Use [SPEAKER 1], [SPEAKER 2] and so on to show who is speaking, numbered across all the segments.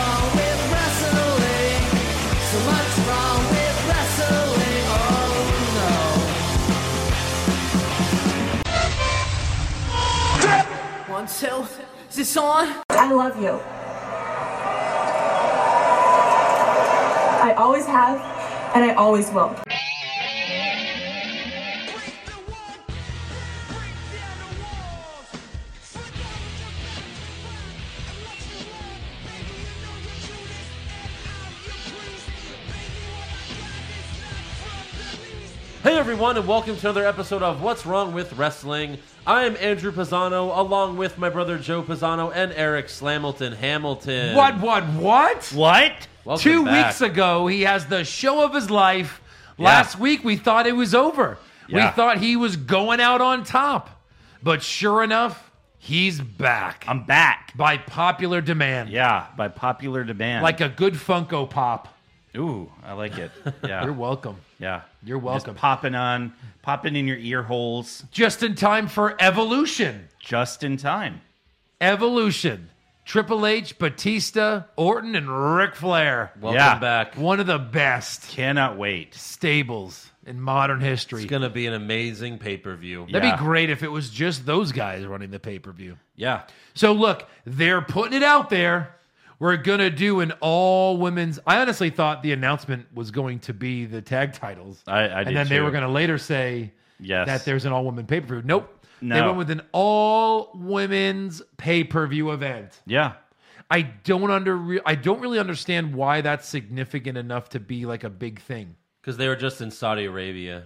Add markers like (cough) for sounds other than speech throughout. [SPEAKER 1] Oh, So, is this on?
[SPEAKER 2] I love you. I always have, and I always will.
[SPEAKER 3] Hey everyone, and welcome to another episode of What's Wrong with Wrestling. I am Andrew Pisano, along with my brother Joe Pisano and Eric Slamilton Hamilton.
[SPEAKER 4] What, what, what?
[SPEAKER 5] What?
[SPEAKER 3] Welcome
[SPEAKER 4] Two
[SPEAKER 3] back.
[SPEAKER 4] weeks ago, he has the show of his life.
[SPEAKER 3] Yeah.
[SPEAKER 4] Last week, we thought it was over.
[SPEAKER 3] Yeah.
[SPEAKER 4] We thought he was going out on top. But sure enough, he's back
[SPEAKER 5] I'm back.
[SPEAKER 4] by popular demand.
[SPEAKER 5] Yeah, by popular demand.
[SPEAKER 4] Like a good Funko Pop.
[SPEAKER 5] ooh, I like
[SPEAKER 3] (laughs)
[SPEAKER 5] it.
[SPEAKER 4] You're
[SPEAKER 5] Yeah,
[SPEAKER 4] welcome.
[SPEAKER 5] yeah.
[SPEAKER 4] You're welcome.
[SPEAKER 5] Just popping on, popping in your ear holes,
[SPEAKER 4] Just in time for Evolution.
[SPEAKER 5] just in time.
[SPEAKER 4] Evolution. Triple H, Batista, Orton, and Ric Flair.
[SPEAKER 3] Welcome
[SPEAKER 5] Yeah.
[SPEAKER 3] back.
[SPEAKER 4] One of the best
[SPEAKER 5] Cannot wait.
[SPEAKER 4] stables in modern history.
[SPEAKER 3] It's going to be an amazing pay per view.
[SPEAKER 5] Yeah.
[SPEAKER 4] That'd be great if it was just those guys running the pay per view.
[SPEAKER 3] Yeah.
[SPEAKER 4] So look, they're putting it out there. We're gonna do an all women's. I honestly thought the announcement was going to be the tag titles,
[SPEAKER 5] I, I did
[SPEAKER 4] and then they
[SPEAKER 5] too.
[SPEAKER 4] were gonna later say
[SPEAKER 5] Yes.
[SPEAKER 4] that there's an all women pay per view. Nope, they
[SPEAKER 5] No.
[SPEAKER 4] went with an all women's pay per view event.
[SPEAKER 5] Yeah.
[SPEAKER 4] I don't under. I don't really understand why that's significant enough to be like a big thing,
[SPEAKER 3] Because they were just in Saudi Arabia.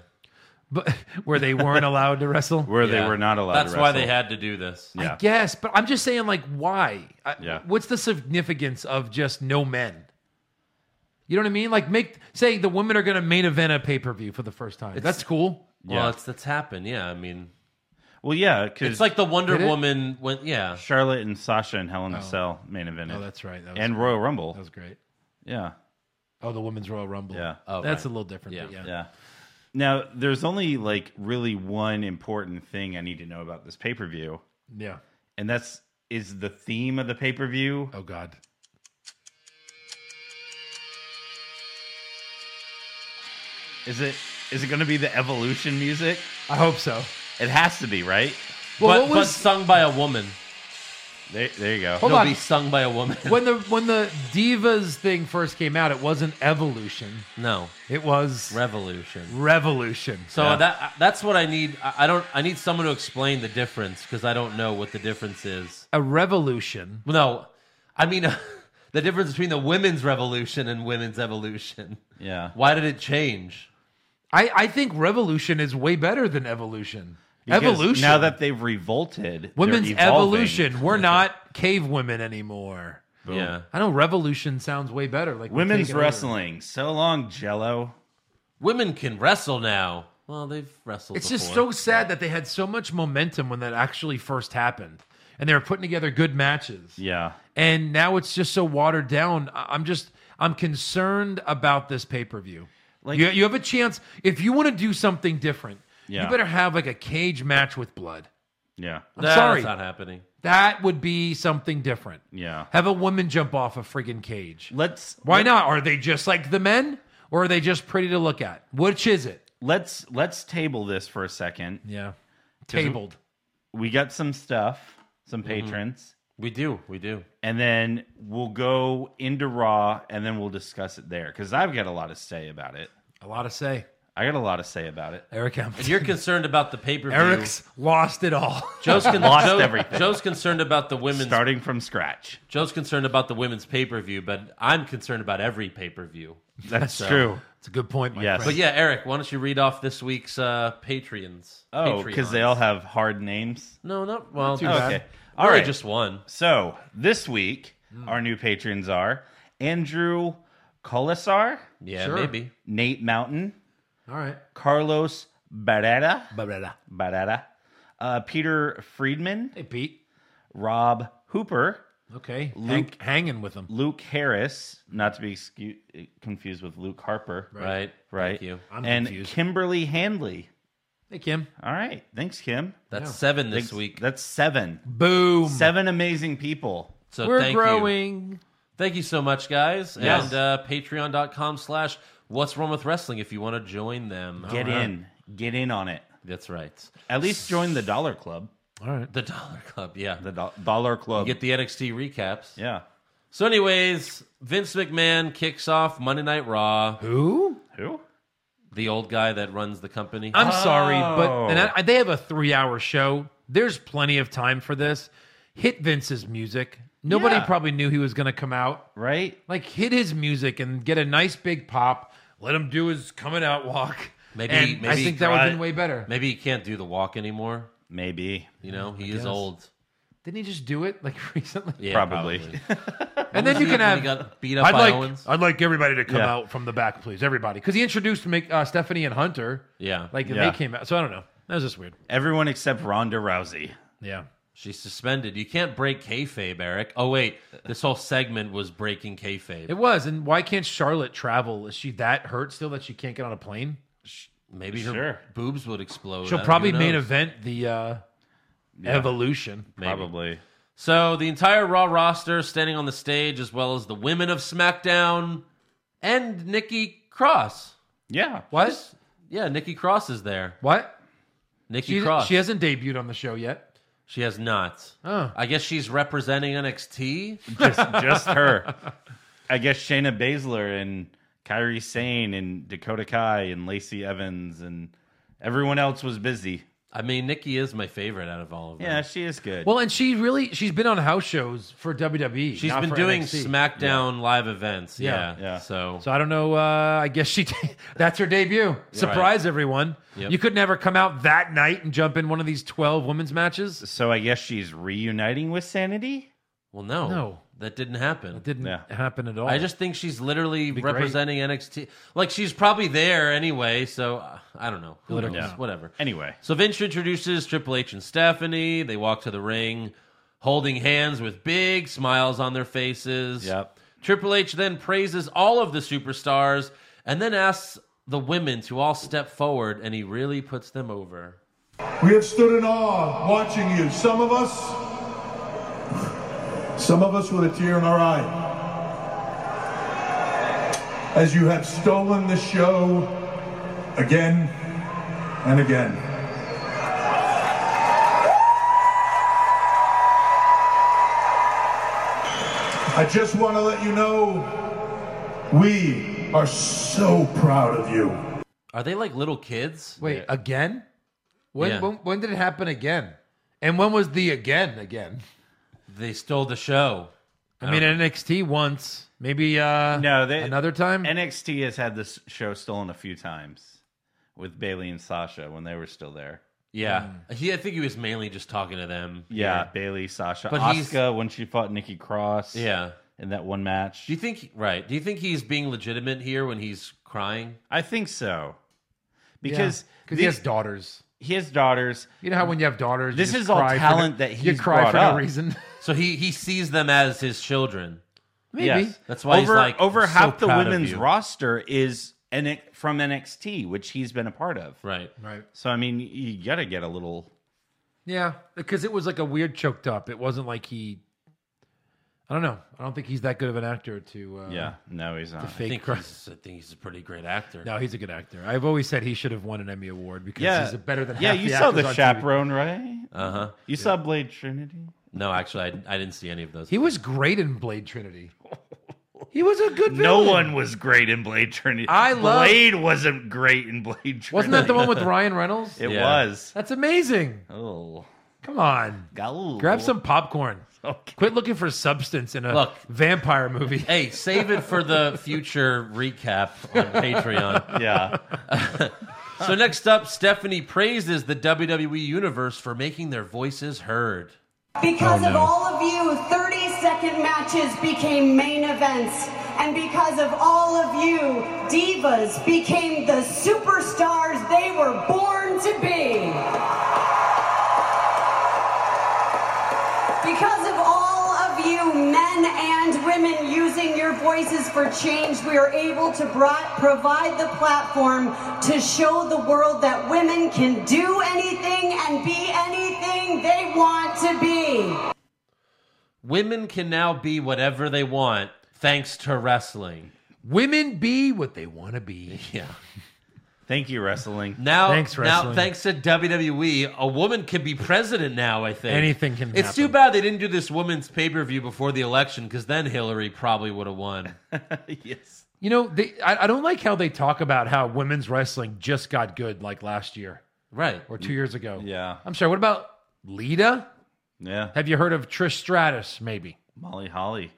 [SPEAKER 4] but (laughs) where they
[SPEAKER 5] (laughs)
[SPEAKER 4] weren't allowed to wrestle.
[SPEAKER 5] Where
[SPEAKER 3] Yeah.
[SPEAKER 5] they were not allowed.
[SPEAKER 3] That's
[SPEAKER 5] to
[SPEAKER 3] why
[SPEAKER 5] wrestle.
[SPEAKER 3] they had to do this.
[SPEAKER 5] Yeah.
[SPEAKER 4] I guess, but I'm just saying, like, why? I,
[SPEAKER 5] Yeah.
[SPEAKER 4] What's the significance of just no men? You know what I mean? Like, make say the women are going to main event a pay per view for the first time. That's cool.
[SPEAKER 3] Well,
[SPEAKER 5] Yeah.
[SPEAKER 3] it's, that's happened. Yeah. I mean,
[SPEAKER 5] Well, yeah, because
[SPEAKER 3] it's like the Wonder
[SPEAKER 4] Did it?
[SPEAKER 3] Woman went, yeah.
[SPEAKER 5] Charlotte and Sasha and Hell in a Cell main event,
[SPEAKER 4] Oh, that's right. That was,
[SPEAKER 5] and Royal Rumble.
[SPEAKER 4] that was great.
[SPEAKER 5] Yeah,
[SPEAKER 4] Oh, the women's Royal Rumble.
[SPEAKER 5] yeah,
[SPEAKER 3] Oh, right.
[SPEAKER 4] that's a little different. but
[SPEAKER 3] Yeah.
[SPEAKER 4] Yeah.
[SPEAKER 5] yeah. Now, there's only like really one important thing I need to know about this pay per view,
[SPEAKER 4] Yeah.
[SPEAKER 5] and that's is the theme of the pay per view
[SPEAKER 4] Oh God.
[SPEAKER 5] Is it is it going to be the evolution music?
[SPEAKER 4] I hope so.
[SPEAKER 5] It has to be, right?
[SPEAKER 3] but,
[SPEAKER 4] Well, what
[SPEAKER 3] but
[SPEAKER 4] was
[SPEAKER 3] sung by a woman.
[SPEAKER 5] There, there you go.
[SPEAKER 4] Hold
[SPEAKER 3] It'll
[SPEAKER 4] on.
[SPEAKER 3] be sung by a woman.
[SPEAKER 4] (laughs)
[SPEAKER 3] (laughs)
[SPEAKER 4] when the when the divas thing first came out? It wasn't evolution.
[SPEAKER 3] no.
[SPEAKER 4] It was
[SPEAKER 3] Revolution.
[SPEAKER 4] revolution.
[SPEAKER 3] So that that's what I need. I I don't. I need someone to explain the difference because I don't know what the difference is.
[SPEAKER 4] A revolution.
[SPEAKER 3] Well, No, I mean (laughs) the difference between the women's revolution and women's evolution.
[SPEAKER 5] Yeah.
[SPEAKER 3] Why did it change?
[SPEAKER 4] I, I think revolution is way better than evolution.
[SPEAKER 5] Because
[SPEAKER 4] evolution.
[SPEAKER 5] Now that they've revolted, they're
[SPEAKER 4] women's
[SPEAKER 5] evolving.
[SPEAKER 4] evolution. We're not cave women anymore.
[SPEAKER 3] Yeah.
[SPEAKER 4] I know revolution sounds way better. Like we're
[SPEAKER 5] Women's
[SPEAKER 4] taking over.
[SPEAKER 5] wrestling. So long, Jello.
[SPEAKER 3] Women can wrestle now. Well, they've wrestled.
[SPEAKER 4] It's just so
[SPEAKER 3] before.
[SPEAKER 4] sad that they had so much momentum when that actually first happened, and they were putting together good matches.
[SPEAKER 5] Yeah.
[SPEAKER 4] And now it's just so watered down. I- I'm just I'm concerned about this pay per view. Like
[SPEAKER 5] Like-
[SPEAKER 4] you, you have a chance if you want to do something different.
[SPEAKER 5] Yeah.
[SPEAKER 4] You better have like a cage match with blood.
[SPEAKER 5] Yeah.
[SPEAKER 4] I'm
[SPEAKER 3] That's
[SPEAKER 4] sorry.
[SPEAKER 3] not happening.
[SPEAKER 4] That would be something different.
[SPEAKER 5] Yeah.
[SPEAKER 4] Have a woman jump off a friggin' cage.
[SPEAKER 5] Let's
[SPEAKER 4] Why not? Are they just like the men or are they just pretty to look at? Which is it?
[SPEAKER 5] let's let's table this for a second.
[SPEAKER 4] Yeah. Tabled.
[SPEAKER 5] We got some stuff, some patrons,
[SPEAKER 3] We do. We do.
[SPEAKER 5] and then we'll go into Raw, and then we'll discuss it there because I've got a lot to say about it.
[SPEAKER 4] A lot to say.
[SPEAKER 5] I got a lot to say about it.
[SPEAKER 4] Eric
[SPEAKER 3] If
[SPEAKER 4] Hampton. (laughs)
[SPEAKER 3] you're concerned about the pay per view,
[SPEAKER 4] Eric's lost it all.
[SPEAKER 3] Joe's,
[SPEAKER 4] (laughs)
[SPEAKER 3] con-
[SPEAKER 5] Lost
[SPEAKER 3] Joe-
[SPEAKER 5] everything.
[SPEAKER 3] Joe's concerned about the women's.
[SPEAKER 5] Starting from scratch.
[SPEAKER 3] Joe's concerned about the women's pay per view, but I'm concerned about every pay per view.
[SPEAKER 5] That's true.
[SPEAKER 4] It's a good point, my
[SPEAKER 5] Yes.
[SPEAKER 4] friend.
[SPEAKER 3] But yeah, Eric, why don't you read off this week's uh, Patreons?
[SPEAKER 5] Oh, because they
[SPEAKER 3] Patreons.
[SPEAKER 5] all have hard names.
[SPEAKER 3] no, not well.
[SPEAKER 4] too
[SPEAKER 3] no,
[SPEAKER 4] bad.
[SPEAKER 5] Okay.
[SPEAKER 3] All
[SPEAKER 5] All
[SPEAKER 3] right,
[SPEAKER 5] right.
[SPEAKER 3] just one.
[SPEAKER 5] So this week,
[SPEAKER 3] Hmm.
[SPEAKER 5] our new patrons are Andrew Colasar,
[SPEAKER 3] Yeah,
[SPEAKER 4] Sure.
[SPEAKER 3] maybe.
[SPEAKER 5] Nate Mountain,
[SPEAKER 4] All right.
[SPEAKER 5] Carlos Barrera,
[SPEAKER 4] Barrera.
[SPEAKER 5] Barrera, uh, Peter Friedman,
[SPEAKER 4] Hey, Pete.
[SPEAKER 5] Rob Hooper,
[SPEAKER 4] Okay.
[SPEAKER 5] Luke-
[SPEAKER 4] Hang- hanging with him.
[SPEAKER 5] Luke Harris, not to be excu- confused with Luke Harper,
[SPEAKER 3] Right.
[SPEAKER 5] Right,
[SPEAKER 3] Thank you.
[SPEAKER 4] I'm
[SPEAKER 5] and
[SPEAKER 4] confused.
[SPEAKER 5] Kimberly Handley.
[SPEAKER 4] Hey, Kim.
[SPEAKER 5] All right, thanks, Kim.
[SPEAKER 3] That's
[SPEAKER 4] Yeah.
[SPEAKER 3] seven this
[SPEAKER 5] Thanks-
[SPEAKER 3] week. Hmm.
[SPEAKER 5] That's seven.
[SPEAKER 4] Boom.
[SPEAKER 5] Seven amazing people.
[SPEAKER 3] So
[SPEAKER 4] We're
[SPEAKER 3] thank You.
[SPEAKER 4] growing.
[SPEAKER 3] Thank you so much, guys.
[SPEAKER 5] Yes.
[SPEAKER 3] And uh, patreon.com slash what's wrong with wrestling if you want to join them.
[SPEAKER 5] Get in, get in on it.
[SPEAKER 3] That's right.
[SPEAKER 5] At least join the Dollar Club.
[SPEAKER 4] All right.
[SPEAKER 3] The Dollar Club, yeah.
[SPEAKER 5] The do- Dollar Club.
[SPEAKER 3] Get the NXT recaps.
[SPEAKER 5] yeah.
[SPEAKER 3] So, anyways, Vince McMahon kicks off Monday Night Raw.
[SPEAKER 4] Who?
[SPEAKER 5] Who?
[SPEAKER 3] The old guy that runs the company.
[SPEAKER 4] I'm sorry,
[SPEAKER 5] Oh.
[SPEAKER 4] but and I, they have a three-hour show. There's plenty of time for this. Hit Vince's music. Nobody
[SPEAKER 5] Yeah.
[SPEAKER 4] probably knew he was going to come out.
[SPEAKER 5] Right?
[SPEAKER 4] Like hit his music and get a nice big pop. Let him do his coming out walk.
[SPEAKER 3] Maybe-
[SPEAKER 4] And I
[SPEAKER 3] maybe
[SPEAKER 4] think that would have
[SPEAKER 5] try-
[SPEAKER 4] been way better.
[SPEAKER 3] Maybe he can't do the walk anymore.
[SPEAKER 5] Maybe.
[SPEAKER 3] You know, he
[SPEAKER 4] guess.
[SPEAKER 3] is old.
[SPEAKER 4] Didn't he just do it like (laughs) recently?
[SPEAKER 3] Yeah,
[SPEAKER 5] Probably.
[SPEAKER 4] and then you
[SPEAKER 3] When
[SPEAKER 4] can have.
[SPEAKER 3] he got beat up
[SPEAKER 4] I'd
[SPEAKER 3] by
[SPEAKER 4] like
[SPEAKER 3] Owens.
[SPEAKER 4] I'd like everybody to come
[SPEAKER 5] Yeah.
[SPEAKER 4] out from the back, please, everybody, because he introduced make, uh, Stephanie and Hunter.
[SPEAKER 3] Yeah.
[SPEAKER 4] Like
[SPEAKER 5] Yeah.
[SPEAKER 4] they came out. So I don't know. That was just weird.
[SPEAKER 5] (laughs) Everyone except Ronda Rousey.
[SPEAKER 4] Yeah.
[SPEAKER 3] She's suspended. You can't break kayfabe, Eric. Oh wait, this whole segment was breaking kayfabe.
[SPEAKER 4] It was, and why can't Charlotte travel? Is she that hurt still that she can't get on a plane?
[SPEAKER 3] Maybe her
[SPEAKER 5] Sure.
[SPEAKER 3] boobs would explode.
[SPEAKER 4] She'll
[SPEAKER 3] Uh, who
[SPEAKER 4] probably main
[SPEAKER 3] knows?
[SPEAKER 4] event the uh, evolution.
[SPEAKER 3] Maybe.
[SPEAKER 5] Probably.
[SPEAKER 3] So the entire Raw roster standing on the stage, as well as the women of SmackDown and Nikki Cross.
[SPEAKER 5] Yeah.
[SPEAKER 4] What?
[SPEAKER 3] Yeah, Nikki Cross is there.
[SPEAKER 4] What?
[SPEAKER 3] Nikki
[SPEAKER 4] She,
[SPEAKER 3] Cross.
[SPEAKER 4] she hasn't debuted on the show yet.
[SPEAKER 3] She has not.
[SPEAKER 4] Oh.
[SPEAKER 3] I guess she's representing
[SPEAKER 4] (laughs)
[SPEAKER 3] NXT.
[SPEAKER 5] Just just (laughs) her. I guess Shayna Baszler and Kyrie Sane and Dakota Kai and Lacey Evans and everyone else was busy.
[SPEAKER 3] I mean, Nikki is my favorite out of all of them.
[SPEAKER 5] Yeah, she is good.
[SPEAKER 4] Well, and she really she's been on house shows for WWE.
[SPEAKER 3] She's
[SPEAKER 4] not
[SPEAKER 3] been
[SPEAKER 4] for
[SPEAKER 3] doing
[SPEAKER 4] NXT.
[SPEAKER 3] SmackDown live events.
[SPEAKER 4] Yeah.
[SPEAKER 3] Yeah.
[SPEAKER 5] Yeah.
[SPEAKER 3] So,
[SPEAKER 4] So I don't know. Uh, I guess she (laughs) that's her debut. Surprise everyone!
[SPEAKER 3] Yep.
[SPEAKER 4] You could never come out that night and jump in one of these twelve women's matches.
[SPEAKER 5] so I guess she's reuniting with Sanity?
[SPEAKER 3] well, no.
[SPEAKER 4] No.
[SPEAKER 3] That didn't happen.
[SPEAKER 4] It didn't
[SPEAKER 5] Yeah.
[SPEAKER 4] happen at all.
[SPEAKER 3] I just think she's literally
[SPEAKER 4] great.
[SPEAKER 3] representing NXT. Like, she's probably there anyway. So, uh, I don't know. Who knows?
[SPEAKER 4] Literally. Yeah.
[SPEAKER 3] Whatever.
[SPEAKER 5] Anyway.
[SPEAKER 3] So Vince introduces Triple H and Stephanie. They walk to the ring, holding hands with big smiles on their faces.
[SPEAKER 5] Yep.
[SPEAKER 3] Triple H then praises all of the superstars and then asks the women to all step forward, and he really puts them over.
[SPEAKER 1] We have stood in awe watching you. Some of us, some of us with a tear in our eye. As you have stolen the show again and again. I just want to let you know we are so proud of you.
[SPEAKER 3] Are they like little kids?
[SPEAKER 4] wait again. When,
[SPEAKER 3] Yeah.
[SPEAKER 4] when when did it happen again? And when was the again again?
[SPEAKER 3] They stole the show.
[SPEAKER 4] I, mean NXT once, maybe uh,
[SPEAKER 5] Oh. No, they-
[SPEAKER 4] another time.
[SPEAKER 5] NXT has had this show stolen a few times with Bailey and Sasha when they were still there.
[SPEAKER 3] Yeah.
[SPEAKER 4] Mm.
[SPEAKER 3] He, I think he was mainly just talking to them.
[SPEAKER 5] Yeah, Bailey, Sasha,
[SPEAKER 3] But he's-
[SPEAKER 5] Asuka when she fought Nikki Cross.
[SPEAKER 3] Yeah.
[SPEAKER 5] in that one match.
[SPEAKER 3] Do you think, right? Do you think he's being legitimate here when he's crying?
[SPEAKER 5] I think
[SPEAKER 4] Yeah.
[SPEAKER 5] so because
[SPEAKER 4] he
[SPEAKER 5] these-
[SPEAKER 4] has daughters.
[SPEAKER 5] he has daughters.
[SPEAKER 4] You know how when you have daughters, you
[SPEAKER 5] This
[SPEAKER 4] just
[SPEAKER 5] is all
[SPEAKER 4] cry for
[SPEAKER 5] talent
[SPEAKER 4] no-
[SPEAKER 5] that
[SPEAKER 4] you
[SPEAKER 5] he's
[SPEAKER 4] cry
[SPEAKER 5] brought
[SPEAKER 4] for
[SPEAKER 5] up.
[SPEAKER 4] no reason.
[SPEAKER 3] So he, he sees them as his children.
[SPEAKER 4] maybe
[SPEAKER 5] (laughs) Yes.
[SPEAKER 3] That's why he's
[SPEAKER 5] over
[SPEAKER 3] like,
[SPEAKER 5] over
[SPEAKER 3] "I'm so
[SPEAKER 5] half the
[SPEAKER 3] proud of
[SPEAKER 5] women's
[SPEAKER 3] you."
[SPEAKER 5] roster is N- from NXT, which he's been a part of.
[SPEAKER 3] Right.
[SPEAKER 4] right.
[SPEAKER 5] So I mean, you gotta get a little.
[SPEAKER 4] Yeah, because it was like a weird choked up. It wasn't like he. I don't know. I don't think he's that good of an actor to. Uh,
[SPEAKER 5] Yeah, no, he's not.
[SPEAKER 3] I
[SPEAKER 4] Fake
[SPEAKER 3] think,
[SPEAKER 4] cry.
[SPEAKER 3] he's, I think he's a pretty great actor.
[SPEAKER 4] No, he's a good actor. I've always said he should have won an Emmy award because
[SPEAKER 5] Yeah,
[SPEAKER 4] he's better than.
[SPEAKER 5] yeah.
[SPEAKER 4] half
[SPEAKER 5] You
[SPEAKER 4] the
[SPEAKER 5] saw
[SPEAKER 4] actors
[SPEAKER 5] the
[SPEAKER 4] on Uh-huh. TV.
[SPEAKER 5] chaperone, right?
[SPEAKER 3] Uh huh.
[SPEAKER 5] You saw Blade Trinity.
[SPEAKER 3] No, actually, I, I didn't see any of those.
[SPEAKER 4] He was great in Blade
[SPEAKER 5] (laughs)
[SPEAKER 4] Trinity. He was a good.
[SPEAKER 5] No
[SPEAKER 4] villain.
[SPEAKER 5] one was great in Blade Trinity.
[SPEAKER 4] I love-
[SPEAKER 5] Blade wasn't great in Blade Trinity.
[SPEAKER 4] Wasn't that the one with Ryan Reynolds?
[SPEAKER 5] (laughs) It
[SPEAKER 3] Yeah.
[SPEAKER 5] was.
[SPEAKER 4] That's amazing.
[SPEAKER 5] Oh,
[SPEAKER 4] Come on,
[SPEAKER 5] Gaul.
[SPEAKER 4] grab some (laughs) popcorn.
[SPEAKER 5] Okay.
[SPEAKER 4] Quit looking for substance in a
[SPEAKER 3] Look.
[SPEAKER 4] vampire movie.
[SPEAKER 3] hey, save it for
[SPEAKER 4] (laughs)
[SPEAKER 3] the future recap on Patreon.
[SPEAKER 5] (laughs) Yeah.
[SPEAKER 3] So next up, Stephanie praises the WWE Universe for making their voices heard.
[SPEAKER 6] Because
[SPEAKER 4] Oh,
[SPEAKER 6] of
[SPEAKER 4] no.
[SPEAKER 6] all of you, 30 second matches became main events. And because of all of you, divas became the superstars they were born to be. Because of all of you, men and women, using your voices for change, we are able to bri- provide the platform to show the world that women can do anything and be anything they want to be.
[SPEAKER 3] Women can now be whatever they want thanks to wrestling.
[SPEAKER 4] Women be what they want to be.
[SPEAKER 3] Yeah.
[SPEAKER 5] Thank you, wrestling.
[SPEAKER 3] Now,
[SPEAKER 4] Thanks,
[SPEAKER 3] now,
[SPEAKER 4] wrestling.
[SPEAKER 3] thanks to WWE, a woman could be president now. I think
[SPEAKER 4] Anything can
[SPEAKER 3] It's too
[SPEAKER 4] happen.
[SPEAKER 3] bad they didn't do this woman's pay per view before the election, because then Hillary probably would have
[SPEAKER 4] (laughs)
[SPEAKER 3] won.
[SPEAKER 5] (laughs) yes.
[SPEAKER 4] You know, they, I, I don't like how they talk about how women's wrestling just got good like last year
[SPEAKER 3] right?
[SPEAKER 4] or two years ago.
[SPEAKER 5] Yeah.
[SPEAKER 4] I'm sorry. What about Lita?
[SPEAKER 5] Yeah.
[SPEAKER 4] Have you heard of Trish Stratus? Maybe.
[SPEAKER 5] Molly Holly.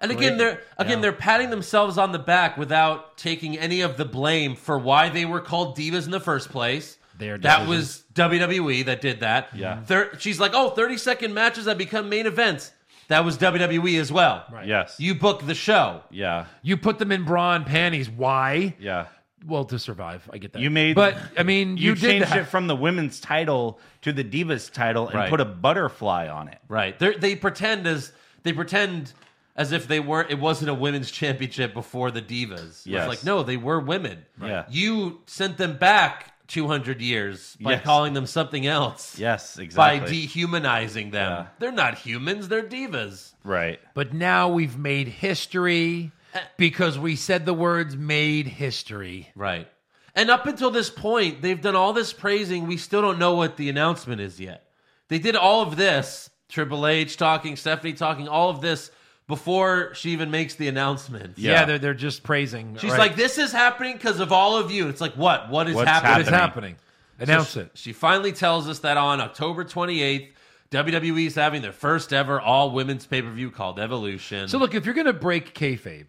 [SPEAKER 3] And again, they're again they're patting themselves on the back without taking any of the blame for why they were called divas in the first place.
[SPEAKER 4] Their
[SPEAKER 3] that
[SPEAKER 4] decision.
[SPEAKER 3] was WWE that did that.
[SPEAKER 5] Yeah.
[SPEAKER 3] Thir- she's like, oh, 30 second matches that become main events. That was WWE as well. Right.
[SPEAKER 5] Yes.
[SPEAKER 3] You book the show.
[SPEAKER 5] yeah.
[SPEAKER 4] You put them in bra and panties. Why?
[SPEAKER 5] Yeah.
[SPEAKER 4] Well, to survive. I get that.
[SPEAKER 5] You made-
[SPEAKER 4] But I mean, you,
[SPEAKER 5] You,
[SPEAKER 4] did
[SPEAKER 5] changed
[SPEAKER 4] that.
[SPEAKER 5] it from the women's title to the divas title and
[SPEAKER 3] Right.
[SPEAKER 5] put a butterfly on it.
[SPEAKER 3] Right. They're, they pretend as they pretend as if they weren't. It wasn't a women's championship before the divas. It's
[SPEAKER 5] Yes.
[SPEAKER 3] like no, they were women.
[SPEAKER 5] Yeah.
[SPEAKER 3] You sent them back two hundred years by
[SPEAKER 5] Yes.
[SPEAKER 3] calling them something else.
[SPEAKER 5] Yes,
[SPEAKER 3] By
[SPEAKER 5] exactly.
[SPEAKER 3] dehumanizing them.
[SPEAKER 5] Yeah.
[SPEAKER 3] They're not humans. They're divas.
[SPEAKER 5] right.
[SPEAKER 4] But now we've made history because we said the words made history.
[SPEAKER 3] Right. And up until this point, they've done all this praising. We still don't know what the announcement is yet. They did all of this Triple H talking, Stephanie talking, all of this before she even makes the announcement.
[SPEAKER 4] Yeah,
[SPEAKER 5] Yeah.
[SPEAKER 4] they're, they're just praising.
[SPEAKER 3] She's
[SPEAKER 4] right?
[SPEAKER 3] like, this is happening because of all of you. It's like, what? What is
[SPEAKER 5] What's
[SPEAKER 4] What
[SPEAKER 3] happening?
[SPEAKER 4] is happening?
[SPEAKER 5] happening.
[SPEAKER 4] Announce
[SPEAKER 3] So
[SPEAKER 4] it.
[SPEAKER 3] She finally tells us that on October 28th, WWE E is having their first ever all women's pay per view called Evolution.
[SPEAKER 4] So look, if you're gonna break kayfabe,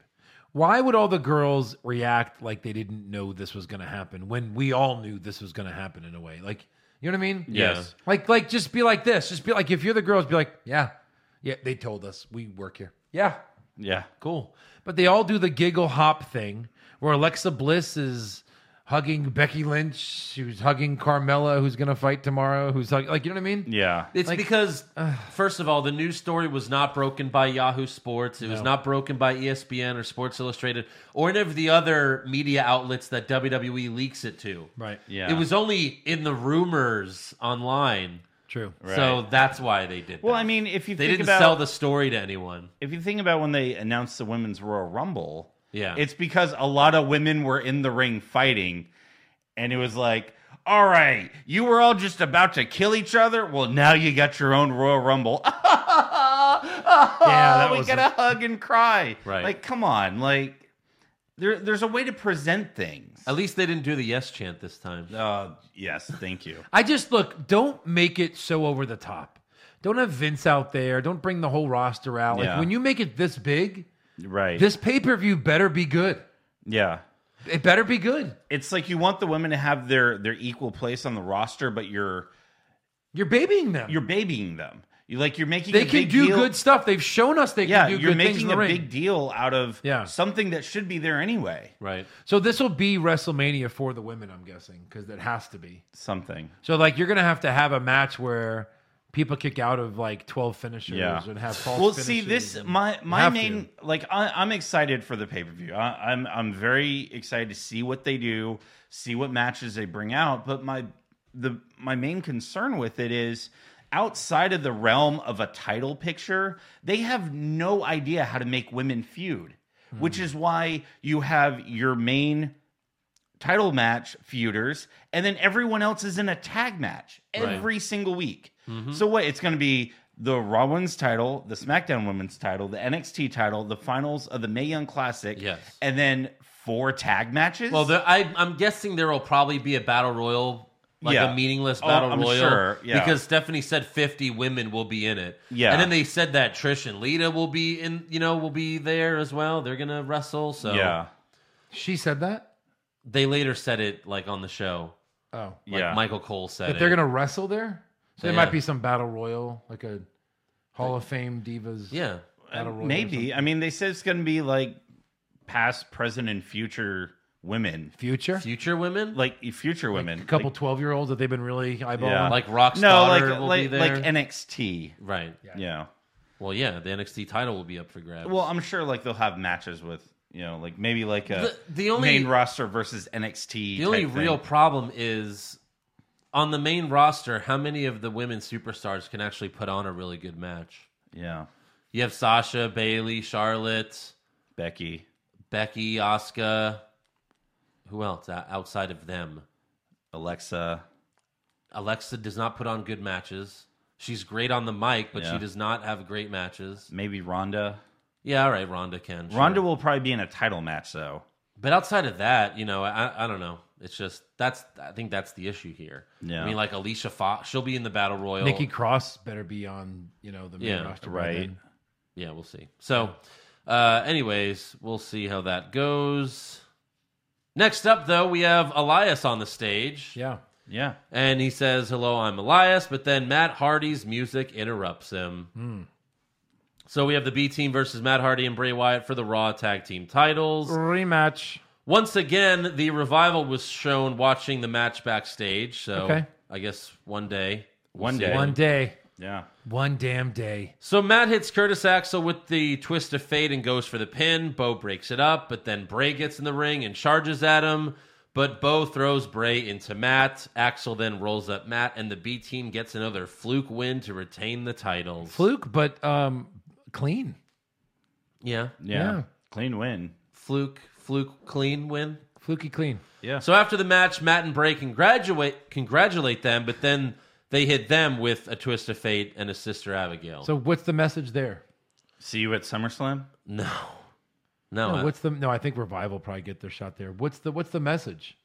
[SPEAKER 4] why would all the girls react like they didn't know this was gonna happen when we all knew this was gonna happen in a way? Like, you know what I mean?
[SPEAKER 5] Yes.
[SPEAKER 4] Like, like just be like this. Just be like, if you're the girls, be like, yeah, yeah. They told us we work here. Yeah,
[SPEAKER 5] Yeah.
[SPEAKER 4] cool. But they all do the giggle hop thing where Alexa Bliss is hugging Becky Lynch, who's hugging Carmella, who's gonna fight tomorrow, who's hug- like, you know what I mean?
[SPEAKER 5] Yeah.
[SPEAKER 3] It's
[SPEAKER 4] Like- uh,
[SPEAKER 3] because, first of all, the news story was not broken by Yahoo Sports. It was not broken by E ESPN or Sports Illustrated or any of the other media outlets that WWE leaks it to.
[SPEAKER 4] Right.
[SPEAKER 5] Yeah.
[SPEAKER 3] It was only in the rumors online.
[SPEAKER 4] True.
[SPEAKER 3] So that's why they did
[SPEAKER 5] Well,
[SPEAKER 3] that.
[SPEAKER 5] I mean, if you
[SPEAKER 3] they
[SPEAKER 5] think
[SPEAKER 3] didn't
[SPEAKER 5] about
[SPEAKER 3] sell the story to anyone.
[SPEAKER 5] if you think about when they announced the women's Royal Rumble,
[SPEAKER 3] Yeah.
[SPEAKER 5] it's because a lot of women were in the ring fighting, and it was like, all right, you were all just about to kill each other. Well, now you got your own Royal Rumble. (laughs)
[SPEAKER 4] that
[SPEAKER 5] we
[SPEAKER 4] was
[SPEAKER 5] gotta hug and cry.
[SPEAKER 3] Right.
[SPEAKER 5] Like, come on, like. There, there's a way to present things.
[SPEAKER 4] Uh,
[SPEAKER 3] At least they didn't do the yes chant this time.
[SPEAKER 5] Uh, yes, thank you.
[SPEAKER 4] I just look, don't make it so over the top. Don't have Vince out there. Don't bring the whole roster out. Like
[SPEAKER 5] Yeah.
[SPEAKER 4] when you make it this big,
[SPEAKER 5] Right.
[SPEAKER 4] this pay per view better be good.
[SPEAKER 5] yeah.
[SPEAKER 4] It better be good.
[SPEAKER 5] It's like you want the women to have their their equal place on the roster, but you're
[SPEAKER 4] You're babying them.
[SPEAKER 5] you're babying them. You like you're making
[SPEAKER 4] they
[SPEAKER 5] a
[SPEAKER 4] can
[SPEAKER 5] big
[SPEAKER 4] do
[SPEAKER 5] deal-
[SPEAKER 4] good stuff. They've shown us they
[SPEAKER 5] Yeah,
[SPEAKER 4] can do
[SPEAKER 5] you're
[SPEAKER 4] good things in
[SPEAKER 5] making
[SPEAKER 4] the
[SPEAKER 5] a
[SPEAKER 4] ring.
[SPEAKER 5] big deal out of
[SPEAKER 4] Yeah.
[SPEAKER 5] something that should be there anyway.
[SPEAKER 3] Right.
[SPEAKER 4] so this will be WrestleMania for the women, I'm guessing, because it has to be.
[SPEAKER 5] Something.
[SPEAKER 4] So like you're gonna have to have a match where people kick out of like 12 finishers
[SPEAKER 5] Yeah.
[SPEAKER 4] and have false.
[SPEAKER 5] well, see
[SPEAKER 4] finishes
[SPEAKER 5] this
[SPEAKER 4] and-
[SPEAKER 5] my my
[SPEAKER 4] have
[SPEAKER 5] main like I, I'm excited for the pay per view. I'm I'm very excited to see what they do, see what matches they bring out. But my the my main concern with it is outside of the realm of a title picture, they have no idea how to make women feud,
[SPEAKER 4] Hmm.
[SPEAKER 5] which is why you have your main title match feuders, and then everyone else is in a tag match every single week.
[SPEAKER 3] Mm-hmm.
[SPEAKER 5] So what? It's going to be the Raw Women's title, the SmackDown Women's title, the NXT title, the finals of the Mae Young Classic,
[SPEAKER 3] Yes.
[SPEAKER 5] and then four tag matches.
[SPEAKER 3] Well, there, I, I'm guessing there will probably be a battle royal, like
[SPEAKER 5] Yeah.
[SPEAKER 3] a meaningless
[SPEAKER 5] Oh,
[SPEAKER 3] battle
[SPEAKER 5] I'm
[SPEAKER 3] royal,
[SPEAKER 5] sure, yeah.
[SPEAKER 3] because Stephanie said 50 women will be in it.
[SPEAKER 5] Yeah.
[SPEAKER 3] and then they said that Trish and Lita will be in, you know, will be there as well. They're gonna wrestle. So
[SPEAKER 5] yeah,
[SPEAKER 4] She said that.
[SPEAKER 3] they later said it like on the show.
[SPEAKER 4] Oh,
[SPEAKER 3] Like
[SPEAKER 5] yeah.
[SPEAKER 3] Michael Cole said
[SPEAKER 4] That
[SPEAKER 3] it.
[SPEAKER 4] they're gonna wrestle there. So there
[SPEAKER 3] Yeah.
[SPEAKER 4] might be some battle royal, like a Hall of Fame divas.
[SPEAKER 3] yeah.
[SPEAKER 4] battle royal or something.
[SPEAKER 5] maybe. I mean, they said it's going to be like past, present, and future women,
[SPEAKER 4] future.
[SPEAKER 3] Future women,
[SPEAKER 5] like future women.
[SPEAKER 4] A couple twelve year olds that they've been really eyeballing.
[SPEAKER 5] Yeah.
[SPEAKER 3] like Rock's
[SPEAKER 5] no, like
[SPEAKER 3] daughter will be
[SPEAKER 5] like,
[SPEAKER 3] there.
[SPEAKER 5] like NXT.
[SPEAKER 3] right.
[SPEAKER 5] Yeah.
[SPEAKER 3] Well, yeah, the NXT title will be up for grabs.
[SPEAKER 5] Well, I'm sure like they'll have matches with you know like maybe like a
[SPEAKER 3] The- the only-
[SPEAKER 5] main roster versus NXT.
[SPEAKER 3] The only
[SPEAKER 5] type thing.
[SPEAKER 3] real problem is on the main roster, how many of the women superstars can actually put on a really good match?
[SPEAKER 5] yeah
[SPEAKER 3] You have Sasha, Bailey, Charlotte,
[SPEAKER 5] Becky.
[SPEAKER 3] Becky, Asuka. Who else o- outside of them?
[SPEAKER 5] Alexa.
[SPEAKER 3] Alexa does not put on good matches. She's great on the mic, but
[SPEAKER 5] Yeah.
[SPEAKER 3] she does not have great matches.
[SPEAKER 5] Maybe Ronda.
[SPEAKER 3] Yeah, all right, Ronda can. sure.
[SPEAKER 5] Ronda will probably be in a title match though.
[SPEAKER 3] But outside of that, you know, I, I don't know. It's just that's I think that's the issue here.
[SPEAKER 5] Yeah.
[SPEAKER 3] I mean, like Alicia Fox, she'll be in the battle royal.
[SPEAKER 4] Nikki Cross better be on, you know, the main
[SPEAKER 3] Yeah,
[SPEAKER 4] roster. by
[SPEAKER 5] right.
[SPEAKER 4] then.
[SPEAKER 3] Yeah, we'll see. So, uh, anyways, we'll see how that goes. Next up, though, we have Elias on the stage.
[SPEAKER 4] Yeah.
[SPEAKER 5] Yeah.
[SPEAKER 3] And he says, Hello, I'm Elias. But then Matt Hardy's music interrupts him. So we have the B team versus Matt Hardy and Bray Wyatt for the Raw Tag Team titles.
[SPEAKER 4] Rematch.
[SPEAKER 3] Once again, the revival was shown watching the match backstage. So
[SPEAKER 4] Okay.
[SPEAKER 3] I guess one day.
[SPEAKER 5] One day.
[SPEAKER 4] One day.
[SPEAKER 5] Yeah.
[SPEAKER 4] One damn day.
[SPEAKER 3] So Matt hits Curtis Axel with the twist of fate and goes for the pin. Bo breaks it up, but then Bray gets in the ring and charges at him. But Bo throws Bray into Matt. Axel then rolls up Matt, and the B team gets another fluke win to retain the titles.
[SPEAKER 4] Fluke, but um, clean.
[SPEAKER 3] Yeah.
[SPEAKER 5] Yeah.
[SPEAKER 4] Yeah.
[SPEAKER 5] Clean win.
[SPEAKER 3] Fluke, fluke, clean win.
[SPEAKER 4] Fluky clean.
[SPEAKER 3] So after the match, Matt and Bray congratulate congratulate them, but then they hit them with a twist of fate and a sister Abigail.
[SPEAKER 4] So what's the message there?
[SPEAKER 5] See you at SummerSlam.
[SPEAKER 3] no. No,
[SPEAKER 4] No,
[SPEAKER 3] I-
[SPEAKER 4] what's the no? I think Revival probably get their shot there. What's the what's the message?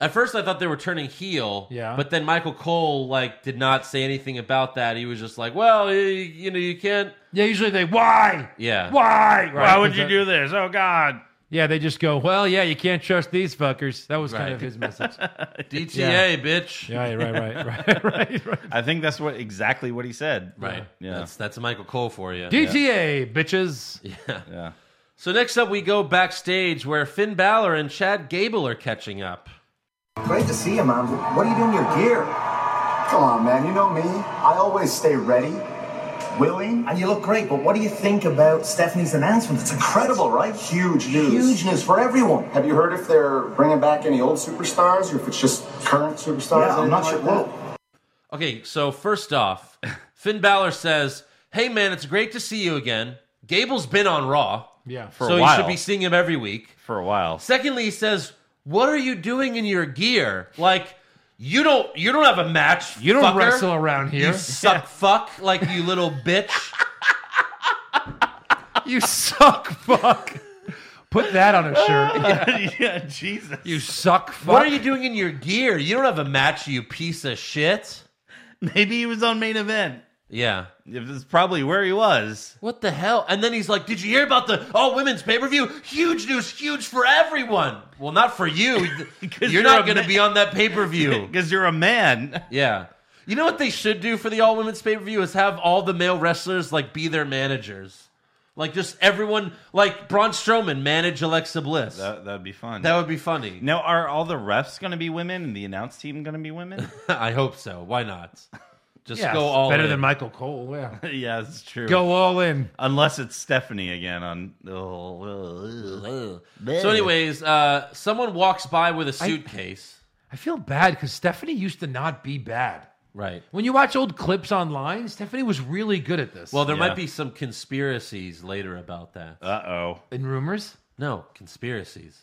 [SPEAKER 3] At first, I thought they were turning heel.
[SPEAKER 4] Yeah.
[SPEAKER 3] But then Michael Cole like did not say anything about that. He was just like, "Well, you, you know, you can't."
[SPEAKER 4] Yeah, usually they why
[SPEAKER 3] Yeah.
[SPEAKER 4] why
[SPEAKER 5] Why would you do this? Oh God.
[SPEAKER 4] Yeah, they just go. Well, yeah, you can't trust these fuckers. That was kind of
[SPEAKER 3] Right.
[SPEAKER 4] his
[SPEAKER 3] (laughs)
[SPEAKER 4] message.
[SPEAKER 3] DTA,
[SPEAKER 4] Yeah.
[SPEAKER 3] bitch.
[SPEAKER 4] yeah, right, right, right, (laughs) right, right.
[SPEAKER 5] I think that's what exactly what he said.
[SPEAKER 3] Right.
[SPEAKER 5] Yeah.
[SPEAKER 3] That's that's Michael Cole for you.
[SPEAKER 4] DTA bitches.
[SPEAKER 5] Yeah.
[SPEAKER 3] so next up, we go backstage where Finn Balor and Chad Gable are catching up. (laughs)
[SPEAKER 7] Great to see you, Mom. What are you doing to your gear? Come on, man. You know me. I always stay ready, willing. And you look great, but what do you think about Stephanie's announcement? It's incredible, right? Huge news. Huge news for everyone.
[SPEAKER 8] Have you heard if they're bringing back any old superstars or if it's just current superstars?
[SPEAKER 7] Yeah, I'm not sure.
[SPEAKER 8] Anything like that?
[SPEAKER 7] Whoa.
[SPEAKER 3] Okay, so first off, Finn Balor says, "Hey man, it's great to see you again." Gable's been on Raw,
[SPEAKER 4] Yeah,
[SPEAKER 5] For
[SPEAKER 3] so
[SPEAKER 5] a
[SPEAKER 3] you
[SPEAKER 5] while.
[SPEAKER 3] should be seeing him every week.
[SPEAKER 5] For a while.
[SPEAKER 3] Secondly, he says, "What are you doing in your gear? Like, you don't you don't have a match.
[SPEAKER 4] you don't
[SPEAKER 3] fucker.
[SPEAKER 4] wrestle around
[SPEAKER 3] You
[SPEAKER 4] here.
[SPEAKER 3] suck, fuck, like you little bitch."
[SPEAKER 4] (laughs) you suck, fuck. Put that on a shirt.
[SPEAKER 5] (laughs)
[SPEAKER 3] (laughs)
[SPEAKER 5] yeah. Jesus.
[SPEAKER 4] You suck, fuck.
[SPEAKER 3] What are you doing in your gear? You don't have a match, you piece of shit.
[SPEAKER 5] Maybe he was on main event.
[SPEAKER 3] Yeah.
[SPEAKER 5] It was probably where he was.
[SPEAKER 3] What the hell? And then he's like, "Did you hear about the all women's pay per view? Huge news, huge for everyone. Well, not for you. you're,
[SPEAKER 5] 'Cause you're
[SPEAKER 3] not
[SPEAKER 5] a
[SPEAKER 3] going to
[SPEAKER 5] man.
[SPEAKER 3] be on that pay per
[SPEAKER 5] (laughs)
[SPEAKER 3] view."
[SPEAKER 5] Because you're a man.
[SPEAKER 3] yeah. You know what they should do for the all women's pay per view is have all the male wrestlers like be their managers, like just everyone like Braun Strowman manage Alexa Bliss. That,
[SPEAKER 5] That that'd be fun.
[SPEAKER 3] would be funny. (laughs)
[SPEAKER 5] now are all the refs gonna be women and the announce team gonna be (laughs) women?
[SPEAKER 3] I hope so. Why not? Just
[SPEAKER 4] Yeah,
[SPEAKER 3] go all
[SPEAKER 4] better
[SPEAKER 3] in.
[SPEAKER 4] than Michael Cole.
[SPEAKER 3] (laughs)
[SPEAKER 4] Yeah,
[SPEAKER 5] yeah, that's true.
[SPEAKER 4] go all in.
[SPEAKER 5] Unless it's Stephanie again on oh,
[SPEAKER 3] Ugh. So, anyways, uh, someone walks by with a suitcase.
[SPEAKER 4] I feel bad because Stephanie used to not be bad.
[SPEAKER 3] right.
[SPEAKER 4] When you watch old clips online, Stephanie was really good at this.
[SPEAKER 3] Well, there
[SPEAKER 5] Yeah.
[SPEAKER 3] might be some conspiracies later about that.
[SPEAKER 5] uh oh.
[SPEAKER 4] in rumors,
[SPEAKER 3] no conspiracies.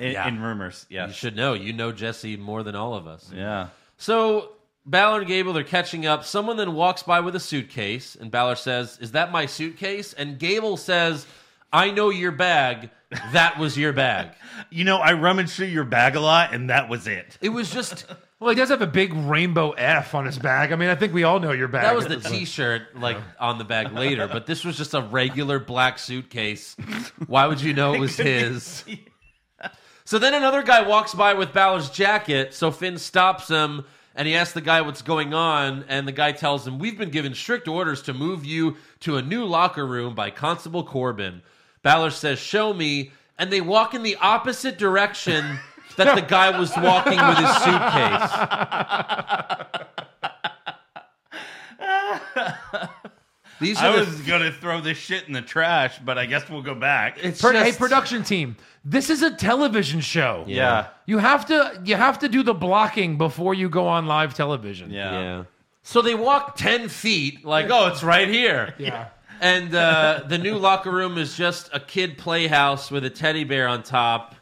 [SPEAKER 5] In,
[SPEAKER 3] Yeah.
[SPEAKER 5] in rumors, yeah.
[SPEAKER 3] You should know. You know Jesse more than all of us.
[SPEAKER 5] Yeah.
[SPEAKER 3] So Balor and Gable, they're catching up. Someone then walks by with a suitcase, and Balor says, Is that my suitcase? And Gable says, I know your bag. That was your bag.
[SPEAKER 5] You know, I rummaged through your bag a lot and that was it.
[SPEAKER 3] It was just,
[SPEAKER 4] well, he does have a big rainbow F on his bag. I mean, I think we all know your bag.
[SPEAKER 3] that was the
[SPEAKER 4] It's like-
[SPEAKER 3] t shirt, like on the bag later, but this was just a regular black suitcase. Why would you know it
[SPEAKER 5] (laughs)
[SPEAKER 3] was his? So then another guy walks by with Balor's jacket, so Finn stops him. And he asks the guy what's going on, and the guy tells him, We've been given strict orders to move you to a new locker room by Constable Corbin. Balor says, Show me. And they walk in the opposite direction that the guy was walking with his suitcase. These
[SPEAKER 5] I
[SPEAKER 3] are the-
[SPEAKER 5] was gonna throw this shit in the trash, but I guess we'll go back.
[SPEAKER 3] it's
[SPEAKER 4] Pro- hey,
[SPEAKER 3] just-
[SPEAKER 4] production team, this is a television show.
[SPEAKER 5] (laughs) yeah.
[SPEAKER 4] You have to you have to do the blocking before you go on live television.
[SPEAKER 5] Yeah.
[SPEAKER 3] So they walk 10 feet, like, oh, it's right here.
[SPEAKER 4] Yeah.
[SPEAKER 3] And uh, the new locker room is just a kid playhouse with a teddy bear on top.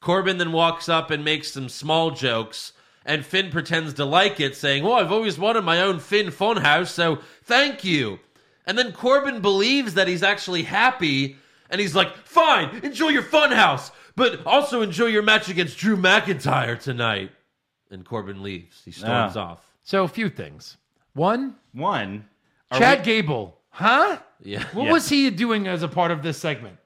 [SPEAKER 3] Corbin then walks up and makes some small jokes. And Finn pretends to like it, saying, Well, I've always wanted my own Finn Funhouse, so thank you. And then Corbin believes that he's actually happy. And he's like, Fine, enjoy your funhouse, but also enjoy your match against Drew McIntyre tonight. And Corbin leaves. He storms
[SPEAKER 5] Yeah.
[SPEAKER 3] off.
[SPEAKER 4] So a few things. One,
[SPEAKER 5] One, are
[SPEAKER 4] Chad
[SPEAKER 5] we-
[SPEAKER 4] Gable, huh?
[SPEAKER 3] Yeah.
[SPEAKER 4] What was he doing as a part of this segment?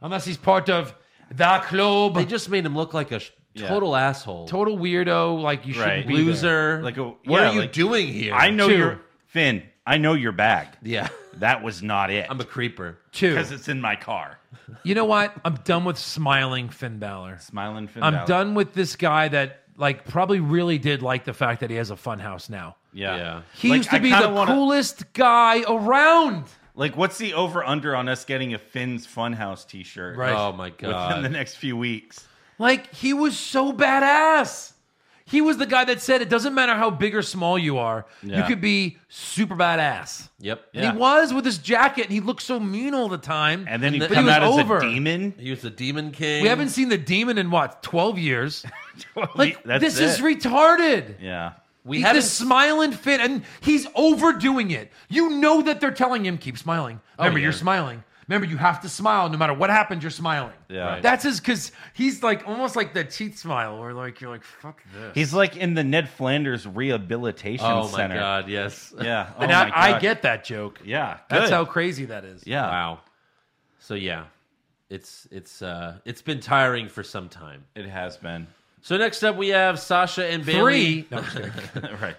[SPEAKER 4] Unless he's part of the club,
[SPEAKER 3] They just made him look like a sh-
[SPEAKER 5] Yeah.
[SPEAKER 3] total asshole.
[SPEAKER 4] total weirdo, like you shouldn't
[SPEAKER 5] Right.
[SPEAKER 4] be there.
[SPEAKER 3] loser.
[SPEAKER 5] Like a-
[SPEAKER 3] what
[SPEAKER 5] yeah,
[SPEAKER 3] are you
[SPEAKER 5] like-
[SPEAKER 3] doing here?
[SPEAKER 5] I know
[SPEAKER 4] Two.
[SPEAKER 5] your Finn. I know your bag.
[SPEAKER 3] Yeah,
[SPEAKER 5] That was not it.
[SPEAKER 3] I'm a creeper.
[SPEAKER 4] Two.
[SPEAKER 5] because it's in my car.
[SPEAKER 4] You know what? I'm done with smiling Finn Balor.
[SPEAKER 5] Smiling Finn.
[SPEAKER 4] I'm
[SPEAKER 5] Balor.
[SPEAKER 4] done with this guy that like probably really did like the fact that he has a fun house now.
[SPEAKER 5] Yeah.
[SPEAKER 3] Yeah.
[SPEAKER 4] He
[SPEAKER 5] Like,
[SPEAKER 4] used to
[SPEAKER 5] I
[SPEAKER 4] be
[SPEAKER 5] kinda
[SPEAKER 4] the
[SPEAKER 5] wanna-
[SPEAKER 4] coolest guy around.
[SPEAKER 5] Like, what's the over under on us getting a Finn's Funhouse t shirt
[SPEAKER 4] Right.
[SPEAKER 3] Oh my
[SPEAKER 5] within the
[SPEAKER 3] god.
[SPEAKER 5] next few weeks?
[SPEAKER 4] Like he was so badass. He was the guy that said it doesn't matter how big or small you are, you
[SPEAKER 5] Yeah.
[SPEAKER 4] could be super badass.
[SPEAKER 3] Yep.
[SPEAKER 4] And he was with his jacket, and he looked so mean all the time.
[SPEAKER 5] And then he
[SPEAKER 3] But he
[SPEAKER 5] come
[SPEAKER 4] was
[SPEAKER 5] out as
[SPEAKER 4] over.
[SPEAKER 5] a
[SPEAKER 3] (laughs)
[SPEAKER 5] demon.
[SPEAKER 3] He was the Demon King.
[SPEAKER 4] we haven't seen the demon in what twelve
[SPEAKER 5] (laughs)
[SPEAKER 4] years. Like
[SPEAKER 5] That's
[SPEAKER 4] this
[SPEAKER 5] it.
[SPEAKER 4] is retarded.
[SPEAKER 5] yeah.
[SPEAKER 3] We
[SPEAKER 4] He
[SPEAKER 3] haven't.
[SPEAKER 4] this smiling fit, and he's overdoing it. You know that they're telling him, keep smiling.
[SPEAKER 5] Oh,
[SPEAKER 4] Remember,
[SPEAKER 3] yeah.
[SPEAKER 4] you're smiling. Remember, you have to smile no matter what happens. You're smiling.
[SPEAKER 5] Yeah. Right.
[SPEAKER 4] that's his because he's like almost like the cheat smile, where like you're like, fuck this.
[SPEAKER 5] He's like in the Ned Flanders Rehabilitation
[SPEAKER 3] oh my
[SPEAKER 5] Center.
[SPEAKER 3] god. Yes.
[SPEAKER 5] Yeah. Oh
[SPEAKER 4] and
[SPEAKER 5] my
[SPEAKER 4] I, I
[SPEAKER 5] God.
[SPEAKER 4] get that joke.
[SPEAKER 5] Yeah.
[SPEAKER 4] That's
[SPEAKER 5] good.
[SPEAKER 4] how crazy that is.
[SPEAKER 5] Yeah.
[SPEAKER 3] (laughs) Wow. So yeah, it's it's uh it's been tiring for some time.
[SPEAKER 5] It has been. (laughs)
[SPEAKER 3] So next up we have Sasha and Bailey.
[SPEAKER 4] Three. No, I'm just kidding.
[SPEAKER 5] right.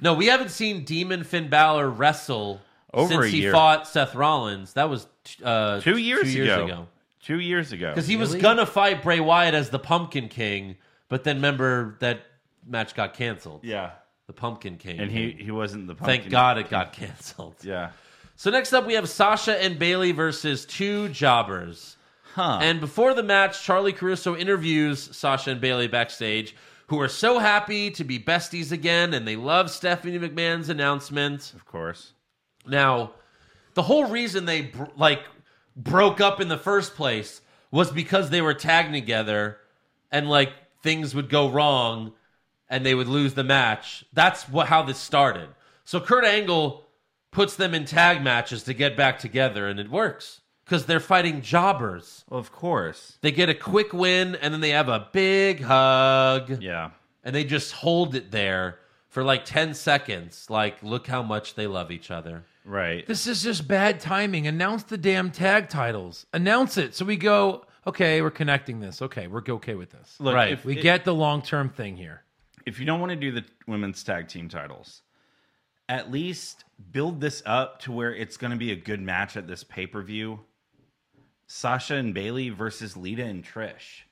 [SPEAKER 3] No, we haven't seen Demon Finn Balor wrestle
[SPEAKER 5] Over
[SPEAKER 3] since
[SPEAKER 5] a
[SPEAKER 3] he
[SPEAKER 5] year.
[SPEAKER 3] fought Seth Rollins. That was t- uh,
[SPEAKER 5] Two years,
[SPEAKER 3] two years
[SPEAKER 5] ago.
[SPEAKER 3] ago.
[SPEAKER 5] Two years ago.
[SPEAKER 3] Because he was gonna fight Bray Wyatt as the Pumpkin King, but then remember that match got canceled.
[SPEAKER 5] Yeah.
[SPEAKER 3] The Pumpkin King.
[SPEAKER 5] And he, he wasn't the pumpkin.
[SPEAKER 3] thank God it got (laughs) canceled.
[SPEAKER 5] Yeah.
[SPEAKER 3] So next up we have Sasha and Bailey versus two jobbers.
[SPEAKER 5] Huh.
[SPEAKER 3] And before the match, Charlie Caruso interviews Sasha and Bailey backstage, who are so happy to be besties again, and they love Stephanie McMahon's announcement.
[SPEAKER 5] of course.
[SPEAKER 3] Now, the whole reason they br- like broke up in the first place was because they were tagged together, and like things would go wrong, and they would lose the match. That's what how this started. So Kurt Angle puts them in tag matches to get back together, and it works because they're fighting jobbers.
[SPEAKER 5] Of course.
[SPEAKER 3] They get a quick win, and then they have a big hug,
[SPEAKER 5] Yeah.
[SPEAKER 3] and they just hold it there for like ten seconds. Like, look how much they love each other.
[SPEAKER 5] Right.
[SPEAKER 4] This is just bad timing. Announce the damn tag titles. Announce it. So we go, okay, we're connecting this. Okay, we're okay with this.
[SPEAKER 5] Look,
[SPEAKER 3] Right.
[SPEAKER 5] if-
[SPEAKER 4] we
[SPEAKER 5] it-
[SPEAKER 4] get the long term thing here.
[SPEAKER 5] if you don't want to do the women's tag team titles, at least build this up to where it's going to be a good match at this pay per view. Sasha and Bailey versus Lita and Trish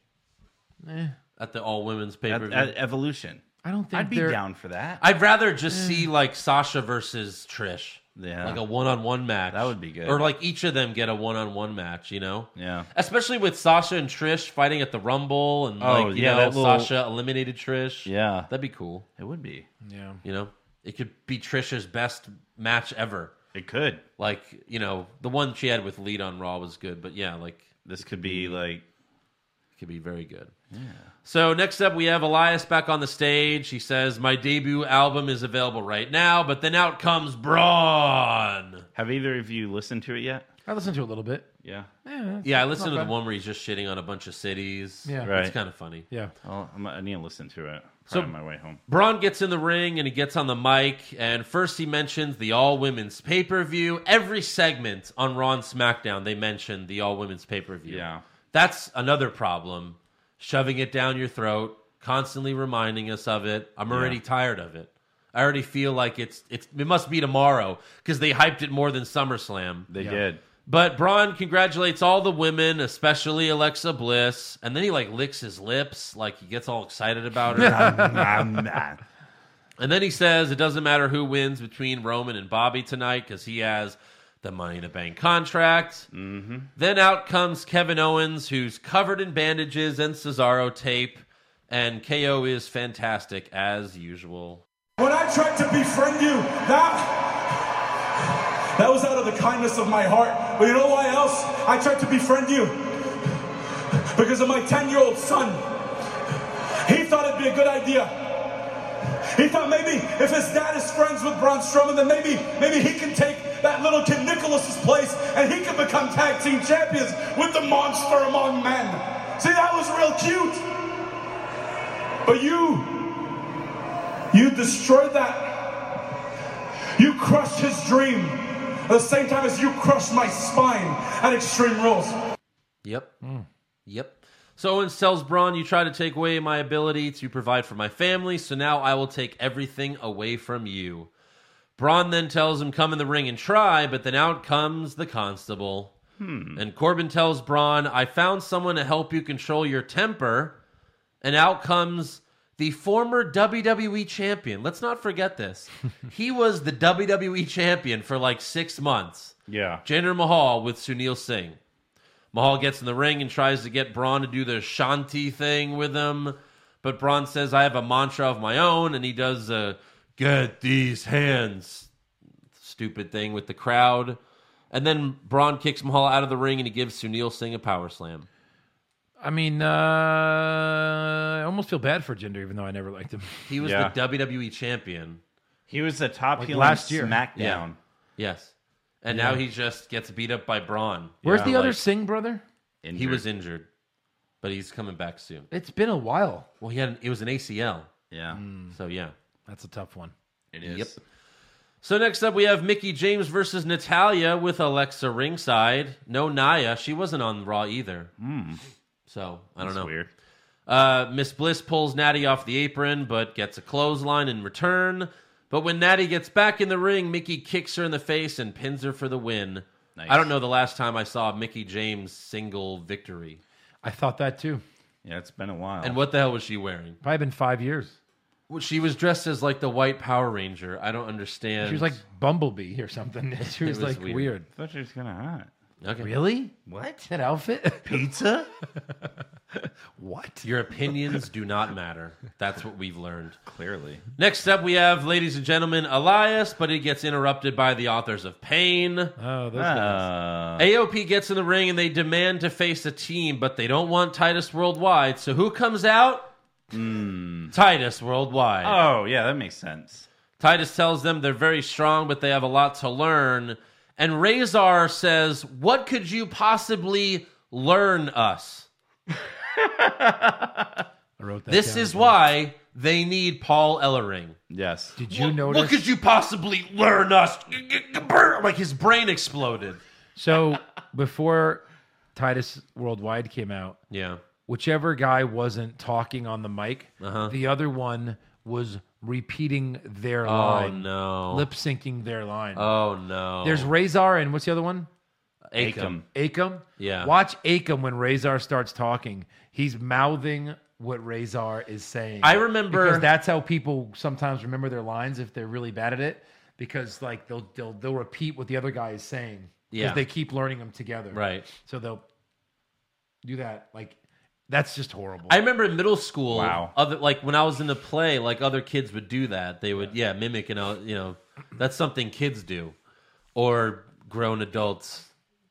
[SPEAKER 3] at the all women's pay
[SPEAKER 5] at,
[SPEAKER 3] per
[SPEAKER 5] at
[SPEAKER 3] view.
[SPEAKER 5] Evolution.
[SPEAKER 4] I don't think
[SPEAKER 5] I'd be
[SPEAKER 4] they're-
[SPEAKER 5] down for that.
[SPEAKER 3] I'd rather just see like Sasha versus Trish.
[SPEAKER 5] Yeah.
[SPEAKER 3] Like a one on one match.
[SPEAKER 5] That would be good.
[SPEAKER 3] Or like each of them get a one on one match, you know?
[SPEAKER 5] Yeah.
[SPEAKER 3] Especially with Sasha and Trish fighting at the Rumble and
[SPEAKER 5] Oh,
[SPEAKER 3] like you
[SPEAKER 5] yeah,
[SPEAKER 3] know,
[SPEAKER 5] that little-
[SPEAKER 3] Sasha eliminated Trish.
[SPEAKER 5] Yeah.
[SPEAKER 3] That'd be cool.
[SPEAKER 5] it would be.
[SPEAKER 4] Yeah.
[SPEAKER 3] You know? It could be Trish's best match ever.
[SPEAKER 5] It could.
[SPEAKER 3] Like, you know, the one she had with lead on Raw was good, but yeah, like
[SPEAKER 5] This could be like
[SPEAKER 3] could be very good. So next up, we have Elias back on the stage. He says, "My debut album is available right now," but then out comes Braun.
[SPEAKER 5] have either of you listened to it yet?
[SPEAKER 4] I listened to it a little bit.
[SPEAKER 5] Yeah.
[SPEAKER 4] Yeah.
[SPEAKER 3] Yeah, I listened to the
[SPEAKER 4] bad.
[SPEAKER 3] one where he's just shitting on a bunch of cities.
[SPEAKER 4] Yeah.
[SPEAKER 5] Right.
[SPEAKER 3] it's kind of funny.
[SPEAKER 4] Yeah.
[SPEAKER 5] I'll, I'm, I need to listen to it
[SPEAKER 3] So-
[SPEAKER 5] so, on my way home.
[SPEAKER 3] Braun gets in the ring and he gets on the mic, and first he mentions the all women's pay per view. Every segment on Raw and SmackDown, they mention the all women's pay per view.
[SPEAKER 5] Yeah.
[SPEAKER 3] That's another problem. Shoving it down your throat, constantly reminding us of it. I'm already tired of it. I already feel like it's, it's it must be tomorrow because they hyped it more than SummerSlam.
[SPEAKER 5] They (laughs) did.
[SPEAKER 3] But Braun congratulates all the women, especially Alexa Bliss, and then he like licks his lips, like he gets all excited about her. And then he says it doesn't matter who wins between Roman and Bobby tonight because he has the Money in the Bank contract. Mm-hmm. Then out comes Kevin Owens, who's covered in bandages and Cesaro tape, and KO is fantastic as usual.
[SPEAKER 1] When I tried to befriend you, that That was out of the kindness of my heart. But you know why else? I tried to befriend you because of my 10 year old son. He thought it'd be a good idea. He thought maybe if his dad is friends with Braun Strowman, then maybe maybe he can take that little kid Nicholas's place and he can become tag team champions with the monster among men. See, that was real cute. But you, you destroyed that. You crushed his dream at the same time as you crushed my spine at Extreme Rules.
[SPEAKER 3] Yep. Yep. So Owens tells Braun, You try to take away my ability to provide for my family, so now I will take everything away from you. Braun then tells him, Come in the ring and try, but then out comes the constable. And Corbin tells Braun, I found someone to help you control your temper. And out comes the former WWE champion. Let's not forget this. he was the WWE champion for like six months.
[SPEAKER 5] Yeah.
[SPEAKER 3] Jinder Mahal with Sunil Singh. Mahal gets in the ring and tries to get Braun to do the Shanti thing with him. But Braun says, I have a mantra of my own. And he does a get these hands stupid thing with the crowd. And then Braun kicks Mahal out of the ring and he gives Sunil Singh a power slam.
[SPEAKER 4] I mean, uh, I almost feel bad for Jinder, even though I never liked him. (laughs)
[SPEAKER 3] He was
[SPEAKER 5] Yeah.
[SPEAKER 3] the WWE champion.
[SPEAKER 5] He was the top heel
[SPEAKER 4] last
[SPEAKER 5] last
[SPEAKER 4] year.
[SPEAKER 5] year. SmackDown.
[SPEAKER 3] Yeah. Yes. And now he just gets beat up by Braun.
[SPEAKER 4] Where's the other
[SPEAKER 3] like-
[SPEAKER 4] Singh brother?
[SPEAKER 3] He was injured, but he's coming back soon.
[SPEAKER 4] It's been a while.
[SPEAKER 3] Well, he had an, it was an ACL.
[SPEAKER 5] Yeah.
[SPEAKER 3] So yeah.
[SPEAKER 4] That's a tough one.
[SPEAKER 5] It is.
[SPEAKER 3] Mm. Yep. So next up, we have Mickey James versus Natalia with Alexa ringside. No Naya, she wasn't on Raw either. So I don't
[SPEAKER 5] Hmm. That's
[SPEAKER 3] know.
[SPEAKER 5] weird.
[SPEAKER 3] Uh, Miss Bliss pulls Natty off the apron, but gets a clothesline in return. But when Natty gets back in the ring, Mickey kicks her in the face and pins her for the win.
[SPEAKER 5] Nice.
[SPEAKER 3] I don't know the last time I saw Mickey James single victory.
[SPEAKER 4] I thought that too.
[SPEAKER 5] Yeah, it's been a while.
[SPEAKER 3] And what the hell was she wearing?
[SPEAKER 4] Probably been five years.
[SPEAKER 3] Well, She was dressed as like the White Power Ranger. I don't understand.
[SPEAKER 4] She was like Bumblebee or something. (laughs) She was,
[SPEAKER 3] was
[SPEAKER 4] like
[SPEAKER 3] weird.
[SPEAKER 4] weird.
[SPEAKER 5] I thought she was kind of hot.
[SPEAKER 3] okay.
[SPEAKER 4] Really? What? That outfit?
[SPEAKER 5] (laughs)
[SPEAKER 4] (laughs)
[SPEAKER 5] Pizza?
[SPEAKER 3] (laughs)
[SPEAKER 4] what?
[SPEAKER 3] Your opinions do not matter. That's what we've learned.
[SPEAKER 5] Clearly.
[SPEAKER 3] Next up, we have, ladies and gentlemen, Elias, but he gets interrupted by the authors of Pain.
[SPEAKER 4] Oh, those guys.
[SPEAKER 5] Uh,
[SPEAKER 3] AOP gets in the ring and they demand to face a team, but they don't want Titus Worldwide. So who comes out?
[SPEAKER 4] Hmm.
[SPEAKER 3] Titus Worldwide.
[SPEAKER 5] oh, yeah, that makes sense.
[SPEAKER 3] Titus tells them they're very strong, but they have a lot to learn. And Razor says, What could you possibly learn us?
[SPEAKER 4] I wrote that.
[SPEAKER 3] This
[SPEAKER 4] down.
[SPEAKER 3] is why they need Paul Ellering.
[SPEAKER 5] Yes.
[SPEAKER 4] Did you
[SPEAKER 3] what,
[SPEAKER 4] notice?
[SPEAKER 3] What could you possibly learn us? Like his brain exploded.
[SPEAKER 4] So before Titus Worldwide came out,
[SPEAKER 3] Yeah.
[SPEAKER 4] whichever guy wasn't talking on the mic,
[SPEAKER 3] Uh-huh.
[SPEAKER 4] the other one was repeating their
[SPEAKER 5] Uh,
[SPEAKER 3] Oh,
[SPEAKER 4] line,
[SPEAKER 3] no.
[SPEAKER 4] lip syncing their line.
[SPEAKER 3] oh, no.
[SPEAKER 4] There's Razor and what's the other one?
[SPEAKER 3] Akam.
[SPEAKER 4] Akam.
[SPEAKER 3] Yeah.
[SPEAKER 4] Watch Akam when Razor starts talking. He's mouthing what Razor is saying.
[SPEAKER 3] I remember-
[SPEAKER 4] because that's how people sometimes remember their lines if they're really bad at it. Because like they'll they'll they'll repeat what the other guy is saying. 'Cause
[SPEAKER 3] Yeah.
[SPEAKER 4] They keep learning them together.
[SPEAKER 3] Right.
[SPEAKER 4] So they'll do that. Like that's just horrible.
[SPEAKER 3] I remember in middle school,
[SPEAKER 5] Wow.
[SPEAKER 3] other like when I was in the play, like other kids would do that. They would, yeah, mimic and uh, you know, that's something kids do, or grown adults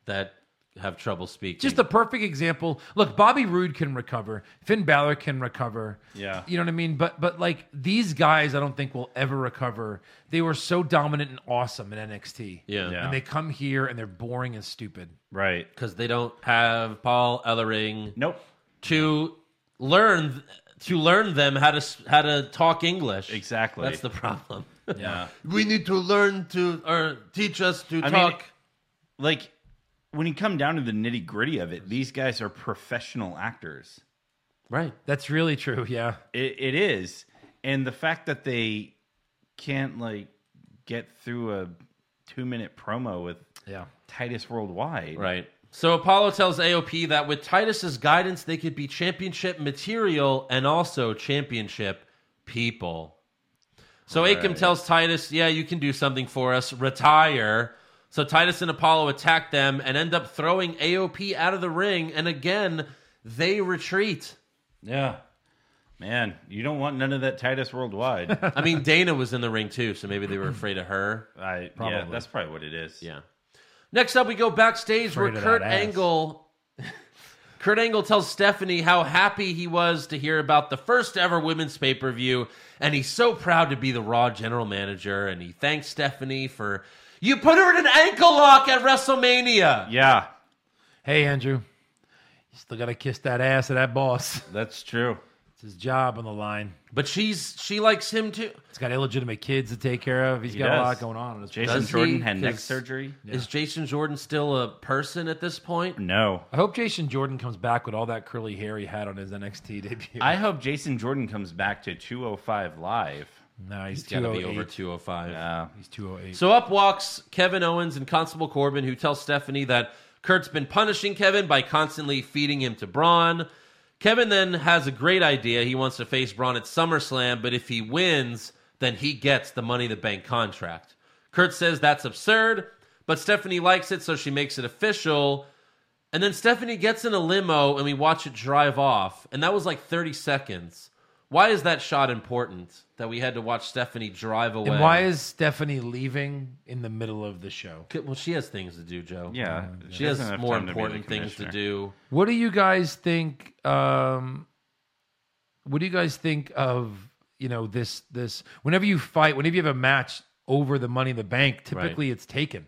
[SPEAKER 3] that have trouble speaking.
[SPEAKER 4] just a perfect example. Look, Bobby Roode can recover. Finn Balor can recover.
[SPEAKER 5] Yeah.
[SPEAKER 4] You know what I mean? But but like these guys I don't think will ever recover. They were so dominant and awesome in NXT.
[SPEAKER 3] yeah,
[SPEAKER 5] Yeah.
[SPEAKER 4] And they come here and they're boring and stupid.
[SPEAKER 5] Right.
[SPEAKER 3] because they don't have Paul Ellering
[SPEAKER 5] Nope.
[SPEAKER 3] to learn to learn them how to s- how to talk English.
[SPEAKER 5] Exactly.
[SPEAKER 3] that's the problem.
[SPEAKER 5] Yeah.
[SPEAKER 3] (laughs) we need to learn to or teach us to
[SPEAKER 5] I mean,
[SPEAKER 3] talk.
[SPEAKER 5] Like, when you come down to the nitty gritty of it, these guys are professional actors.
[SPEAKER 3] right.
[SPEAKER 4] That's really true, (laughs) yeah.
[SPEAKER 5] It, it is. And the fact that they can't, like, get through a two minute promo with
[SPEAKER 4] Yeah.
[SPEAKER 5] Titus Worldwide.
[SPEAKER 3] Right. So Apollo tells AOP that with Titus's guidance, they could be championship material and also championship people. So Akam tells Titus, "Yeah, you can do something for us. Retire." So Titus and Apollo attack them and end up throwing AOP out of the ring, and again they retreat.
[SPEAKER 5] Yeah. Man, you don't want none of that Titus Worldwide.
[SPEAKER 3] I mean, Dana was in the ring too, so maybe they were afraid of her.
[SPEAKER 5] I yeah,
[SPEAKER 3] Probably.
[SPEAKER 5] that's probably what it is.
[SPEAKER 3] Yeah. Next up, we go backstage
[SPEAKER 4] Afraid
[SPEAKER 3] where
[SPEAKER 4] of
[SPEAKER 3] Kurt
[SPEAKER 4] that ass.
[SPEAKER 3] Angle. (laughs) Kurt Angle tells Stephanie how happy he was to hear about the first ever women's pay per view, and he's so proud to be the Raw general manager. And he thanks Stephanie for you put her in an ankle lock at WrestleMania.
[SPEAKER 5] Yeah,
[SPEAKER 4] Hey, Andrew, you still got to kiss that ass of that boss.
[SPEAKER 5] that's true.
[SPEAKER 4] It's his job on the line.
[SPEAKER 3] But she's she likes him too.
[SPEAKER 4] He's got illegitimate kids to take care of. He's got a
[SPEAKER 5] does.
[SPEAKER 4] lot going on. in his-
[SPEAKER 5] Jason
[SPEAKER 3] Does
[SPEAKER 5] Jordan
[SPEAKER 3] he?
[SPEAKER 5] had neck
[SPEAKER 3] 'Cause-
[SPEAKER 5] surgery.
[SPEAKER 3] Is Jason Jordan still a person at this point?
[SPEAKER 5] No.
[SPEAKER 4] I hope Jason Jordan comes back with all that curly hair he had on his NXT (laughs) debut.
[SPEAKER 5] I hope Jason Jordan comes back to 205 live.
[SPEAKER 4] no, he's,
[SPEAKER 3] He's got to be
[SPEAKER 4] 208.
[SPEAKER 3] over two hundred five.
[SPEAKER 5] Uh,
[SPEAKER 4] He's 208.
[SPEAKER 3] So up walks Kevin Owens and Constable Corbin, who tells Stephanie that Kurt's been punishing Kevin by constantly feeding him to Braun. Kevin then has a great idea. He wants to face Braun at SummerSlam, but if he wins, then he gets the Money in the Bank contract. Kurt says that's absurd, but Stephanie likes it, so she makes it official. And then Stephanie gets in a limo and we watch it drive off. And that was like 30 seconds. Why is that shot important that we had to watch Stephanie drive away?
[SPEAKER 4] and why is Stephanie leaving in the middle of the show?
[SPEAKER 3] Well, she has things to do, Joe.
[SPEAKER 5] yeah.
[SPEAKER 3] She has more important things to do.
[SPEAKER 4] What do you guys think? Um, what do you guys think of you know this this? Whenever you fight, whenever you have a match over the Money in the Bank, typically it's taken.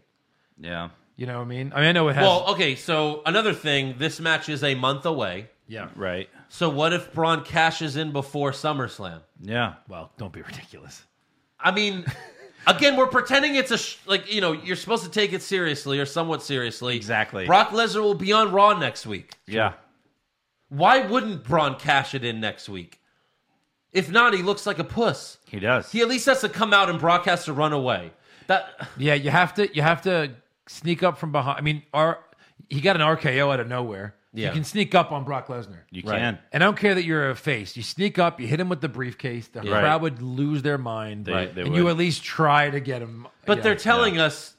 [SPEAKER 5] Yeah.
[SPEAKER 4] You know what I mean? I mean, I know it has.
[SPEAKER 3] Well, okay, so another thing, this match is a month away.
[SPEAKER 4] yeah.
[SPEAKER 5] Right.
[SPEAKER 3] So what if Braun cashes in before SummerSlam?
[SPEAKER 5] Yeah.
[SPEAKER 4] Well, don't be ridiculous.
[SPEAKER 3] I mean, again, we're pretending it's a sh- like, you know, you're supposed to take it seriously or somewhat seriously.
[SPEAKER 5] Exactly.
[SPEAKER 3] Brock Lesnar will be on Raw next week.
[SPEAKER 5] Yeah.
[SPEAKER 3] Why wouldn't Braun cash it in next week? If not, he looks like a puss.
[SPEAKER 5] He does.
[SPEAKER 3] He at least has to come out and Brock has to run away. That
[SPEAKER 4] Yeah, you have to you have to sneak up from behind. I mean, our, he got an RKO out of nowhere.
[SPEAKER 3] Yeah.
[SPEAKER 4] You can sneak up on Brock Lesnar.
[SPEAKER 5] you
[SPEAKER 3] Right.
[SPEAKER 5] can.
[SPEAKER 4] And I don't care that you're a face. You sneak up, you hit him with the briefcase. The
[SPEAKER 3] Yeah.
[SPEAKER 4] crowd would lose their mind.
[SPEAKER 5] They- Right. they
[SPEAKER 4] and you
[SPEAKER 5] would.
[SPEAKER 4] at least try to get him.
[SPEAKER 3] But
[SPEAKER 4] yeah.
[SPEAKER 3] they're telling us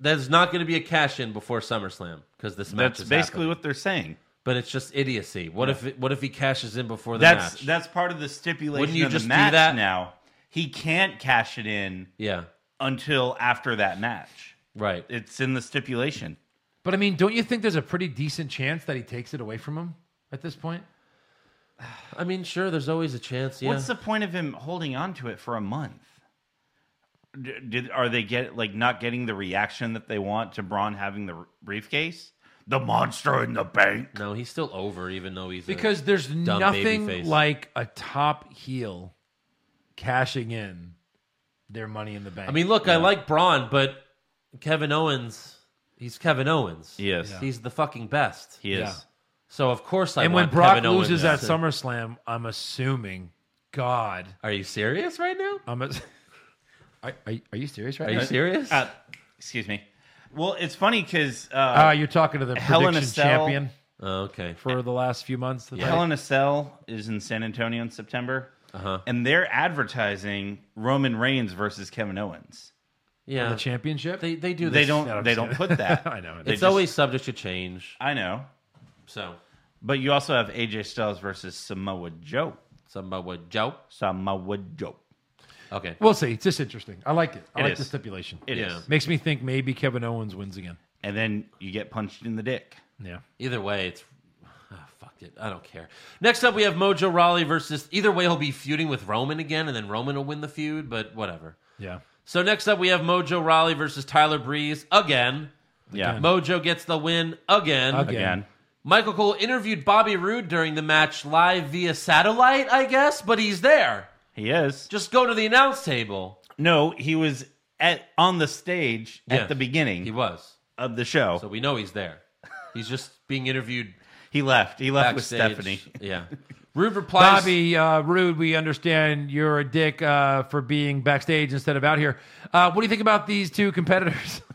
[SPEAKER 3] there's not going to be a cash in before SummerSlam because this match
[SPEAKER 5] That's
[SPEAKER 3] is
[SPEAKER 5] basically
[SPEAKER 3] happening.
[SPEAKER 5] what they're saying.
[SPEAKER 3] But it's just idiocy. What if it, what if he cashes in before the
[SPEAKER 5] That's
[SPEAKER 3] match?
[SPEAKER 5] that's part of the stipulation
[SPEAKER 3] Wouldn't you
[SPEAKER 5] of
[SPEAKER 3] just
[SPEAKER 5] the
[SPEAKER 3] do
[SPEAKER 5] match
[SPEAKER 3] that?
[SPEAKER 5] now. He can't cash it in
[SPEAKER 3] yeah,
[SPEAKER 5] until after that match.
[SPEAKER 3] right.
[SPEAKER 5] It's in the stipulation.
[SPEAKER 4] But I mean, don't you think there's a pretty decent chance that he takes it away from him at this point?
[SPEAKER 3] I mean, sure. There's always a chance. Yeah.
[SPEAKER 5] What's the point of him holding on to it for a month? D- Did are they get like not getting the reaction that they want to Braun having the r- briefcase? The monster in the bank.
[SPEAKER 3] no, he's still over, even though he's a-
[SPEAKER 4] Because there's nothing
[SPEAKER 3] babyface.
[SPEAKER 4] like a top heel cashing in their money in the bank.
[SPEAKER 3] I mean, look, I like Braun, but Kevin Owens, he's Kevin Owens.
[SPEAKER 5] He is. Yeah.
[SPEAKER 3] He's the fucking best.
[SPEAKER 5] He is.
[SPEAKER 4] Yeah.
[SPEAKER 3] So of course I.
[SPEAKER 4] and when
[SPEAKER 3] want
[SPEAKER 4] Brock
[SPEAKER 3] Kevin Owens
[SPEAKER 4] loses at
[SPEAKER 5] (laughs)
[SPEAKER 3] to-
[SPEAKER 4] SummerSlam, I'm assuming, God,
[SPEAKER 3] are you serious right now?
[SPEAKER 4] I'm. A, (laughs) are, are, are you serious right
[SPEAKER 3] Are you
[SPEAKER 4] now?
[SPEAKER 3] serious?
[SPEAKER 5] Uh, excuse me. Well, it's funny because uh,
[SPEAKER 4] Uh, you're talking to the
[SPEAKER 5] Hell in a
[SPEAKER 4] prediction
[SPEAKER 5] Cell.
[SPEAKER 4] champion
[SPEAKER 3] Oh, okay.
[SPEAKER 4] for the last few months. the
[SPEAKER 5] Hell in a Cell is in San Antonio in September,
[SPEAKER 3] Uh-huh.
[SPEAKER 5] and they're advertising Roman Reigns versus Kevin Owens.
[SPEAKER 3] Yeah.
[SPEAKER 4] the championship.
[SPEAKER 3] They they do. This.
[SPEAKER 5] They don't.
[SPEAKER 4] I'm
[SPEAKER 5] they
[SPEAKER 4] just
[SPEAKER 5] don't
[SPEAKER 4] kidding.
[SPEAKER 5] put
[SPEAKER 4] (laughs)
[SPEAKER 5] that.
[SPEAKER 4] I know.
[SPEAKER 5] They
[SPEAKER 3] It's
[SPEAKER 5] just-
[SPEAKER 3] always subject to change.
[SPEAKER 5] I know.
[SPEAKER 3] So
[SPEAKER 5] But you also have AJ Styles versus Samoa Joe.
[SPEAKER 3] something about what Joe.
[SPEAKER 5] Samoa Joe.
[SPEAKER 3] Okay.
[SPEAKER 4] we'll see. It's just interesting. I like it. I
[SPEAKER 5] It
[SPEAKER 4] like
[SPEAKER 5] is.
[SPEAKER 4] the stipulation.
[SPEAKER 5] It is.
[SPEAKER 3] Yeah.
[SPEAKER 4] Makes me think maybe Kevin Owens wins again.
[SPEAKER 5] And then you get punched in the dick.
[SPEAKER 4] Yeah.
[SPEAKER 3] Either way, it's ah, fuck it. I don't care. Next up, we have Mojo Raleigh versus. Either way, he'll be feuding with Roman again, and then Roman will win the feud. But whatever.
[SPEAKER 4] Yeah.
[SPEAKER 3] So next up, we have Mojo Raleigh versus Tyler Breeze again.
[SPEAKER 5] Yeah.
[SPEAKER 3] Mojo gets the win again.
[SPEAKER 4] Again.
[SPEAKER 5] Again.
[SPEAKER 3] Michael Cole interviewed Bobby Roode during the match live via satellite, I guess, but he's there.
[SPEAKER 5] He is.
[SPEAKER 3] Just go to the announce table.
[SPEAKER 5] No, he was at on the stage
[SPEAKER 3] Yeah.
[SPEAKER 5] at the beginning
[SPEAKER 3] He was.
[SPEAKER 5] of the show.
[SPEAKER 3] So we know he's there. He's just being interviewed
[SPEAKER 5] he left. He left
[SPEAKER 3] backstage.
[SPEAKER 5] with Stephanie.
[SPEAKER 3] Yeah. (laughs) Rude replies.
[SPEAKER 4] Bobby uh, Rude, we understand you're a dick uh, for being backstage instead of out here. Uh, what do you think about these two competitors? (laughs)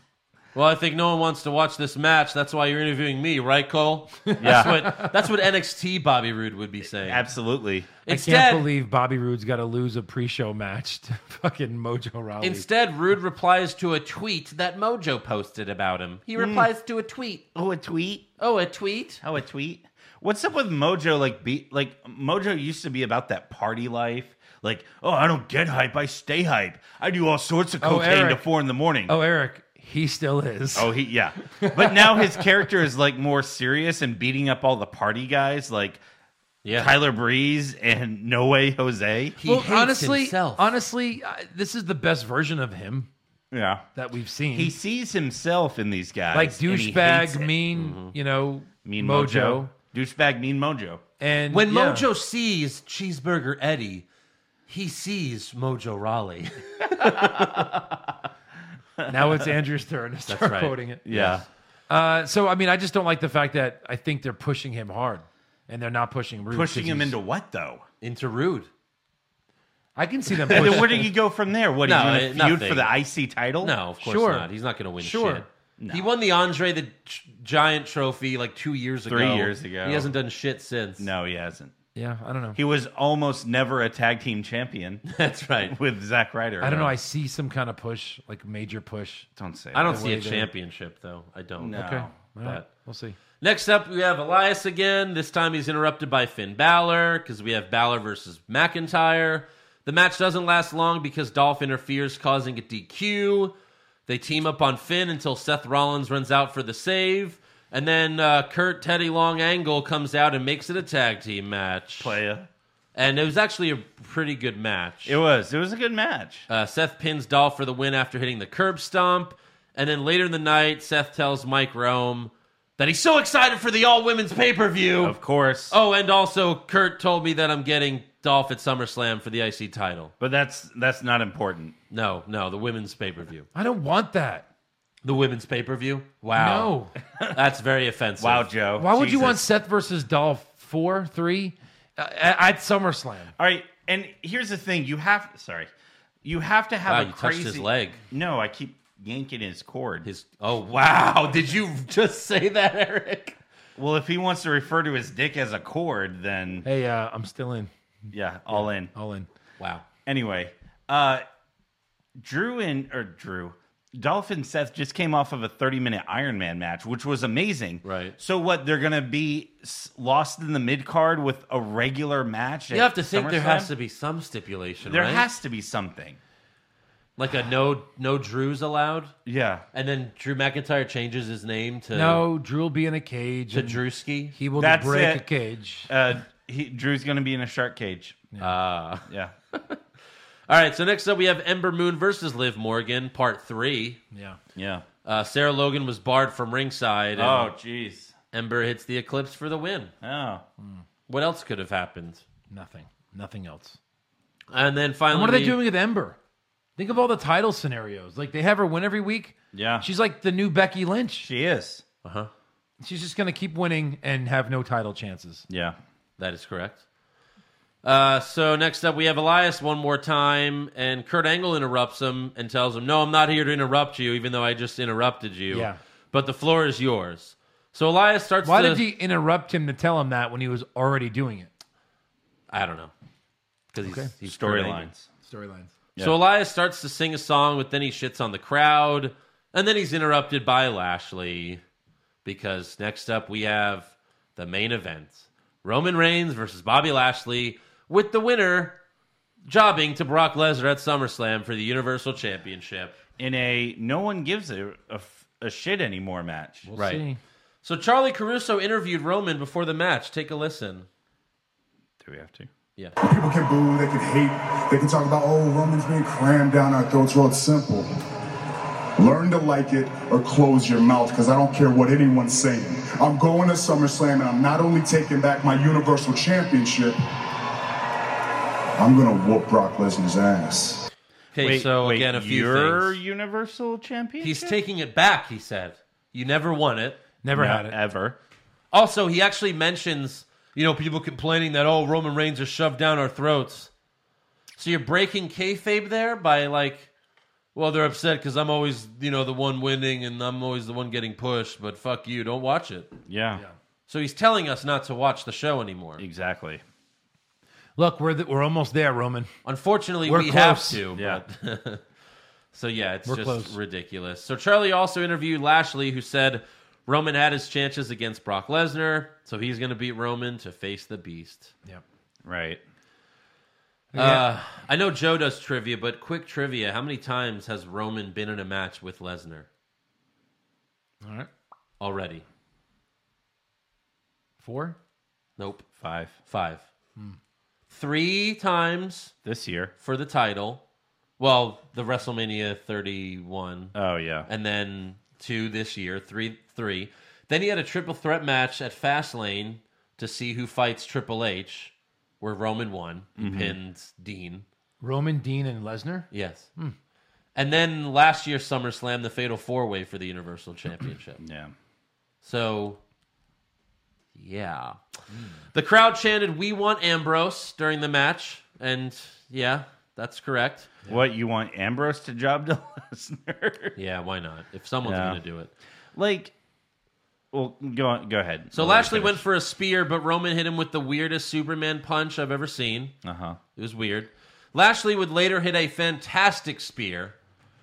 [SPEAKER 3] Well, I think no one wants to watch this match. That's why you're interviewing me, right, Cole? (laughs) That's
[SPEAKER 5] (laughs) Yeah.
[SPEAKER 3] what that's what NXT Bobby Roode would be saying.
[SPEAKER 5] Absolutely.
[SPEAKER 4] I
[SPEAKER 3] Instead,
[SPEAKER 4] can't believe Bobby Roode's got to lose a pre-show match to (laughs) fucking Mojo Rawley.
[SPEAKER 3] instead, Rude replies to a tweet that Mojo posted about him. He replies to a tweet.
[SPEAKER 5] Oh, a tweet.
[SPEAKER 3] Oh, a tweet?
[SPEAKER 5] Oh, a tweet. What's up with Mojo? Like, be like Mojo used to be about that party life. Like, oh, I don't get hype. I stay hype. I do all sorts of
[SPEAKER 4] Oh,
[SPEAKER 5] cocaine to
[SPEAKER 4] Eric.
[SPEAKER 5] four in the morning.
[SPEAKER 4] Oh, Eric, he still is.
[SPEAKER 5] Oh, he yeah. But now his character is like more serious and beating up all the party guys, like
[SPEAKER 3] Yeah.
[SPEAKER 5] Tyler Breeze and No Way Jose.
[SPEAKER 3] He
[SPEAKER 4] well,
[SPEAKER 3] hates
[SPEAKER 4] honestly,
[SPEAKER 3] himself.
[SPEAKER 4] honestly, I, this is the best version of him
[SPEAKER 5] Yeah,
[SPEAKER 4] that we've seen.
[SPEAKER 5] he sees himself in these guys,
[SPEAKER 4] like
[SPEAKER 5] and he hates
[SPEAKER 4] douchebag,
[SPEAKER 5] it. Mm-hmm.
[SPEAKER 4] mean, you know,
[SPEAKER 5] mean Mojo, douchebag, mean Mojo.
[SPEAKER 4] and
[SPEAKER 3] When
[SPEAKER 4] yeah.
[SPEAKER 3] Mojo sees Cheeseburger Eddie, he sees Mojo Raleigh. (laughs)
[SPEAKER 4] (laughs) now it's Andrew's turn to start
[SPEAKER 3] right.
[SPEAKER 4] quoting it.
[SPEAKER 5] Yeah,
[SPEAKER 4] Uh, so I mean, I just don't like the fact that I think they're pushing him hard, and they're not pushing Rude.
[SPEAKER 5] pushing
[SPEAKER 4] 'cause
[SPEAKER 5] him
[SPEAKER 4] he's-
[SPEAKER 5] into what though?
[SPEAKER 3] Into Rude.
[SPEAKER 4] I can see them.
[SPEAKER 5] (laughs) And then
[SPEAKER 4] pushing-
[SPEAKER 5] where do you go from there? What
[SPEAKER 3] No,
[SPEAKER 5] are
[SPEAKER 3] it-
[SPEAKER 5] you going to feud
[SPEAKER 3] nothing.
[SPEAKER 5] for the IC title?
[SPEAKER 3] No, of course
[SPEAKER 4] Sure.
[SPEAKER 3] not. He's not going to win
[SPEAKER 4] Sure.
[SPEAKER 3] shit. He won the Andre the G- Giant trophy like two years ago.
[SPEAKER 5] Three years ago.
[SPEAKER 3] He hasn't done shit since.
[SPEAKER 5] no, he hasn't.
[SPEAKER 4] yeah, I don't know.
[SPEAKER 5] He was almost never a tag team champion
[SPEAKER 3] (laughs) That's right.
[SPEAKER 5] with Zack Ryder.
[SPEAKER 4] I don't know. I see some kind of push, like major push.
[SPEAKER 5] don't say.
[SPEAKER 3] I don't
[SPEAKER 5] that.
[SPEAKER 3] see a
[SPEAKER 4] they-
[SPEAKER 3] championship, though. I don't.
[SPEAKER 5] No.
[SPEAKER 4] Okay,
[SPEAKER 5] Okay.
[SPEAKER 4] All right. we'll see.
[SPEAKER 3] Next up, we have Elias again. This time he's interrupted by Finn Balor because we have Balor versus McIntyre. The match doesn't last long because Dolph interferes, causing a DQ. They team up on Finn until Seth Rollins runs out for the save. And then uh, Kurt Teddy Long Angle comes out and makes it a tag team match.
[SPEAKER 5] Playa.
[SPEAKER 3] And it was actually a pretty good match.
[SPEAKER 5] It was. It was a good match.
[SPEAKER 3] Uh, Seth pins Dolph for the win after hitting the curb stomp. And then later in the night, Seth tells Mike Rome that he's so excited for the all women's pay per view.
[SPEAKER 5] Of course.
[SPEAKER 3] Oh, and also, Kurt told me that I'm getting Dolph at SummerSlam for the IC title.
[SPEAKER 5] But that's that's not important.
[SPEAKER 3] No, no, the women's pay per view.
[SPEAKER 4] I don't want that.
[SPEAKER 3] The women's pay per view? Wow.
[SPEAKER 4] (laughs)
[SPEAKER 3] No. (laughs) That's very offensive.
[SPEAKER 5] Wow, Joe.
[SPEAKER 4] Why would you
[SPEAKER 5] Jesus.
[SPEAKER 4] want Seth versus Dolph four, three uh, at, at SummerSlam?
[SPEAKER 5] All right, and here's the thing: you have sorry, you have to have
[SPEAKER 3] Wow,
[SPEAKER 5] a
[SPEAKER 3] you touched
[SPEAKER 5] crazy.
[SPEAKER 3] his leg.
[SPEAKER 5] No, I keep yanking his cord.
[SPEAKER 3] His, oh, wow. (laughs) Did you just say that, Eric?
[SPEAKER 5] well, if he wants to refer to his dick as a cord, then
[SPEAKER 4] Hey, uh, I'm still in,
[SPEAKER 5] yeah, all in.
[SPEAKER 4] all in.
[SPEAKER 3] Wow.
[SPEAKER 5] Anyway, uh, Drew and or Drew. Dolphin Seth just came off of a 30 minute Iron Man match, which was amazing.
[SPEAKER 3] Right.
[SPEAKER 5] So, what? They're going to be s- lost in the mid card with a regular match?
[SPEAKER 3] You have to think there has to
[SPEAKER 5] be,
[SPEAKER 3] be some stipulation,
[SPEAKER 5] there
[SPEAKER 3] right?
[SPEAKER 5] has to be something.
[SPEAKER 3] like a no, no Drews allowed.
[SPEAKER 5] Yeah.
[SPEAKER 3] And then Drew McIntyre changes his name to
[SPEAKER 4] No, Drew will be in a cage.
[SPEAKER 3] to
[SPEAKER 4] and
[SPEAKER 3] Drewski.
[SPEAKER 4] He will
[SPEAKER 5] That's
[SPEAKER 4] break
[SPEAKER 5] it.
[SPEAKER 4] a cage.
[SPEAKER 5] Uh, he, Drew's going to be in a shark cage.
[SPEAKER 3] Ah. (laughs)
[SPEAKER 5] Yeah.
[SPEAKER 3] All right. So next up, we have Ember Moon versus Liv Morgan, part three.
[SPEAKER 4] Yeah.
[SPEAKER 5] Yeah.
[SPEAKER 3] Uh, Sarah Logan was barred from ringside, and
[SPEAKER 5] Oh, jeez.
[SPEAKER 3] Ember hits the Eclipse for the win.
[SPEAKER 5] Oh.
[SPEAKER 3] What else could have happened?
[SPEAKER 4] Nothing. Nothing else.
[SPEAKER 3] And then finally,
[SPEAKER 4] And what are they doing with Ember? Think of all the title scenarios. Like they have her win every week.
[SPEAKER 5] Yeah.
[SPEAKER 4] She's like the new Becky Lynch.
[SPEAKER 5] She is.
[SPEAKER 4] She's just gonna keep winning and have no title chances.
[SPEAKER 5] Yeah.
[SPEAKER 3] That is correct. Uh, so next up, we have Elias one more time, and Kurt Angle interrupts him and tells him, "No, I'm not here to interrupt you, even though I just interrupted you.
[SPEAKER 4] Yeah.
[SPEAKER 3] But the floor is yours." So Elias starts.
[SPEAKER 4] Why
[SPEAKER 3] to,
[SPEAKER 4] did he interrupt him to tell him that when he was already doing it?
[SPEAKER 3] I don't know. Because he's, he's Kurt Angle.
[SPEAKER 5] Storylines.
[SPEAKER 4] Storylines.
[SPEAKER 3] So Elias starts to sing a song, but then he shits on the crowd, and then he's interrupted by Lashley because next up we have the main event: Roman Reigns versus Bobby Lashley, with the winner jobbing to Brock Lesnar at SummerSlam for the Universal Championship.
[SPEAKER 5] In a no one gives a, a f- a shit anymore match.
[SPEAKER 3] Right.
[SPEAKER 4] See?
[SPEAKER 3] So Charlie Caruso interviewed Roman before the match. Take a listen.
[SPEAKER 5] Do we have to?
[SPEAKER 9] People can boo, they can hate, they can talk about, oh, Roman's being crammed down our throats. Well, it's simple. Learn to like it or close your mouth because I don't care what anyone's saying. I'm going to SummerSlam and I'm not only taking back my Universal Championship, I'm going to whoop Brock Lesnar's ass.
[SPEAKER 3] Okay, so again, a few
[SPEAKER 5] you're
[SPEAKER 3] things.
[SPEAKER 5] Universal Champion?
[SPEAKER 3] He's taking it back. He said, "You never won it."
[SPEAKER 4] Never
[SPEAKER 5] Not
[SPEAKER 4] had it.
[SPEAKER 5] ever.
[SPEAKER 3] Also, he actually mentions, you know, people complaining that, oh, Roman Reigns are shoved down our throats. So you're breaking kayfabe there by like, well, they're upset because I'm always, you know, the one winning and I'm always the one getting pushed, but fuck you, don't watch it.
[SPEAKER 5] Yeah.
[SPEAKER 3] So he's telling us not to watch the show anymore.
[SPEAKER 5] Exactly.
[SPEAKER 4] Look, we're th- we're almost there, Roman.
[SPEAKER 3] Unfortunately,
[SPEAKER 4] We're
[SPEAKER 3] we have
[SPEAKER 4] close.
[SPEAKER 3] to.
[SPEAKER 5] Yeah.
[SPEAKER 3] So yeah, it's
[SPEAKER 4] We're
[SPEAKER 3] just
[SPEAKER 4] close.
[SPEAKER 3] ridiculous. So Charlie also interviewed Lashley, who said Roman had his chances against Brock Lesnar, so he's going to beat Roman to face the beast.
[SPEAKER 4] Yep.
[SPEAKER 5] Right.
[SPEAKER 3] Uh, I know Joe does trivia, but quick trivia. How many times has Roman been in a match with Lesnar
[SPEAKER 4] All right.
[SPEAKER 3] already?
[SPEAKER 4] Four.
[SPEAKER 3] Nope.
[SPEAKER 5] Five.
[SPEAKER 3] Five. Three times
[SPEAKER 5] This year.
[SPEAKER 3] for the title. Well, the WrestleMania 31.
[SPEAKER 5] Oh, yeah.
[SPEAKER 3] and then two this year, three, three. Then he had a triple threat match at Fastlane to see who fights Triple H, where Roman won. He pinned Dean.
[SPEAKER 4] Roman, Dean, and Lesnar.
[SPEAKER 3] Yes. And then last year's SummerSlam, the Fatal Four Way for the Universal Championship.
[SPEAKER 5] Yeah.
[SPEAKER 3] So, yeah. The crowd chanted, We want Ambrose during the match. And yeah, that's correct.
[SPEAKER 5] What, you want Ambrose to job (laughs) to Lesnar?
[SPEAKER 3] Yeah, why not? If someone's
[SPEAKER 5] Yeah.
[SPEAKER 3] going to do it.
[SPEAKER 5] like, well, go on, go ahead.
[SPEAKER 3] So Lashley went for a spear, but Roman hit him with the weirdest Superman punch I've ever seen.
[SPEAKER 5] Uh huh.
[SPEAKER 3] It was weird. Lashley would later hit a fantastic spear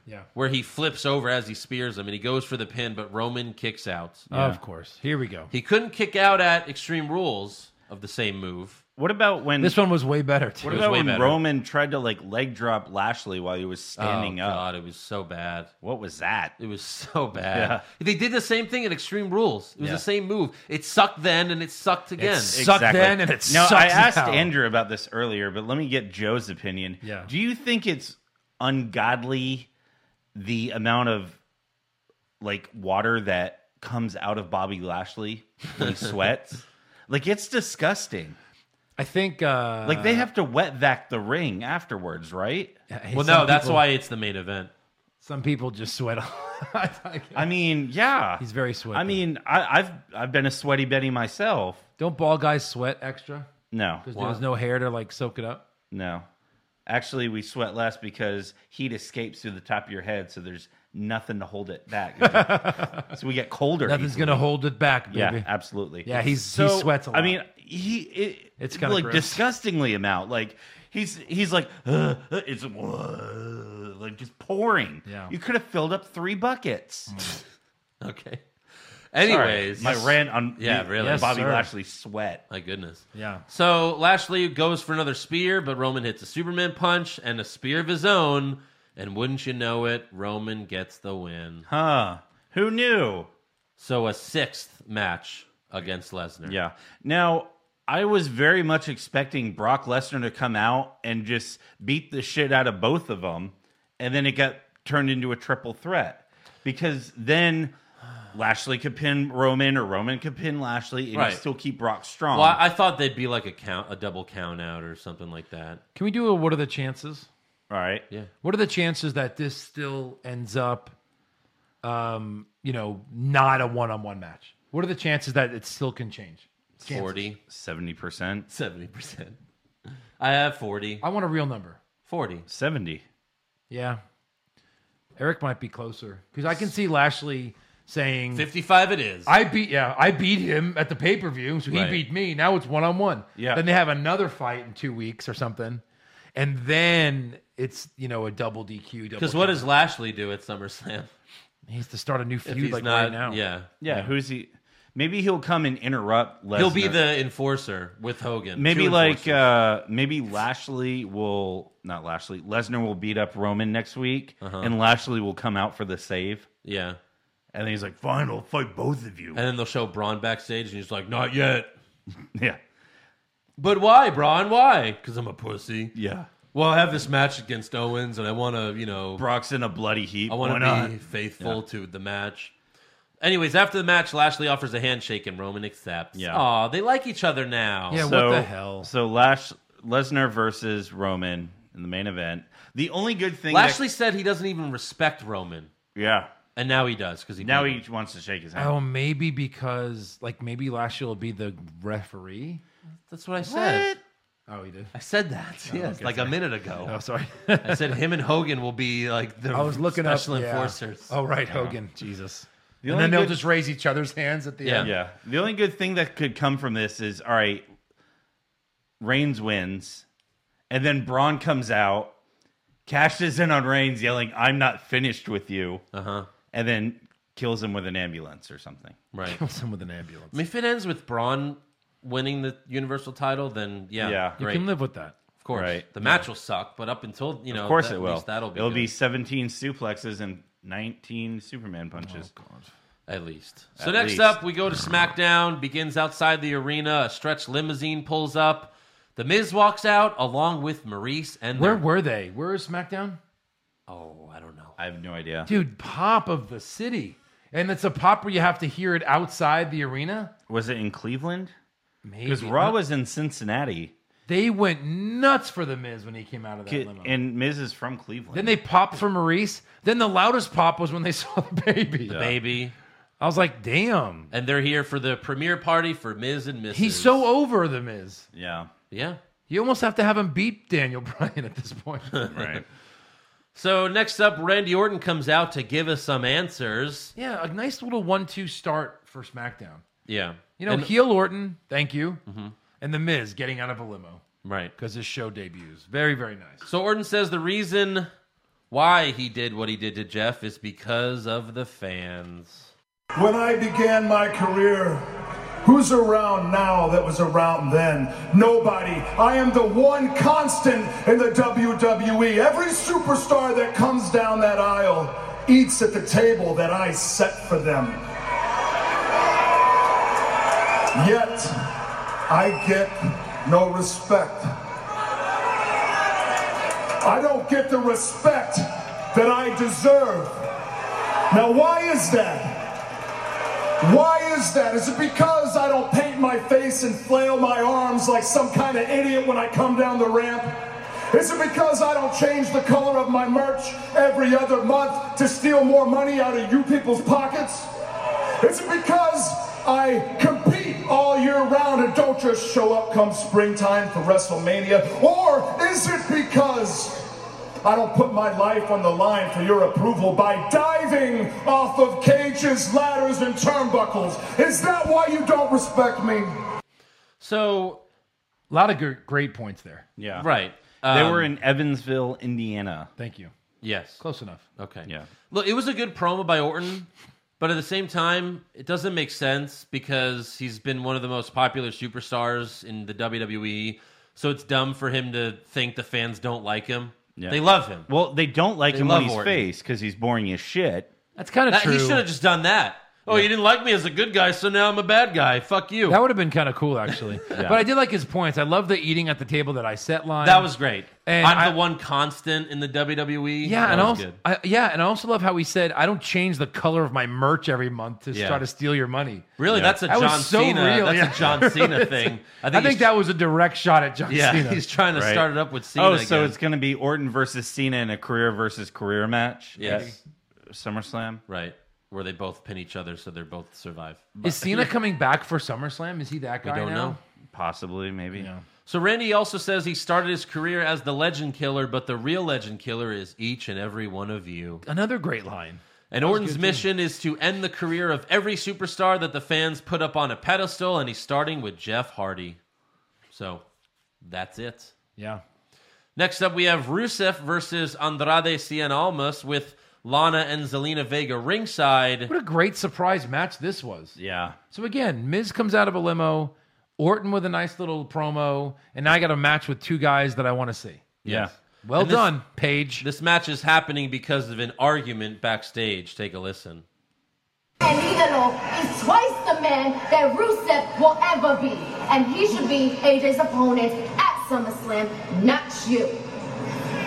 [SPEAKER 4] Yeah.
[SPEAKER 3] where he flips over as he spears him and he goes for the pin, but Roman kicks out.
[SPEAKER 4] Of course. Here we go.
[SPEAKER 3] He couldn't kick out at Extreme Rules of the same move.
[SPEAKER 5] What about when
[SPEAKER 4] This one was way better too.
[SPEAKER 5] What
[SPEAKER 3] was
[SPEAKER 5] about
[SPEAKER 3] way
[SPEAKER 5] when
[SPEAKER 3] better.
[SPEAKER 5] Roman tried to like leg drop Lashley while he was standing
[SPEAKER 3] oh,
[SPEAKER 5] up?
[SPEAKER 3] God, it was so bad.
[SPEAKER 5] What was that?
[SPEAKER 3] It was so bad.
[SPEAKER 5] Yeah.
[SPEAKER 3] They did the same thing in Extreme Rules. It was
[SPEAKER 5] Yeah.
[SPEAKER 3] the same move. It sucked then and it sucked again.
[SPEAKER 4] sucked. sucked then and it
[SPEAKER 5] No, I
[SPEAKER 4] sucks
[SPEAKER 5] asked
[SPEAKER 4] now.
[SPEAKER 5] Andrew about this earlier, but let me get Joe's opinion.
[SPEAKER 4] Yeah.
[SPEAKER 5] Do you think it's ungodly the amount of like water that comes out of Bobby Lashley
[SPEAKER 4] (laughs)
[SPEAKER 5] when he sweats? like it's disgusting.
[SPEAKER 4] I think. Uh,
[SPEAKER 5] Like they have to wet vac the ring afterwards, right?
[SPEAKER 4] hey,
[SPEAKER 3] well,
[SPEAKER 4] some
[SPEAKER 3] no, that's
[SPEAKER 4] people-
[SPEAKER 3] why it's the main event.
[SPEAKER 4] some people just (laughs) sweat. on
[SPEAKER 5] I mean, yeah.
[SPEAKER 4] He's very sweaty.
[SPEAKER 5] I mean, I, I've I've been a sweaty Betty myself.
[SPEAKER 4] don't ball guys sweat extra
[SPEAKER 5] No,
[SPEAKER 4] because there's no hair to like soak it up?
[SPEAKER 5] no. Actually, we sweat less because heat escapes through the top of your head, so there's nothing to hold
[SPEAKER 4] (laughs)
[SPEAKER 5] it back. so we get colder.
[SPEAKER 4] Nothing's
[SPEAKER 5] easily.
[SPEAKER 4] gonna hold it back, baby.
[SPEAKER 5] Yeah, absolutely.
[SPEAKER 4] Yeah, he's- he
[SPEAKER 5] so,
[SPEAKER 4] sweats a
[SPEAKER 5] I
[SPEAKER 4] lot.
[SPEAKER 5] mean, he it,
[SPEAKER 4] It's kinda
[SPEAKER 5] like
[SPEAKER 4] gross.
[SPEAKER 5] disgustingly amount. Like he's he's like uh, uh, it's uh, like just pouring.
[SPEAKER 4] Yeah. Oh
[SPEAKER 5] you could have filled up three buckets.
[SPEAKER 3] Okay.
[SPEAKER 5] Sorry,
[SPEAKER 3] Anyways,
[SPEAKER 5] my rant on
[SPEAKER 3] Yeah,
[SPEAKER 5] the-
[SPEAKER 3] really.
[SPEAKER 5] the Bobby
[SPEAKER 4] Yes, sir.
[SPEAKER 5] Lashley sweat.
[SPEAKER 3] My goodness.
[SPEAKER 4] Yeah.
[SPEAKER 3] So Lashley goes for another spear, but Roman hits a Superman punch and a spear of his own. And wouldn't you know it, Roman gets the win.
[SPEAKER 5] Huh? Who knew?
[SPEAKER 3] So a sixth match against Lesnar.
[SPEAKER 5] Yeah. Now, I was very much expecting Brock Lesnar to come out and just beat the shit out of both of them. And then it got turned into a triple threat because then Lashley could pin Roman or Roman could pin Lashley and you
[SPEAKER 3] Right.
[SPEAKER 5] still keep Brock strong.
[SPEAKER 3] Well, I, I thought they'd be like a count, a double count out or something like that.
[SPEAKER 4] Can we do a what are the chances?
[SPEAKER 5] All right.
[SPEAKER 3] Yeah.
[SPEAKER 4] What are the chances that this still ends up, um, you know, not a one-on-one match? What are the chances that it still can change? Chances.
[SPEAKER 3] 40,
[SPEAKER 5] 70%.
[SPEAKER 3] 70%. I have 40.
[SPEAKER 4] I want a real number.
[SPEAKER 3] 40.
[SPEAKER 5] 70.
[SPEAKER 4] Yeah, Eric might be closer because I can see Lashley saying,
[SPEAKER 3] 55 it is.
[SPEAKER 4] "I beat yeah, I beat him at the pay per view, so he
[SPEAKER 3] Right.
[SPEAKER 4] beat me. Now it's one-on-one.
[SPEAKER 5] Yeah.
[SPEAKER 4] Then they have another fight in two weeks or something, and then it's you know a double DQ.
[SPEAKER 3] Because what does Lashley do at SummerSlam?
[SPEAKER 4] he has to start a new
[SPEAKER 3] If
[SPEAKER 4] feud
[SPEAKER 3] he's
[SPEAKER 4] like
[SPEAKER 3] not,
[SPEAKER 4] right now?
[SPEAKER 3] Yeah.
[SPEAKER 5] Yeah. Who's he? Maybe he'll come and interrupt Lesnar.
[SPEAKER 3] He'll be the enforcer with Hogan.
[SPEAKER 5] Maybe
[SPEAKER 3] Two
[SPEAKER 5] like
[SPEAKER 3] enforcers.
[SPEAKER 5] uh maybe Lashley will not Lashley. Lesnar will beat up Roman next week
[SPEAKER 3] Uh-huh.
[SPEAKER 5] and Lashley will come out for the save.
[SPEAKER 3] yeah.
[SPEAKER 5] And then he's like, "Fine, I'll fight both of you."
[SPEAKER 3] And then they'll show Braun backstage, and he's like, "Not yet."
[SPEAKER 5] yeah.
[SPEAKER 3] But why, Braun? Why? Because I'm a pussy.
[SPEAKER 5] Yeah.
[SPEAKER 3] Well, I have this match against Owens, and I want to, you know,
[SPEAKER 5] Brock's in a bloody heap.
[SPEAKER 3] I
[SPEAKER 5] Why
[SPEAKER 3] want to
[SPEAKER 5] not?
[SPEAKER 3] be faithful to the match. Anyways, after the match, Lashley offers a handshake, and Roman accepts.
[SPEAKER 5] Yeah.
[SPEAKER 3] Aw, they like each other now.
[SPEAKER 4] Yeah,
[SPEAKER 5] So,
[SPEAKER 4] what the hell?
[SPEAKER 5] So Lash Lesnar versus Roman in the main event. The only good thing that-
[SPEAKER 3] Lashley said he doesn't even respect Roman,
[SPEAKER 5] Yeah.
[SPEAKER 3] and now he does because he
[SPEAKER 5] Now
[SPEAKER 3] beat
[SPEAKER 5] he
[SPEAKER 3] him.
[SPEAKER 5] wants to shake his hand.
[SPEAKER 4] Oh, maybe because like maybe Lashley will be the referee.
[SPEAKER 3] That's what I said.
[SPEAKER 4] Oh, he did.
[SPEAKER 3] I said that.
[SPEAKER 5] Oh,
[SPEAKER 3] yes, like a minute ago.
[SPEAKER 4] Oh, sorry. (laughs)
[SPEAKER 3] I said him and Hogan will be like the
[SPEAKER 4] I was looking
[SPEAKER 3] special
[SPEAKER 4] up yeah.
[SPEAKER 3] enforcers.
[SPEAKER 4] Oh, right, Hogan. Jesus. and
[SPEAKER 5] only
[SPEAKER 4] then they'll
[SPEAKER 5] good-
[SPEAKER 4] just raise each other's hands at the
[SPEAKER 3] Yeah.
[SPEAKER 4] end.
[SPEAKER 5] Yeah. The only good thing that could come from this is all right, Reigns wins, and then Braun comes out,
[SPEAKER 3] Uh-huh.
[SPEAKER 5] cashes in on Reigns, yelling, I'm not finished with you. Uh huh. And then kills him with an ambulance or something.
[SPEAKER 3] Right.
[SPEAKER 4] Kills him with an ambulance.
[SPEAKER 3] I mean, if it ends with Braun winning the Universal title, then yeah,
[SPEAKER 5] Yeah.
[SPEAKER 4] You
[SPEAKER 3] great.
[SPEAKER 4] can live with that.
[SPEAKER 3] of course.
[SPEAKER 5] Right.
[SPEAKER 3] The match will suck, but up until you know,
[SPEAKER 5] of course
[SPEAKER 3] that-
[SPEAKER 5] it
[SPEAKER 3] at
[SPEAKER 5] will.
[SPEAKER 3] least that'll be.
[SPEAKER 5] It'll
[SPEAKER 3] good.
[SPEAKER 5] be 17 suplexes and 19 Superman punches.
[SPEAKER 3] At least. So
[SPEAKER 5] At
[SPEAKER 3] next
[SPEAKER 5] least.
[SPEAKER 3] up, we go to SmackDown. Begins outside the arena. A stretch limousine pulls up. The Miz walks out along with Maurice and
[SPEAKER 4] Where
[SPEAKER 3] their-
[SPEAKER 4] were they? Where is SmackDown?
[SPEAKER 3] Oh, I don't know.
[SPEAKER 5] I have no idea.
[SPEAKER 4] Dude, pop of the city. And it's a pop where you have to hear it outside the arena.
[SPEAKER 5] Was it in Cleveland?
[SPEAKER 4] Maybe.
[SPEAKER 5] Because Raw was in Cincinnati,
[SPEAKER 4] They went nuts for the Miz when he came out of that limo.
[SPEAKER 5] and Miz is from Cleveland.
[SPEAKER 4] then they popped for Maurice. Then the loudest pop was when they (laughs) saw the baby.
[SPEAKER 3] Baby.
[SPEAKER 4] I was like, damn.
[SPEAKER 3] And they're here for the premiere party for Miz and Mrs.
[SPEAKER 4] He's so over the Miz.
[SPEAKER 5] yeah,
[SPEAKER 3] Yeah.
[SPEAKER 4] You almost have to have him beat Daniel (laughs) Bryan at this
[SPEAKER 5] (laughs)
[SPEAKER 4] point.
[SPEAKER 5] right.
[SPEAKER 3] So next up, Randy Orton comes out to give us some answers.
[SPEAKER 4] yeah, a nice little one-two start for SmackDown.
[SPEAKER 3] Yeah.
[SPEAKER 4] You know,
[SPEAKER 3] And-
[SPEAKER 4] heel Orton, thank you,
[SPEAKER 5] Mm-hmm.
[SPEAKER 4] and the Miz getting out of a limo
[SPEAKER 3] right.
[SPEAKER 4] because his show debuts. Very, very nice.
[SPEAKER 3] So Orton says the reason why he did what he did to Jeff is because of the fans.
[SPEAKER 9] When I began my career, who's around now that was around then? Nobody. I am the one constant in the WWE. Every superstar that comes down that aisle eats at the table that I set for them. Yet, I get no respect. I don't get the respect that I deserve. Now, why is that? Why is that? Is it because I don't paint my face and flail my arms like some kind of idiot when I come down the ramp? Is it because I don't change the color of my merch every other month to steal more money out of you people's pockets? Is it because I compete all year round and don't just show up come springtime for WrestleMania? Or is it because I don't put my life on the line for your approval by diving off of cages, ladders, and turnbuckles. Is that why you don't respect me?
[SPEAKER 3] So
[SPEAKER 4] A lot of gr- great points there.
[SPEAKER 5] Yeah,
[SPEAKER 3] right.
[SPEAKER 5] They
[SPEAKER 3] Um,
[SPEAKER 5] were in Evansville, Indiana.
[SPEAKER 4] Thank you.
[SPEAKER 3] yes.
[SPEAKER 4] Close enough.
[SPEAKER 3] Okay.
[SPEAKER 5] Yeah.
[SPEAKER 3] Look, it was a good promo by Orton, but at the same time, it doesn't make sense because he's been one of the most popular superstars in the WWE. So it's dumb for him to think the fans don't like him.
[SPEAKER 5] Yeah.
[SPEAKER 3] They love him.
[SPEAKER 5] Well, they don't like
[SPEAKER 3] They
[SPEAKER 5] him on
[SPEAKER 3] love
[SPEAKER 5] his
[SPEAKER 3] Orton.
[SPEAKER 5] face because he's boring as shit.
[SPEAKER 4] That's kind of
[SPEAKER 3] That-
[SPEAKER 4] true.
[SPEAKER 3] he should have just done that. Oh, you didn't like me as a good guy, so now I'm a bad guy. Fuck you.
[SPEAKER 4] That would have been kind of
[SPEAKER 3] (laughs)
[SPEAKER 4] cool, actually. But I did like his points. I love the eating at the table that I set line.
[SPEAKER 3] That was great.
[SPEAKER 4] And
[SPEAKER 3] I'm
[SPEAKER 4] I-
[SPEAKER 3] the one constant in the WWE.
[SPEAKER 4] yeah,
[SPEAKER 3] That
[SPEAKER 4] and
[SPEAKER 3] was
[SPEAKER 4] also
[SPEAKER 3] good.
[SPEAKER 4] I, yeah, and I also love how he said, "I don't change the color of my merch every month to
[SPEAKER 3] Yeah.
[SPEAKER 4] try to steal your money."
[SPEAKER 3] really, that's a
[SPEAKER 4] That was
[SPEAKER 3] John
[SPEAKER 4] so
[SPEAKER 3] Cena.
[SPEAKER 4] real,
[SPEAKER 3] That's
[SPEAKER 4] yeah.
[SPEAKER 3] a John
[SPEAKER 4] (laughs)
[SPEAKER 3] Cena thing.
[SPEAKER 4] I think,
[SPEAKER 3] he's-
[SPEAKER 4] that was a direct shot at John
[SPEAKER 3] Yeah,
[SPEAKER 4] Cena.
[SPEAKER 3] he's trying to
[SPEAKER 5] Right.
[SPEAKER 3] start it up with Cena.
[SPEAKER 5] oh, so
[SPEAKER 3] again.
[SPEAKER 5] it's going to be Orton versus Cena in a career versus career match.
[SPEAKER 3] Yes.
[SPEAKER 5] at SummerSlam.
[SPEAKER 3] Right. Where they both pin each other so they're both survive.
[SPEAKER 4] Is
[SPEAKER 3] (laughs)
[SPEAKER 4] Cena coming back for SummerSlam? Is he that
[SPEAKER 3] We
[SPEAKER 4] guy
[SPEAKER 3] don't
[SPEAKER 4] now?
[SPEAKER 3] know.
[SPEAKER 5] Possibly, maybe. Yeah.
[SPEAKER 3] So Randy also says he started his career as the legend killer, but the real legend killer is each and every one of you.
[SPEAKER 4] Another great line.
[SPEAKER 3] And Orton's mission is to end the career of every superstar that the fans put up on a pedestal, and he's starting with Jeff Hardy. So that's it.
[SPEAKER 4] Yeah.
[SPEAKER 3] Next up, we have Rusev versus Andrade Cien Almas with Lana and Zelina Vega ringside.
[SPEAKER 4] What a great surprise match this was.
[SPEAKER 5] Yeah.
[SPEAKER 4] So again, Miz comes out of a limo, Orton with a nice little promo, and now I got a match with two guys that I want to see. Well
[SPEAKER 3] And this-
[SPEAKER 4] done, Paige.
[SPEAKER 3] This match is happening because of an argument backstage. Take a listen.
[SPEAKER 10] And Idolo is twice the man that Rusev will ever be. And he should be AJ's opponent at SummerSlam, not you.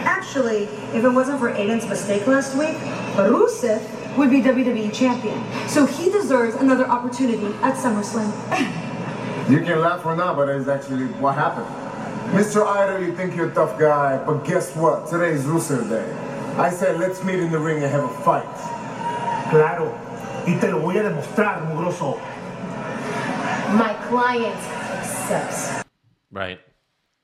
[SPEAKER 11] Actually, if it wasn't for Aiden's mistake last week, Rusev would be WWE champion. So he deserves another opportunity at SummerSlam.
[SPEAKER 8] You can laugh or not, but it's actually what happened. Mr. Idol, you think you're a tough guy, but guess what? Today's Rusev Day. I said, let's meet in the ring and have a fight.
[SPEAKER 12] Claro, y te lo voy a demostrar, mugroso.
[SPEAKER 10] My client sucks.
[SPEAKER 3] Right.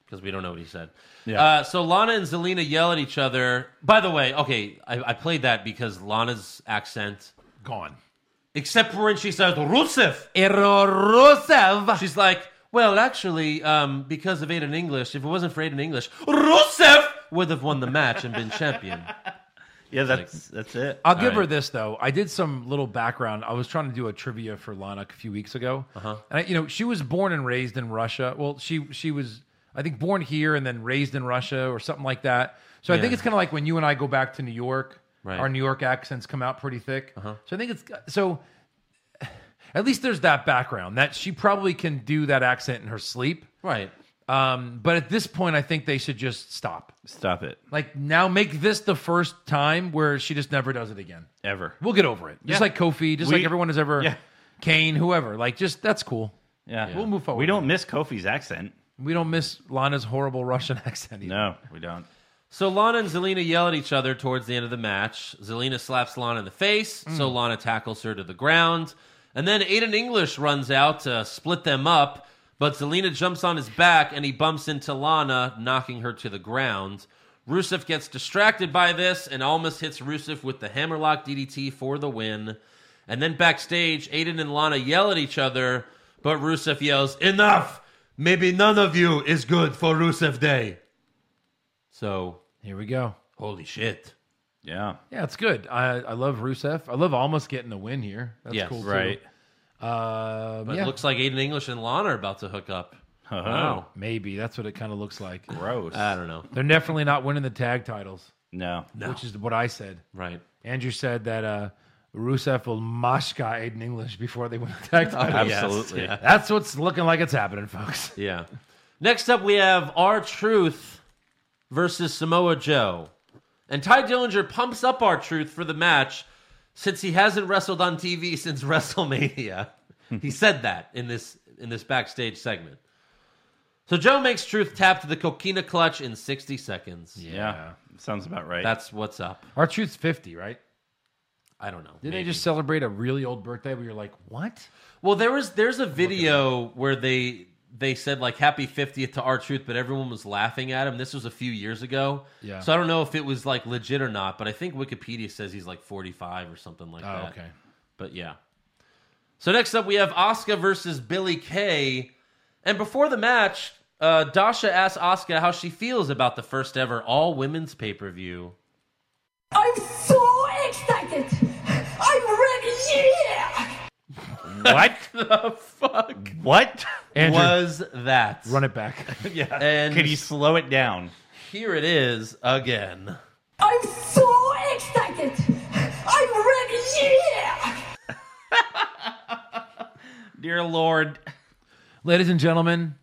[SPEAKER 3] Because we don't know what he said. Uh, so Lana and Zelina yell at each other. By the way, okay, I, I played that because Lana's accent,
[SPEAKER 4] Gone.
[SPEAKER 3] except for when she says Rusev,
[SPEAKER 4] Rusev.
[SPEAKER 3] she's like, well, actually, um, because of Aiden English, if it wasn't for Aiden English, Rusev would have won the match and been champion.
[SPEAKER 5] Yeah, that's that's it.
[SPEAKER 4] I'll give her this though. I did some little background. I was trying to do a trivia for Lana a few weeks ago,
[SPEAKER 3] Uh-huh.
[SPEAKER 4] and I, you know she was born and raised in Russia. Well, she she was I think born here and then raised in Russia or something like that. So I think
[SPEAKER 3] Yeah.
[SPEAKER 4] it's kind of like when you and I go back to New York,
[SPEAKER 3] Right.
[SPEAKER 4] our New York accents come out pretty thick. Uh-huh. So I think it's so. (sighs) At least there's that background that she probably can do that accent in her sleep.
[SPEAKER 3] Right.
[SPEAKER 4] Um, but at this point, I think they should just stop.
[SPEAKER 5] Stop it.
[SPEAKER 4] Like now, make this the first time where she just never does it again.
[SPEAKER 5] Ever.
[SPEAKER 4] We'll get over it. Just
[SPEAKER 5] Yeah.
[SPEAKER 4] like Kofi, just
[SPEAKER 5] We-
[SPEAKER 4] like everyone has ever.
[SPEAKER 5] Yeah.
[SPEAKER 4] Kane, whoever. Like, just that's cool.
[SPEAKER 5] Yeah.
[SPEAKER 4] We'll move forward.
[SPEAKER 5] We don't miss Kofi's accent.
[SPEAKER 4] We don't miss Lana's horrible (laughs) Russian accent. Either.
[SPEAKER 5] No, we don't.
[SPEAKER 3] So Lana and Zelina yell at each other towards the end of the match. Zelina slaps Lana in the face, so Lana tackles her to the ground. And then Aiden English runs out to split them up, but Zelina jumps on his back and he bumps into Lana, knocking her to the ground. Rusev gets distracted by this and almost hits Rusev with the hammerlock DDT for the win. And then backstage, Aiden and Lana yell at each other, but Rusev yells, Enough! Maybe none of you is good for Rusev Day. So
[SPEAKER 4] Here we go.
[SPEAKER 3] Holy shit.
[SPEAKER 5] Yeah.
[SPEAKER 4] Yeah, it's good. I I love Rusev. I love almost getting the win here. That's
[SPEAKER 3] Yes.
[SPEAKER 4] cool.
[SPEAKER 3] Right.
[SPEAKER 4] Too. Um,
[SPEAKER 3] But
[SPEAKER 4] yeah.
[SPEAKER 3] it looks like Aiden English and Lana are about to hook up. Wow.
[SPEAKER 4] Maybe that's what it kind of looks like.
[SPEAKER 5] Gross.
[SPEAKER 3] I don't know.
[SPEAKER 4] They're definitely not winning the tag titles.
[SPEAKER 5] No.
[SPEAKER 3] No.
[SPEAKER 4] Which is what I said.
[SPEAKER 3] Right.
[SPEAKER 4] Andrew said that uh, Rusev will mashka Aiden English before they win the tag title.
[SPEAKER 3] yes, Absolutely. yeah.
[SPEAKER 4] That's what's looking like it's happening, folks.
[SPEAKER 3] Yeah. Next up, we have R Truth versus Samoa Joe. And Ty Dillinger pumps up R Truth for the match since he hasn't wrestled on TV (laughs) since WrestleMania. he said that in this in this backstage segment. So Joe makes Truth tap to the coquina clutch in 60 seconds.
[SPEAKER 5] Yeah. Sounds about right.
[SPEAKER 3] That's what's up.
[SPEAKER 4] Our truth's 50, right?
[SPEAKER 3] I don't know.
[SPEAKER 4] Didn't
[SPEAKER 3] Maybe.
[SPEAKER 4] they just celebrate a really old birthday where you're like, what?
[SPEAKER 3] Well, there was there's a video where they they said like happy 50th to our truth, but everyone was laughing at him. This was a few years ago.
[SPEAKER 4] Yeah.
[SPEAKER 3] So I don't know if it was like legit or not, but I think Wikipedia says he's like 45 or something like
[SPEAKER 4] Oh,
[SPEAKER 3] that.
[SPEAKER 4] okay.
[SPEAKER 3] But yeah. So next up we have Asuka versus Billy Kay. And before the match, uh, Dasha asked Asuka how she feels about the first ever all women's pay-per-view. (laughs)
[SPEAKER 10] I'm so excited. I'm ready. Yeah.
[SPEAKER 5] What
[SPEAKER 3] the fuck?
[SPEAKER 5] What
[SPEAKER 4] Andrew.
[SPEAKER 3] was that?
[SPEAKER 4] Run it back. (laughs)
[SPEAKER 5] yeah.
[SPEAKER 3] And
[SPEAKER 5] Could you slow it down?
[SPEAKER 3] here it is again.
[SPEAKER 10] I'm so excited. I'm ready. Yeah.
[SPEAKER 5] Dear Lord.
[SPEAKER 4] Ladies and gentlemen,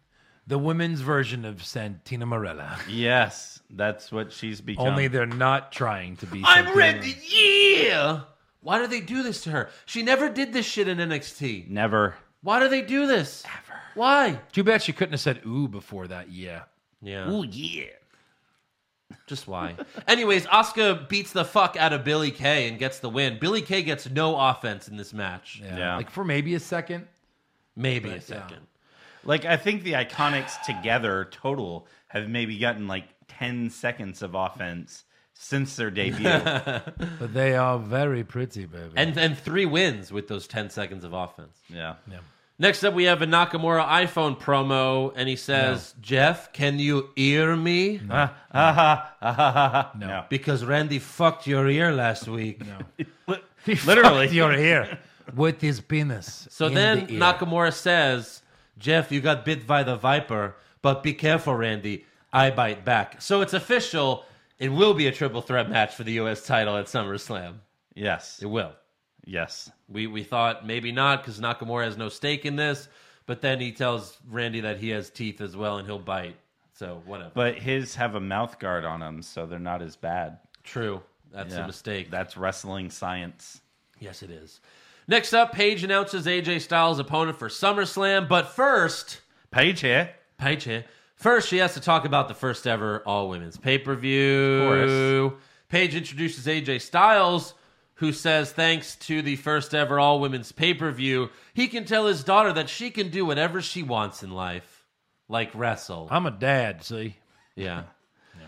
[SPEAKER 4] the women's version of Santina Morella.
[SPEAKER 5] Yes. That's what she's become.
[SPEAKER 4] Only they're not trying to be.
[SPEAKER 3] I'm
[SPEAKER 4] Santina.
[SPEAKER 3] ready. Yeah. Why do they do this to her? She never did this shit in NXT.
[SPEAKER 5] Never.
[SPEAKER 3] Why do they do this? Ever. Why?
[SPEAKER 4] Too bad she couldn't have said ooh before that. Yeah.
[SPEAKER 3] Yeah.
[SPEAKER 5] yeah.
[SPEAKER 3] Just why? Anyways, Asuka beats the fuck out of Billy Kay and gets the win. Billy Kay gets no offense in this match.
[SPEAKER 4] Yeah.
[SPEAKER 5] Yeah.
[SPEAKER 4] Like for maybe a second.
[SPEAKER 3] Maybe a
[SPEAKER 4] But, yeah.
[SPEAKER 3] second.
[SPEAKER 5] Like I think the iconics together total have maybe gotten like ten seconds of offense since their debut.
[SPEAKER 4] But they are very pretty, baby.
[SPEAKER 3] And and three wins with those 10 seconds of offense.
[SPEAKER 5] yeah.
[SPEAKER 3] Next up, we have a Nakamura iPhone promo, and he says, Jeff, can you ear me?
[SPEAKER 4] no.
[SPEAKER 3] Because Randy fucked your ear last week.
[SPEAKER 4] He
[SPEAKER 5] (laughs)
[SPEAKER 4] (laughs)
[SPEAKER 5] Literally.
[SPEAKER 4] fucked your ear with his penis.
[SPEAKER 3] So
[SPEAKER 4] in
[SPEAKER 3] then
[SPEAKER 4] the ear.
[SPEAKER 3] Nakamura says, Jeff, you got bit by the viper, but be careful, Randy. I bite back. So it's official. It will be a triple threat match for the U.S. title at SummerSlam.
[SPEAKER 5] Yes.
[SPEAKER 3] It will.
[SPEAKER 5] Yes.
[SPEAKER 3] We, we thought maybe not because Nakamura has no stake in this, but then he tells Randy that he has teeth as well and he'll bite. So whatever.
[SPEAKER 5] But his have a mouth guard on them, so they're not as bad.
[SPEAKER 3] True. That's
[SPEAKER 5] Yeah.
[SPEAKER 3] a mistake.
[SPEAKER 5] That's wrestling science.
[SPEAKER 3] Yes, it is. Next up, Paige announces AJ Styles' opponent for SummerSlam, but first.
[SPEAKER 5] Paige here.
[SPEAKER 3] Paige here. First, she has to talk about the first ever all women's pay per view. Paige introduces AJ Styles, who says, thanks to the first ever all women's pay per view, he can tell his daughter that she can do whatever she wants in life, like wrestle.
[SPEAKER 4] I'm a dad, see?
[SPEAKER 3] yeah.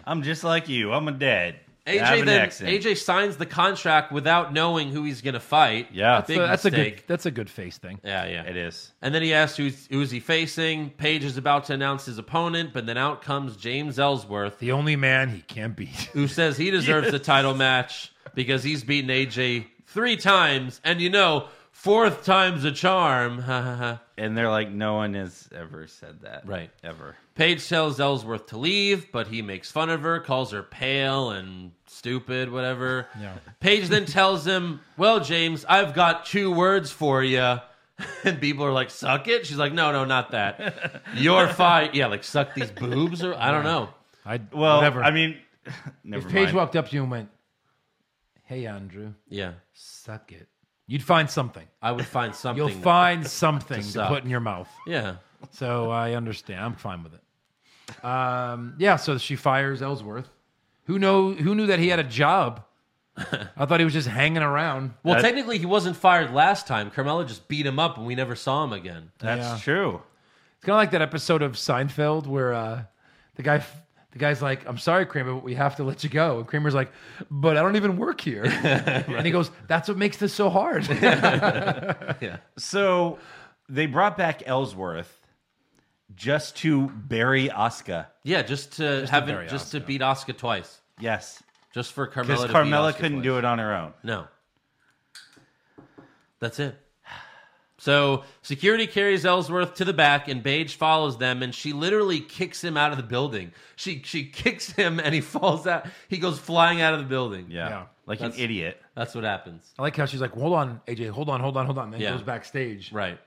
[SPEAKER 5] I'm just like you. I'm a dad. I have
[SPEAKER 3] AJ
[SPEAKER 5] an
[SPEAKER 3] then
[SPEAKER 5] accent.
[SPEAKER 3] AJ signs the contract without knowing who he's gonna fight.
[SPEAKER 5] Yeah.
[SPEAKER 3] big
[SPEAKER 4] So that's a
[SPEAKER 3] mistake.
[SPEAKER 4] good that's a good face thing.
[SPEAKER 3] yeah, yeah.
[SPEAKER 5] It is.
[SPEAKER 3] And then he asks who's who's he facing. Paige is about to announce his opponent, but then out comes James Ellsworth.
[SPEAKER 4] The only man he can't beat. (laughs)
[SPEAKER 3] who says he deserves the title match. because he's beaten AJ three times, and you know, fourth time's a charm.
[SPEAKER 5] and they're like, no one has ever said that.
[SPEAKER 3] Right.
[SPEAKER 5] Ever.
[SPEAKER 3] Paige tells Ellsworth to leave, but he makes fun of her, calls her pale and stupid, whatever.
[SPEAKER 4] Yeah.
[SPEAKER 3] Paige then tells him, Well, James, I've got two words for you. (laughs) And people are like, Suck it? She's like, No, no, not that.
[SPEAKER 4] (laughs)
[SPEAKER 3] You're fine. Yeah, like, suck these boobs, or I don't know.
[SPEAKER 4] I
[SPEAKER 5] Well,
[SPEAKER 4] Never.
[SPEAKER 5] I mean, (laughs) never
[SPEAKER 4] if Paige
[SPEAKER 5] mind.
[SPEAKER 4] walked up to you and went, "Hey, Andrew,
[SPEAKER 3] Yeah.
[SPEAKER 4] suck it," you'd find something.
[SPEAKER 3] I would find something. (laughs)
[SPEAKER 4] You'll find something to,
[SPEAKER 3] suck.
[SPEAKER 4] put in your mouth.
[SPEAKER 3] Yeah.
[SPEAKER 4] So I understand. I'm fine with it. Um, yeah. So she fires Ellsworth. Who know? Who knew that he had
[SPEAKER 3] (laughs)
[SPEAKER 4] a job? I thought he was just hanging around.
[SPEAKER 3] Well,
[SPEAKER 5] That-
[SPEAKER 3] technically, he wasn't fired last time. Carmella just beat him up, and we never saw him again.
[SPEAKER 5] That's
[SPEAKER 4] Yeah.
[SPEAKER 5] true.
[SPEAKER 4] It's kind of like that episode of Seinfeld where uh, the guy. f- The guy's like, I'm sorry, Kramer, but we have to let you go. And Kramer's like, but I don't even work
[SPEAKER 3] (laughs)
[SPEAKER 4] here. And he goes, that's what makes this so hard.
[SPEAKER 5] So they brought back Ellsworth just to bury Asuka.
[SPEAKER 3] Yeah, just to have
[SPEAKER 4] bury
[SPEAKER 3] it, just to beat Oscar twice,
[SPEAKER 5] Yes.
[SPEAKER 3] just for
[SPEAKER 5] Because
[SPEAKER 3] Carmella. to
[SPEAKER 5] Carmella
[SPEAKER 3] beat Asuka twice.
[SPEAKER 5] couldn't do it on her own.
[SPEAKER 3] No. That's it. So security carries Ellsworth to the back, and Paige follows them, and she literally kicks him out of the building. She she (laughs) kicks him, and he falls out. He goes flying out of the building.
[SPEAKER 5] Yeah.
[SPEAKER 4] Yeah.
[SPEAKER 5] Like
[SPEAKER 3] That's-
[SPEAKER 5] an idiot.
[SPEAKER 3] that's what happens.
[SPEAKER 4] I like how she's like, hold on, AJ, hold on, hold on, hold on. then
[SPEAKER 3] Yeah.
[SPEAKER 4] goes backstage.
[SPEAKER 3] Right.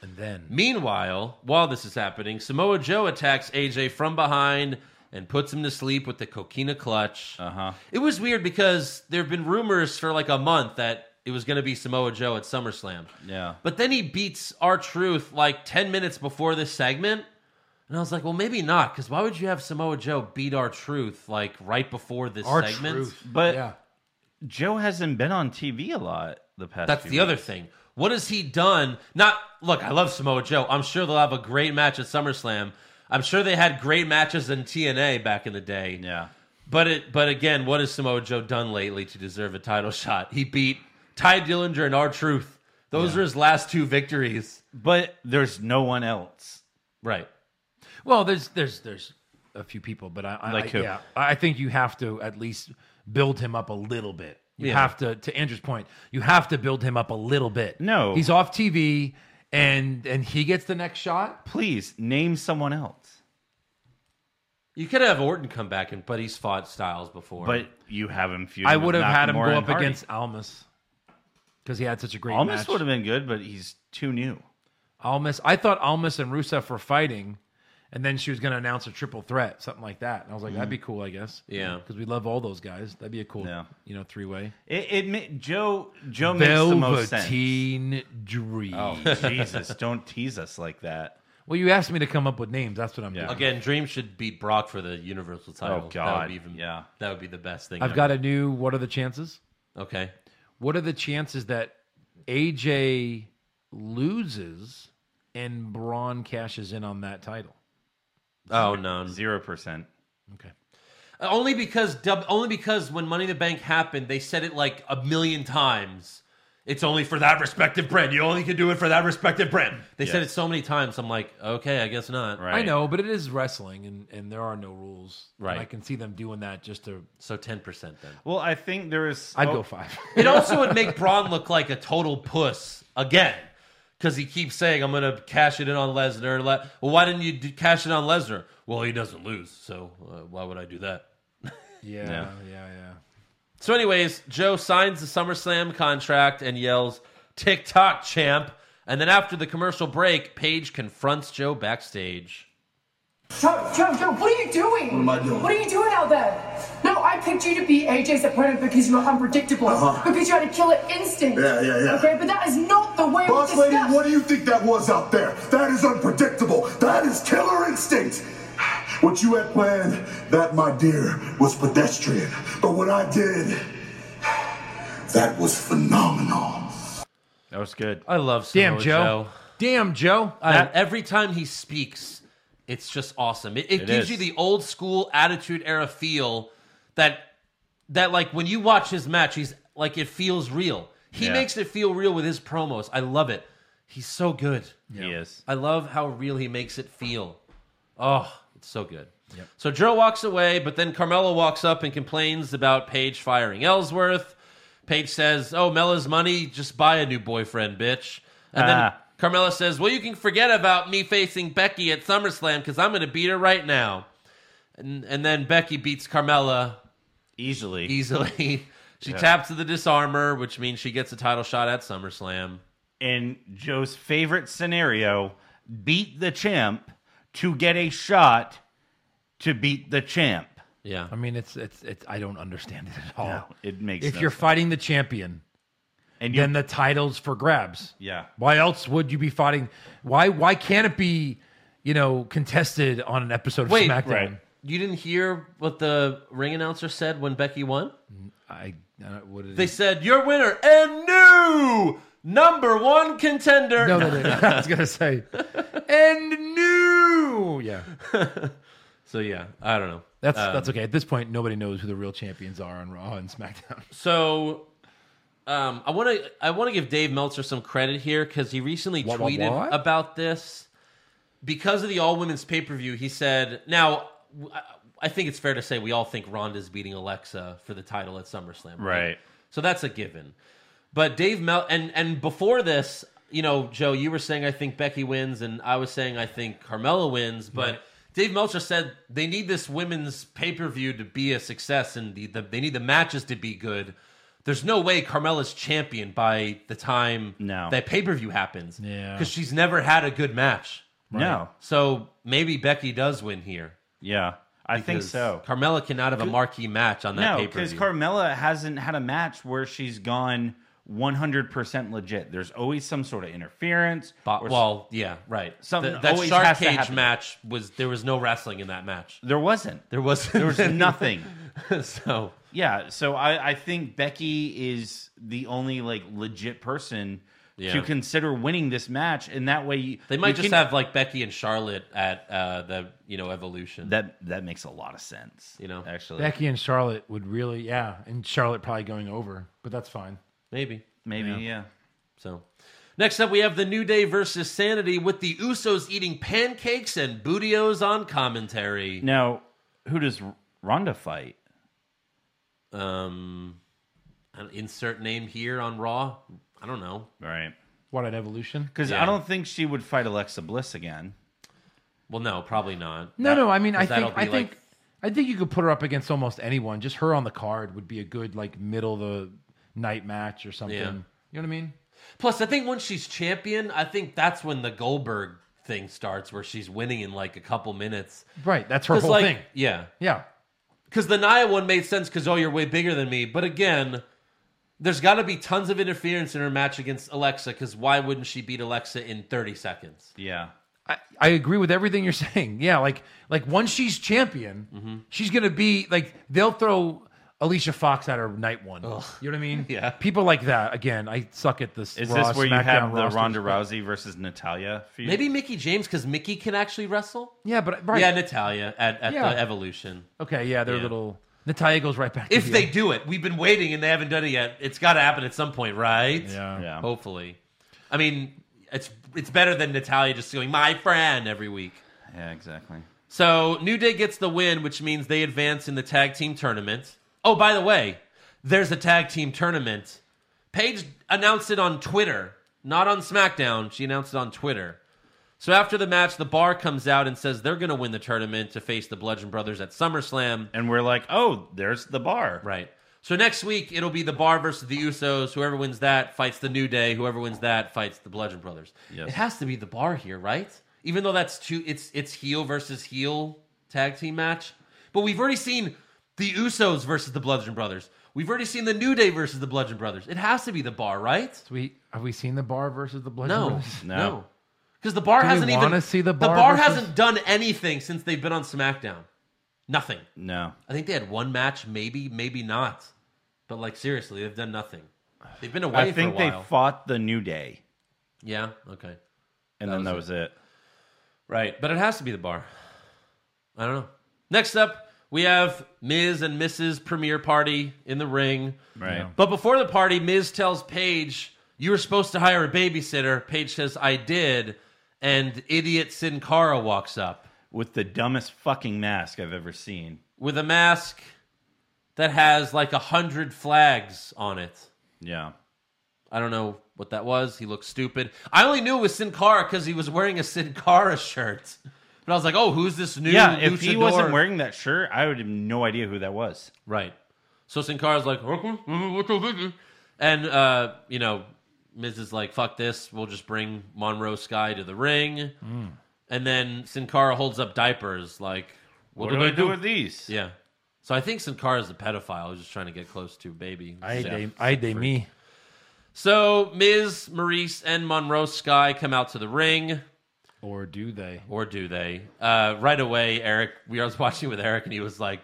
[SPEAKER 4] And then
[SPEAKER 3] Meanwhile, while this is happening, Samoa Joe attacks AJ from behind and puts him to sleep with the coquina clutch.
[SPEAKER 5] Uh-huh.
[SPEAKER 3] It was weird because there have been rumors for like a month that it was going to be Samoa Joe at SummerSlam.
[SPEAKER 5] Yeah.
[SPEAKER 3] But then he beats our Truth like 10 minutes before this segment. And I was like, well, maybe not, because why would you have Samoa Joe beat our Truth like right before this
[SPEAKER 4] our
[SPEAKER 3] segment?
[SPEAKER 4] truth.
[SPEAKER 5] But-
[SPEAKER 4] yeah.
[SPEAKER 5] Joe hasn't been on TV a lot the past
[SPEAKER 3] That's
[SPEAKER 5] few
[SPEAKER 3] the other
[SPEAKER 5] weeks.
[SPEAKER 3] thing. What has he done? Not look, I love Samoa Joe. I'm sure they'll have a great match at SummerSlam. I'm sure they had great matches in TNA back in the day.
[SPEAKER 5] Yeah.
[SPEAKER 3] But it but again, what has Samoa Joe done lately to deserve a title (laughs) shot? He beat Ty Dillinger and R Truth. Those are his last two victories.
[SPEAKER 5] But there's no one else.
[SPEAKER 3] Right.
[SPEAKER 4] Well, there's there's there's a few people, but I, I
[SPEAKER 5] Like
[SPEAKER 4] I-
[SPEAKER 5] who?
[SPEAKER 4] yeah, I I think you have to at least build him up a little bit. You
[SPEAKER 3] Yeah.
[SPEAKER 4] have to to Andrew's point, you have to build him up a little bit.
[SPEAKER 5] No.
[SPEAKER 4] He's off TV and and he gets the next shot.
[SPEAKER 5] Please name someone else.
[SPEAKER 3] You could have Orton come back and but he's fought Styles before.
[SPEAKER 5] But you have him feuding.
[SPEAKER 4] I
[SPEAKER 5] with
[SPEAKER 4] would have had him go
[SPEAKER 5] Nakamura and
[SPEAKER 4] up
[SPEAKER 5] Hardy.
[SPEAKER 4] against Almas. Because he had such a great
[SPEAKER 5] Almas
[SPEAKER 4] match.
[SPEAKER 5] would have been good, but he's too new.
[SPEAKER 4] Almas. I thought Almas and Rusev were fighting, and then she was going to announce a triple threat, something like that. And I was
[SPEAKER 5] Mm-hmm.
[SPEAKER 4] like, that'd be cool, I guess.
[SPEAKER 3] Yeah.
[SPEAKER 4] because we love all those guys. That'd be a cool,
[SPEAKER 5] Yeah.
[SPEAKER 4] you know, three way.
[SPEAKER 5] It, it ma- Joe Joe makes the most sense.
[SPEAKER 4] Velveteen Dream.
[SPEAKER 5] Oh (laughs) Jesus! Don't tease us like that.
[SPEAKER 4] Well, you asked me to come up with names. That's what I'm
[SPEAKER 5] Yeah.
[SPEAKER 4] doing.
[SPEAKER 3] again, Dream should beat Brock for the Universal title. That
[SPEAKER 5] Oh, God.
[SPEAKER 3] would be even
[SPEAKER 5] Yeah.
[SPEAKER 3] that would be the best thing.
[SPEAKER 4] I've got a new. What are the chances?
[SPEAKER 3] Okay.
[SPEAKER 4] What are the chances that AJ loses and Braun cashes in on that title?
[SPEAKER 3] Oh no.
[SPEAKER 5] Zero percent.
[SPEAKER 4] Okay.
[SPEAKER 3] Only because dub- only because when Money in the Bank happened, they said it like a million times. It's only for that respective brand. You only can do it for that respective brand. They said
[SPEAKER 5] Yeah.
[SPEAKER 3] it so many times. I'm like, okay, I guess not.
[SPEAKER 5] Right.
[SPEAKER 4] I know, but it is wrestling, and, and there are no rules. And
[SPEAKER 3] Right.
[SPEAKER 4] I can see them doing that just to.
[SPEAKER 3] So ten percent then.
[SPEAKER 5] Well, I think there is.
[SPEAKER 4] I'd
[SPEAKER 5] oh,
[SPEAKER 4] go (laughs) five.
[SPEAKER 3] It also would make Braun look like a total puss again because he keeps saying, "I'm going to cash it in on Lesnar." Le- well, why didn't you do- cash it on Lesnar? Well, he doesn't lose, so uh, why would I do that?
[SPEAKER 4] Yeah, yeah, yeah.
[SPEAKER 3] So, anyways, Joe signs the SummerSlam contract and yells, "Tick tock, champ!" And then after the commercial break, Paige confronts Joe backstage.
[SPEAKER 13] Joe, Joe, Joe, what are you doing? What am I doing? What are you doing out there? No, I picked you to be AJ's opponent because you were unpredictable.
[SPEAKER 9] Uh-huh.
[SPEAKER 13] Because you had a killer instinct.
[SPEAKER 9] Yeah, yeah, yeah.
[SPEAKER 13] Okay, but that is not the way
[SPEAKER 9] Boss
[SPEAKER 13] we
[SPEAKER 9] lady,
[SPEAKER 13] discussed.
[SPEAKER 9] what do you think that was out there? That is unpredictable. That is killer instinct. What you had planned, that, my dear, was pedestrian. But what I did, that was phenomenal.
[SPEAKER 5] That was good.
[SPEAKER 4] Uh,
[SPEAKER 3] I love
[SPEAKER 4] Damn,
[SPEAKER 3] Samoa
[SPEAKER 4] Joe. Damn, Joe.
[SPEAKER 3] I- every time he speaks, it's just awesome. It, it,
[SPEAKER 5] It
[SPEAKER 3] gives
[SPEAKER 5] is.
[SPEAKER 3] you the old school Attitude Era feel that that like when you watch his match, he's like it feels real. He
[SPEAKER 5] Yeah.
[SPEAKER 3] makes it feel real with his promos. I love it. He's so good.
[SPEAKER 5] He is.
[SPEAKER 3] I love how real he makes it feel. Oh, it's so good. So Joe walks away, but then Carmelo walks up and complains about Paige firing Ellsworth. Paige says, "Oh, Mela's money, just buy a new boyfriend, bitch." And then
[SPEAKER 5] Ah.
[SPEAKER 3] Carmella says, "Well, you can forget about me facing Becky at SummerSlam because I'm going to beat her right now." And, and then Becky beats Carmella
[SPEAKER 5] easily.
[SPEAKER 3] Easily, (laughs) she
[SPEAKER 5] Yeah.
[SPEAKER 3] taps to the disarmer, which means she gets a title shot at SummerSlam.
[SPEAKER 5] in Joe's favorite scenario, beat the champ to get a shot to beat the champ.
[SPEAKER 3] Yeah.
[SPEAKER 4] I mean, it's it's it's. I don't understand it at all.
[SPEAKER 5] No, it makes
[SPEAKER 4] Oh. If
[SPEAKER 5] no
[SPEAKER 4] you're
[SPEAKER 5] sense.
[SPEAKER 4] fighting the champion,
[SPEAKER 5] and
[SPEAKER 4] then the title's for grabs.
[SPEAKER 5] Yeah.
[SPEAKER 4] Why else would you be fighting? Why why can't it be, you know, contested on an episode of
[SPEAKER 3] Wait,
[SPEAKER 4] SmackDown?
[SPEAKER 3] you didn't hear what the ring announcer said when Becky
[SPEAKER 4] Mm.
[SPEAKER 3] won?
[SPEAKER 4] I, what did
[SPEAKER 3] they said your winner and new number one contender.
[SPEAKER 4] No, no, no. I was gonna say, and new. Yeah,
[SPEAKER 3] So yeah, I don't know.
[SPEAKER 4] that's
[SPEAKER 3] Um,
[SPEAKER 4] that's okay. At this point, nobody knows who the real champions are on Raw and SmackDown. (laughs)
[SPEAKER 3] So, um, I want to I want to give Dave Meltzer some credit here because he recently
[SPEAKER 4] What, what,
[SPEAKER 3] tweeted
[SPEAKER 4] what?
[SPEAKER 3] about this because of the all women's pay per view. He said, "Now, w- I- I think it's fair to say we all think Ronda's beating Alexa for the title at SummerSlam,
[SPEAKER 5] Right.
[SPEAKER 3] So that's a given." But Dave Mel and and before this, you know, Joe, you were saying I think Becky wins, and I was saying I think Carmella wins. But
[SPEAKER 4] Right.
[SPEAKER 3] Dave Meltzer said they need this women's pay per view to be a success, and the, the, they need the matches to be good. There's no way Carmella's champion by the time
[SPEAKER 5] No.
[SPEAKER 3] that pay per view happens,
[SPEAKER 5] Yeah.
[SPEAKER 3] because she's never had a good match.
[SPEAKER 5] No.
[SPEAKER 3] so maybe Becky does win here.
[SPEAKER 5] Yeah, I think so.
[SPEAKER 3] Carmella cannot have a marquee match on that
[SPEAKER 5] No,
[SPEAKER 3] pay per
[SPEAKER 5] because
[SPEAKER 3] view.
[SPEAKER 5] Carmella hasn't had a match where she's gone 100% legit. There's always some sort of interference. or-
[SPEAKER 3] Uh, well, yeah, right.
[SPEAKER 5] Something
[SPEAKER 3] Th- that
[SPEAKER 5] always
[SPEAKER 3] shark
[SPEAKER 5] has to
[SPEAKER 3] cage
[SPEAKER 5] happen.
[SPEAKER 3] match was there was no wrestling in that match.
[SPEAKER 5] There
[SPEAKER 4] (laughs)
[SPEAKER 5] wasn't.
[SPEAKER 3] (laughs) There was
[SPEAKER 5] There (laughs) was nothing.
[SPEAKER 3] so
[SPEAKER 5] Yeah, so I, I think Becky is the only like legit person
[SPEAKER 3] Yeah.
[SPEAKER 5] to consider winning this match, and that way you,
[SPEAKER 3] they might
[SPEAKER 5] you
[SPEAKER 3] just
[SPEAKER 5] can-
[SPEAKER 3] have like Becky and Charlotte at uh, the you know Evolution.
[SPEAKER 5] that. That makes a lot of sense.
[SPEAKER 3] You know,
[SPEAKER 5] actually,
[SPEAKER 4] Becky and Charlotte would really, yeah, and Charlotte probably going over, but that's fine.
[SPEAKER 3] maybe
[SPEAKER 5] maybe
[SPEAKER 4] Yeah.
[SPEAKER 5] yeah.
[SPEAKER 3] so. Next up, we have the New Day versus Sanity with the Usos eating pancakes and Bootios on commentary.
[SPEAKER 5] Now, who does R- Ronda fight?
[SPEAKER 3] Um, an insert name here on Raw. I don't know.
[SPEAKER 5] Right,
[SPEAKER 4] What an evolution.
[SPEAKER 5] because
[SPEAKER 3] Yeah.
[SPEAKER 5] I don't think she would fight Alexa Bliss again.
[SPEAKER 3] Well, no, probably not.
[SPEAKER 4] No, no. I mean, I
[SPEAKER 3] 'Cause that'll
[SPEAKER 4] think, I
[SPEAKER 3] be,
[SPEAKER 4] think,
[SPEAKER 3] like-
[SPEAKER 4] I think you could put her up against almost anyone. Just her on the card would be a good like middle of the night match or something.
[SPEAKER 3] Yeah.
[SPEAKER 4] You know what I mean?
[SPEAKER 3] Plus, I think once she's champion, I think that's when the Goldberg thing starts, where she's winning in like a couple minutes.
[SPEAKER 4] Right. That's her
[SPEAKER 3] 'Cause,
[SPEAKER 4] whole
[SPEAKER 3] like,
[SPEAKER 4] thing.
[SPEAKER 3] Yeah.
[SPEAKER 4] Yeah.
[SPEAKER 3] Because the Nia one made sense because, oh, you're way bigger than me. But again, there's got to be tons of interference in her match against Alexa because why wouldn't she beat Alexa in 30 seconds?
[SPEAKER 5] Yeah,
[SPEAKER 4] I, I agree with everything you're (laughs) saying. Yeah, like like once she's champion,
[SPEAKER 3] Mm-hmm.
[SPEAKER 4] she's gonna be like they'll throw Alicia Fox at her night one. You know what I mean?
[SPEAKER 3] (laughs) Yeah.
[SPEAKER 4] People like that. Again, I suck at this.
[SPEAKER 5] is
[SPEAKER 4] Raw,
[SPEAKER 5] this where you
[SPEAKER 4] SmackDown
[SPEAKER 5] have the
[SPEAKER 4] rosters,
[SPEAKER 5] Ronda
[SPEAKER 4] but-
[SPEAKER 5] Rousey versus Natalia feud?
[SPEAKER 3] Maybe Mickey James because Mickey can actually wrestle.
[SPEAKER 4] Yeah, but
[SPEAKER 3] (laughs)
[SPEAKER 4] right.
[SPEAKER 3] Yeah, Natalia at, at
[SPEAKER 4] Yeah.
[SPEAKER 3] the Evolution.
[SPEAKER 4] okay. Yeah, they're
[SPEAKER 3] Yeah.
[SPEAKER 4] little. Natalia goes right back. to
[SPEAKER 3] If
[SPEAKER 4] heel.
[SPEAKER 3] they (laughs) do it, we've been waiting and they haven't done it yet. It's got to happen at some point, right?
[SPEAKER 4] Yeah.
[SPEAKER 5] Yeah.
[SPEAKER 3] Hopefully. I mean, it's it's better than Natalia just going my friend every week. Oh.
[SPEAKER 5] Yeah, exactly.
[SPEAKER 3] So New Day gets the win, which means they advance in the tag team tournament. Oh, by the way, there's a tag team tournament. Paige announced it on Twitter, not on SmackDown. She announced it on Twitter. So after the match, the bar comes out and says they're going to win the tournament to face the Bludgeon Brothers at SummerSlam.
[SPEAKER 5] And we're like, oh, there's the bar.
[SPEAKER 3] Right. So next week it'll be the Bar versus the Usos. Whoever wins that fights the New Day. Whoever wins that fights the Bludgeon Brothers.
[SPEAKER 5] Yes.
[SPEAKER 3] It has to be the Bar here, right? Even though that's two, it's it's heel versus heel tag team match. But we've already seen the Usos versus the Bludgeon Brothers. We've already seen the New Day versus the Bludgeon Brothers. It has to be the Bar, right?
[SPEAKER 4] we have we seen the bar versus the blood?
[SPEAKER 3] No,
[SPEAKER 4] Brothers?
[SPEAKER 3] no, because the Bar
[SPEAKER 4] Do we
[SPEAKER 3] hasn't even
[SPEAKER 4] wanna see the
[SPEAKER 3] the
[SPEAKER 4] Bar
[SPEAKER 3] Bar
[SPEAKER 4] versus-
[SPEAKER 3] hasn't done anything since they've been on SmackDown. Nothing.
[SPEAKER 5] No.
[SPEAKER 3] I think they had one match, maybe, maybe not. But like seriously, they've done nothing. They've been away
[SPEAKER 5] I think
[SPEAKER 3] for a
[SPEAKER 5] they
[SPEAKER 3] while.
[SPEAKER 5] fought the New Day,
[SPEAKER 3] yeah. Okay.
[SPEAKER 5] and then that was it.
[SPEAKER 3] Right, but it has to be the bar. I don't know. Next up, we have Ms. and Mrs. Premiere Party in the ring.
[SPEAKER 5] Right.
[SPEAKER 3] But before the party, Miz tells Paige, "You were supposed to hire a babysitter." Paige says, "I did," and idiot Sin Cara walks up
[SPEAKER 5] With the dumbest fucking mask I've ever seen.
[SPEAKER 3] with a mask that has like a hundred flags on it.
[SPEAKER 5] Yeah.
[SPEAKER 3] I don't know what that was. He looked stupid. I only knew it was Sin Cara because he was wearing a Sin Cara shirt. But I was like, oh, who's this new?
[SPEAKER 5] yeah, if he
[SPEAKER 3] luchador?
[SPEAKER 5] wasn't wearing that shirt, I would have no idea who that was.
[SPEAKER 3] Right. So Sin Cara's like, okay, mhm, what's up, mhm?" and uh, you know, Miz is like, fuck this. We'll just bring Monroe Sky to the ring.
[SPEAKER 5] Mm.
[SPEAKER 3] And then Sin Cara holds up diapers, like,
[SPEAKER 5] What do I do with these?
[SPEAKER 3] Yeah. So I think Sin Cara's a pedophile. He's just trying to get close to baby.
[SPEAKER 4] I
[SPEAKER 3] Yeah.
[SPEAKER 4] de, I de me.
[SPEAKER 3] So Miz, Maurice, and Monroe Sky come out to the ring.
[SPEAKER 4] Or do they?
[SPEAKER 3] Or do they? Uh, right away, Eric, we was watching with Eric, and he was like,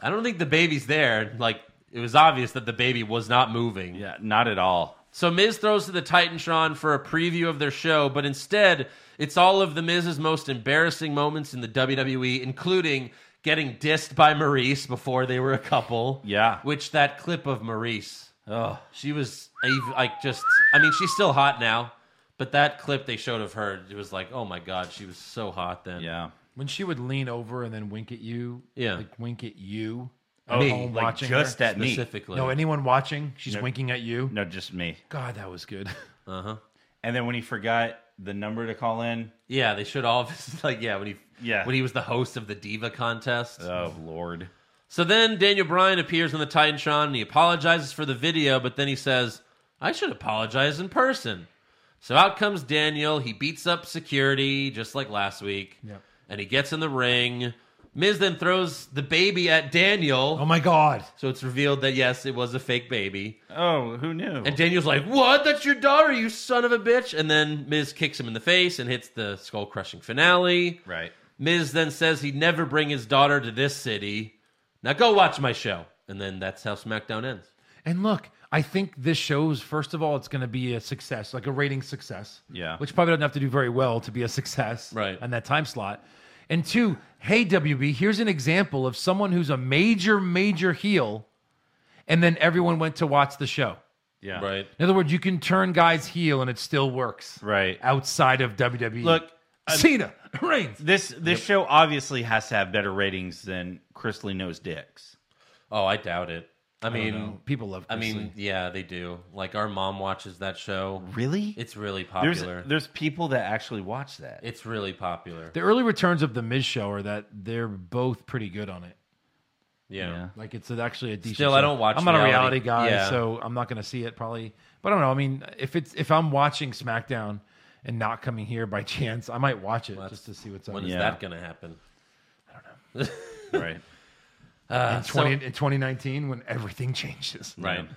[SPEAKER 3] I don't think the baby's there. Like, it was obvious that the baby was not moving.
[SPEAKER 5] Yeah, not at all.
[SPEAKER 3] So Miz throws to the Titantron for a preview of their show, but instead, it's all of the Miz's most embarrassing moments in the WWE, including getting dissed by Maurice before they were a couple.
[SPEAKER 5] Yeah.
[SPEAKER 3] Which that clip of Maurice, oh, she was av- like just. I mean, she's still hot now, but that clip they showed of her, it was like, oh my god, she was so hot then.
[SPEAKER 5] Yeah.
[SPEAKER 4] When she would lean over and then wink at you,
[SPEAKER 3] Yeah.
[SPEAKER 4] like wink at you,
[SPEAKER 5] Oh,
[SPEAKER 4] at
[SPEAKER 5] me,
[SPEAKER 4] home
[SPEAKER 5] like
[SPEAKER 4] watching
[SPEAKER 5] just
[SPEAKER 4] her.
[SPEAKER 5] at me.
[SPEAKER 3] Specifically.
[SPEAKER 4] No, anyone watching, she's
[SPEAKER 5] No.
[SPEAKER 4] winking at you.
[SPEAKER 5] No, just me.
[SPEAKER 4] God, that was good. (laughs)
[SPEAKER 3] Uh huh.
[SPEAKER 5] And then when he forgot the number to call in,
[SPEAKER 3] Yeah, they should all (laughs) like yeah when he
[SPEAKER 5] Yeah.
[SPEAKER 3] when he was the host of the diva contest.
[SPEAKER 5] Oh lord.
[SPEAKER 3] So then Daniel Bryan appears on the Titantron and he apologizes for the video, but then he says, "I should apologize in person." So out comes Daniel. He beats up security just like last week,
[SPEAKER 4] Yep.
[SPEAKER 3] and he gets in the ring. Miz then throws the baby at Daniel.
[SPEAKER 4] Oh my God.
[SPEAKER 3] So it's revealed that yes, it was a fake baby.
[SPEAKER 5] Oh, who knew?
[SPEAKER 3] And Daniel's like, "What? That's your daughter, you son of a bitch!" And then Miz kicks him in the face and hits the skull crushing finale.
[SPEAKER 5] Right.
[SPEAKER 3] Miz then says he'd never bring his daughter to this city. Now go watch my show, and then that's how SmackDown ends.
[SPEAKER 4] And look, I think this shows first of all it's going to be a success, like a rating success.
[SPEAKER 5] Yeah.
[SPEAKER 4] Which probably doesn't have to do very well to be a success,
[SPEAKER 3] Right.
[SPEAKER 4] On that time slot. And two, hey WB, here's an example of someone who's a major, major heel, and then everyone went to watch the show.
[SPEAKER 5] Yeah.
[SPEAKER 3] Right.
[SPEAKER 4] In other words, you can turn guys heel and it still works.
[SPEAKER 5] Right.
[SPEAKER 4] Outside of WWE.
[SPEAKER 5] Look, I-
[SPEAKER 4] Cena, (laughs) Reigns.
[SPEAKER 5] This this show obviously has to have better ratings than Chris Lee knows dicks.
[SPEAKER 3] Oh, I doubt it. I,
[SPEAKER 4] don't
[SPEAKER 3] mean,
[SPEAKER 4] know. people love.
[SPEAKER 3] I
[SPEAKER 4] Chris
[SPEAKER 3] mean,
[SPEAKER 4] Lee.
[SPEAKER 3] yeah, they do. Like our mom watches that show.
[SPEAKER 5] Really?
[SPEAKER 3] It's really
[SPEAKER 5] There's
[SPEAKER 3] popular.
[SPEAKER 5] there's people that actually watch that.
[SPEAKER 3] it's really popular.
[SPEAKER 4] the early returns of the Miz show are that they're both pretty good on it.
[SPEAKER 3] Yeah.
[SPEAKER 5] Yeah.
[SPEAKER 4] Like it's actually a decent.
[SPEAKER 3] Still, I
[SPEAKER 4] show.
[SPEAKER 3] don't watch
[SPEAKER 4] I'm not a
[SPEAKER 3] reality.
[SPEAKER 4] reality guy,
[SPEAKER 3] Yeah.
[SPEAKER 4] so I'm not going to see it probably. But I don't know. I mean, if it's if I'm watching SmackDown and not coming here by (laughs) chance, I might watch it just to see what's up.
[SPEAKER 3] When is
[SPEAKER 5] Yeah.
[SPEAKER 3] that going to happen?
[SPEAKER 5] right.
[SPEAKER 4] in, 20, in 2019, when everything (laughs) changes,
[SPEAKER 3] Right.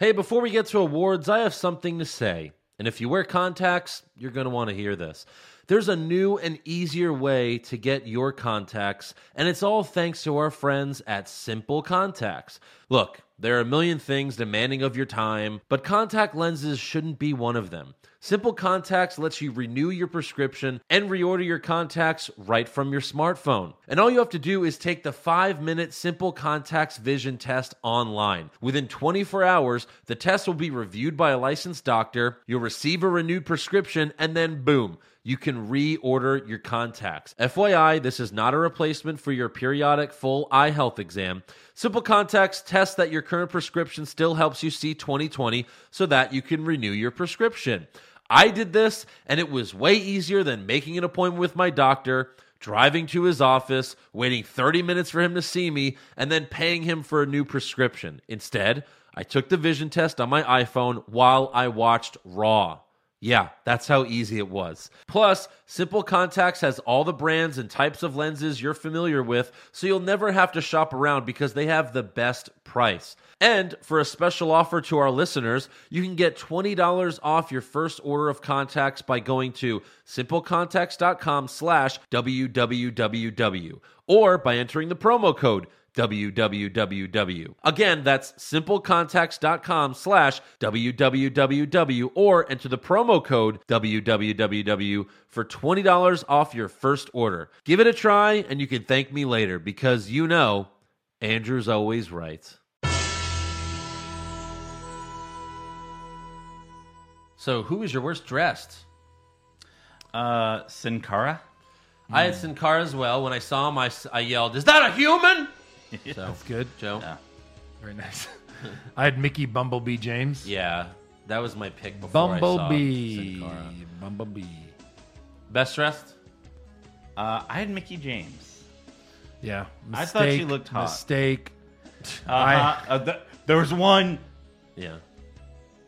[SPEAKER 3] Hey, before we get to awards, I have something to say. And if you wear contacts, you're going to want to hear this. There's a new and easier way to get your contacts, and it's all thanks to our friends at Simple Contacts. Look, there are a million things demanding of your time, but contact lenses shouldn't be one of them. Simple Contacts lets you renew your prescription and reorder your contacts right from your smartphone. And all you have to do is take the five minute Simple Contacts vision test online. Within 24 hours, the test will be reviewed by a licensed doctor, you'll receive a renewed prescription, and then boom you can reorder your contacts. FYI, this is not a replacement for your periodic full eye health exam. Simple Contacts tests that your current prescription still helps you see 2020 so that you can renew your prescription. I did this and it was way easier than making an appointment with my doctor, driving to his office, waiting 30 minutes for him to see me, and then paying him for a new prescription. Instead, I took the vision test on my iPhone while I watched Raw. Yeah, that's how easy it was. Plus, Simple Contacts has all the brands and types of lenses you're familiar with, so you'll never have to shop around because they have the best price. And for a special offer to our listeners, you can get $20 off your first order of contacts by going to simplecontacts.com slash www or by entering the promo code www. Again, that's simplecontacts.com slash www or enter the promo code www for $20 off your first order. Give it a try and you can thank me later because you know Andrew's always right. So, who is your worst dressed?
[SPEAKER 5] Uh Sin Cara?
[SPEAKER 3] I had Sin Cara as well. When I saw him, I, s- I yelled, Is that a human? So,
[SPEAKER 4] that's good.
[SPEAKER 3] Joe.
[SPEAKER 5] Yeah.
[SPEAKER 4] Very nice. (laughs) I had Mickey Bumblebee James.
[SPEAKER 3] Yeah, that was my pick before I
[SPEAKER 4] Bumblebee.
[SPEAKER 3] saw Sin Cara.
[SPEAKER 4] Bumblebee.
[SPEAKER 3] Best dressed?
[SPEAKER 5] Uh, I had Mickey James.
[SPEAKER 4] Yeah.
[SPEAKER 5] I thought she
[SPEAKER 4] Mistake,
[SPEAKER 5] looked hot.
[SPEAKER 4] Mistake.
[SPEAKER 3] Uh-huh.
[SPEAKER 5] Uh, uh, th- there was one.
[SPEAKER 3] Yeah.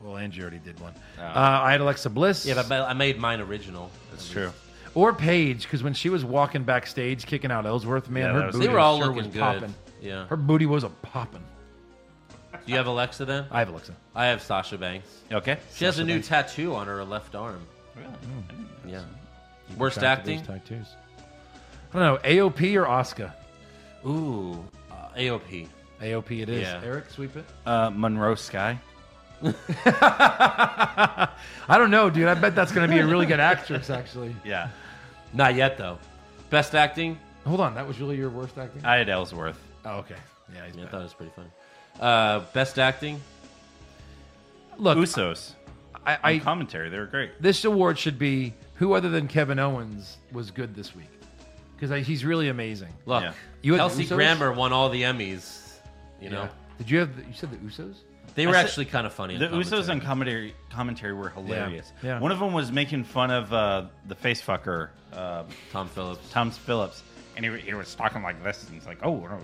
[SPEAKER 4] Well, Angie already did one.
[SPEAKER 3] Oh.
[SPEAKER 4] Uh, I had Alexa Bliss.
[SPEAKER 3] Yeah, but I made mine original.
[SPEAKER 5] That's true.
[SPEAKER 4] Or Paige, because when she was walking backstage, kicking out Ellsworth, man,
[SPEAKER 3] Yeah, that
[SPEAKER 4] her
[SPEAKER 3] was-
[SPEAKER 4] booty
[SPEAKER 3] They were all
[SPEAKER 4] sure
[SPEAKER 3] looking
[SPEAKER 4] was
[SPEAKER 3] good.
[SPEAKER 4] popping.
[SPEAKER 3] Yeah.
[SPEAKER 4] her booty was a popping.
[SPEAKER 3] Do you have Alexa then?
[SPEAKER 4] I have Alexa.
[SPEAKER 3] I have Sasha Banks.
[SPEAKER 5] Okay.
[SPEAKER 3] She has a
[SPEAKER 4] Sasha
[SPEAKER 3] new
[SPEAKER 4] Banks. Mm.
[SPEAKER 3] tattoo on her left arm.
[SPEAKER 5] Really? Oh,
[SPEAKER 3] Yeah.
[SPEAKER 4] Keep
[SPEAKER 3] Worst
[SPEAKER 4] track of those
[SPEAKER 3] acting?
[SPEAKER 4] Tattoos. I don't know. AOP or Oscar?
[SPEAKER 3] Ooh, uh, AOP.
[SPEAKER 4] AOP it is.
[SPEAKER 3] Yeah.
[SPEAKER 4] Eric, sweep it.
[SPEAKER 5] Uh, Monroe Sky.
[SPEAKER 4] I don't know, dude. I bet that's going to be a really good actress, actually.
[SPEAKER 5] Yeah.
[SPEAKER 3] Not yet though. Best acting?
[SPEAKER 4] Hold on, that was really your worst acting.
[SPEAKER 5] I had Ellsworth.
[SPEAKER 4] oh, okay. Yeah,
[SPEAKER 3] I,
[SPEAKER 4] he's
[SPEAKER 3] mean, I
[SPEAKER 4] bad.
[SPEAKER 3] thought it was pretty fun. Uh, best acting?
[SPEAKER 4] Look,
[SPEAKER 5] Usos.
[SPEAKER 4] I,
[SPEAKER 5] I,
[SPEAKER 4] I
[SPEAKER 5] commentary. They were great.
[SPEAKER 4] this award should be who other than Kevin Owens was good this week because he's really amazing.
[SPEAKER 3] Look,
[SPEAKER 5] Yeah.
[SPEAKER 4] You had the
[SPEAKER 3] Kelsey
[SPEAKER 4] Usos?
[SPEAKER 3] Grammer won all the Emmys. You know,
[SPEAKER 4] Yeah. Did you have? The, you said the Usos?
[SPEAKER 3] they were
[SPEAKER 5] I said-
[SPEAKER 3] actually kind of funny. in
[SPEAKER 5] The Usos
[SPEAKER 3] commentary.
[SPEAKER 5] and commentary commentary were hilarious.
[SPEAKER 4] Yeah.
[SPEAKER 5] One of them was making fun of uh, the face fucker, uh,
[SPEAKER 3] Tom Phillips.
[SPEAKER 5] Tom Phillips, and he, he was talking like this, and he's like, "Oh, we're- we're-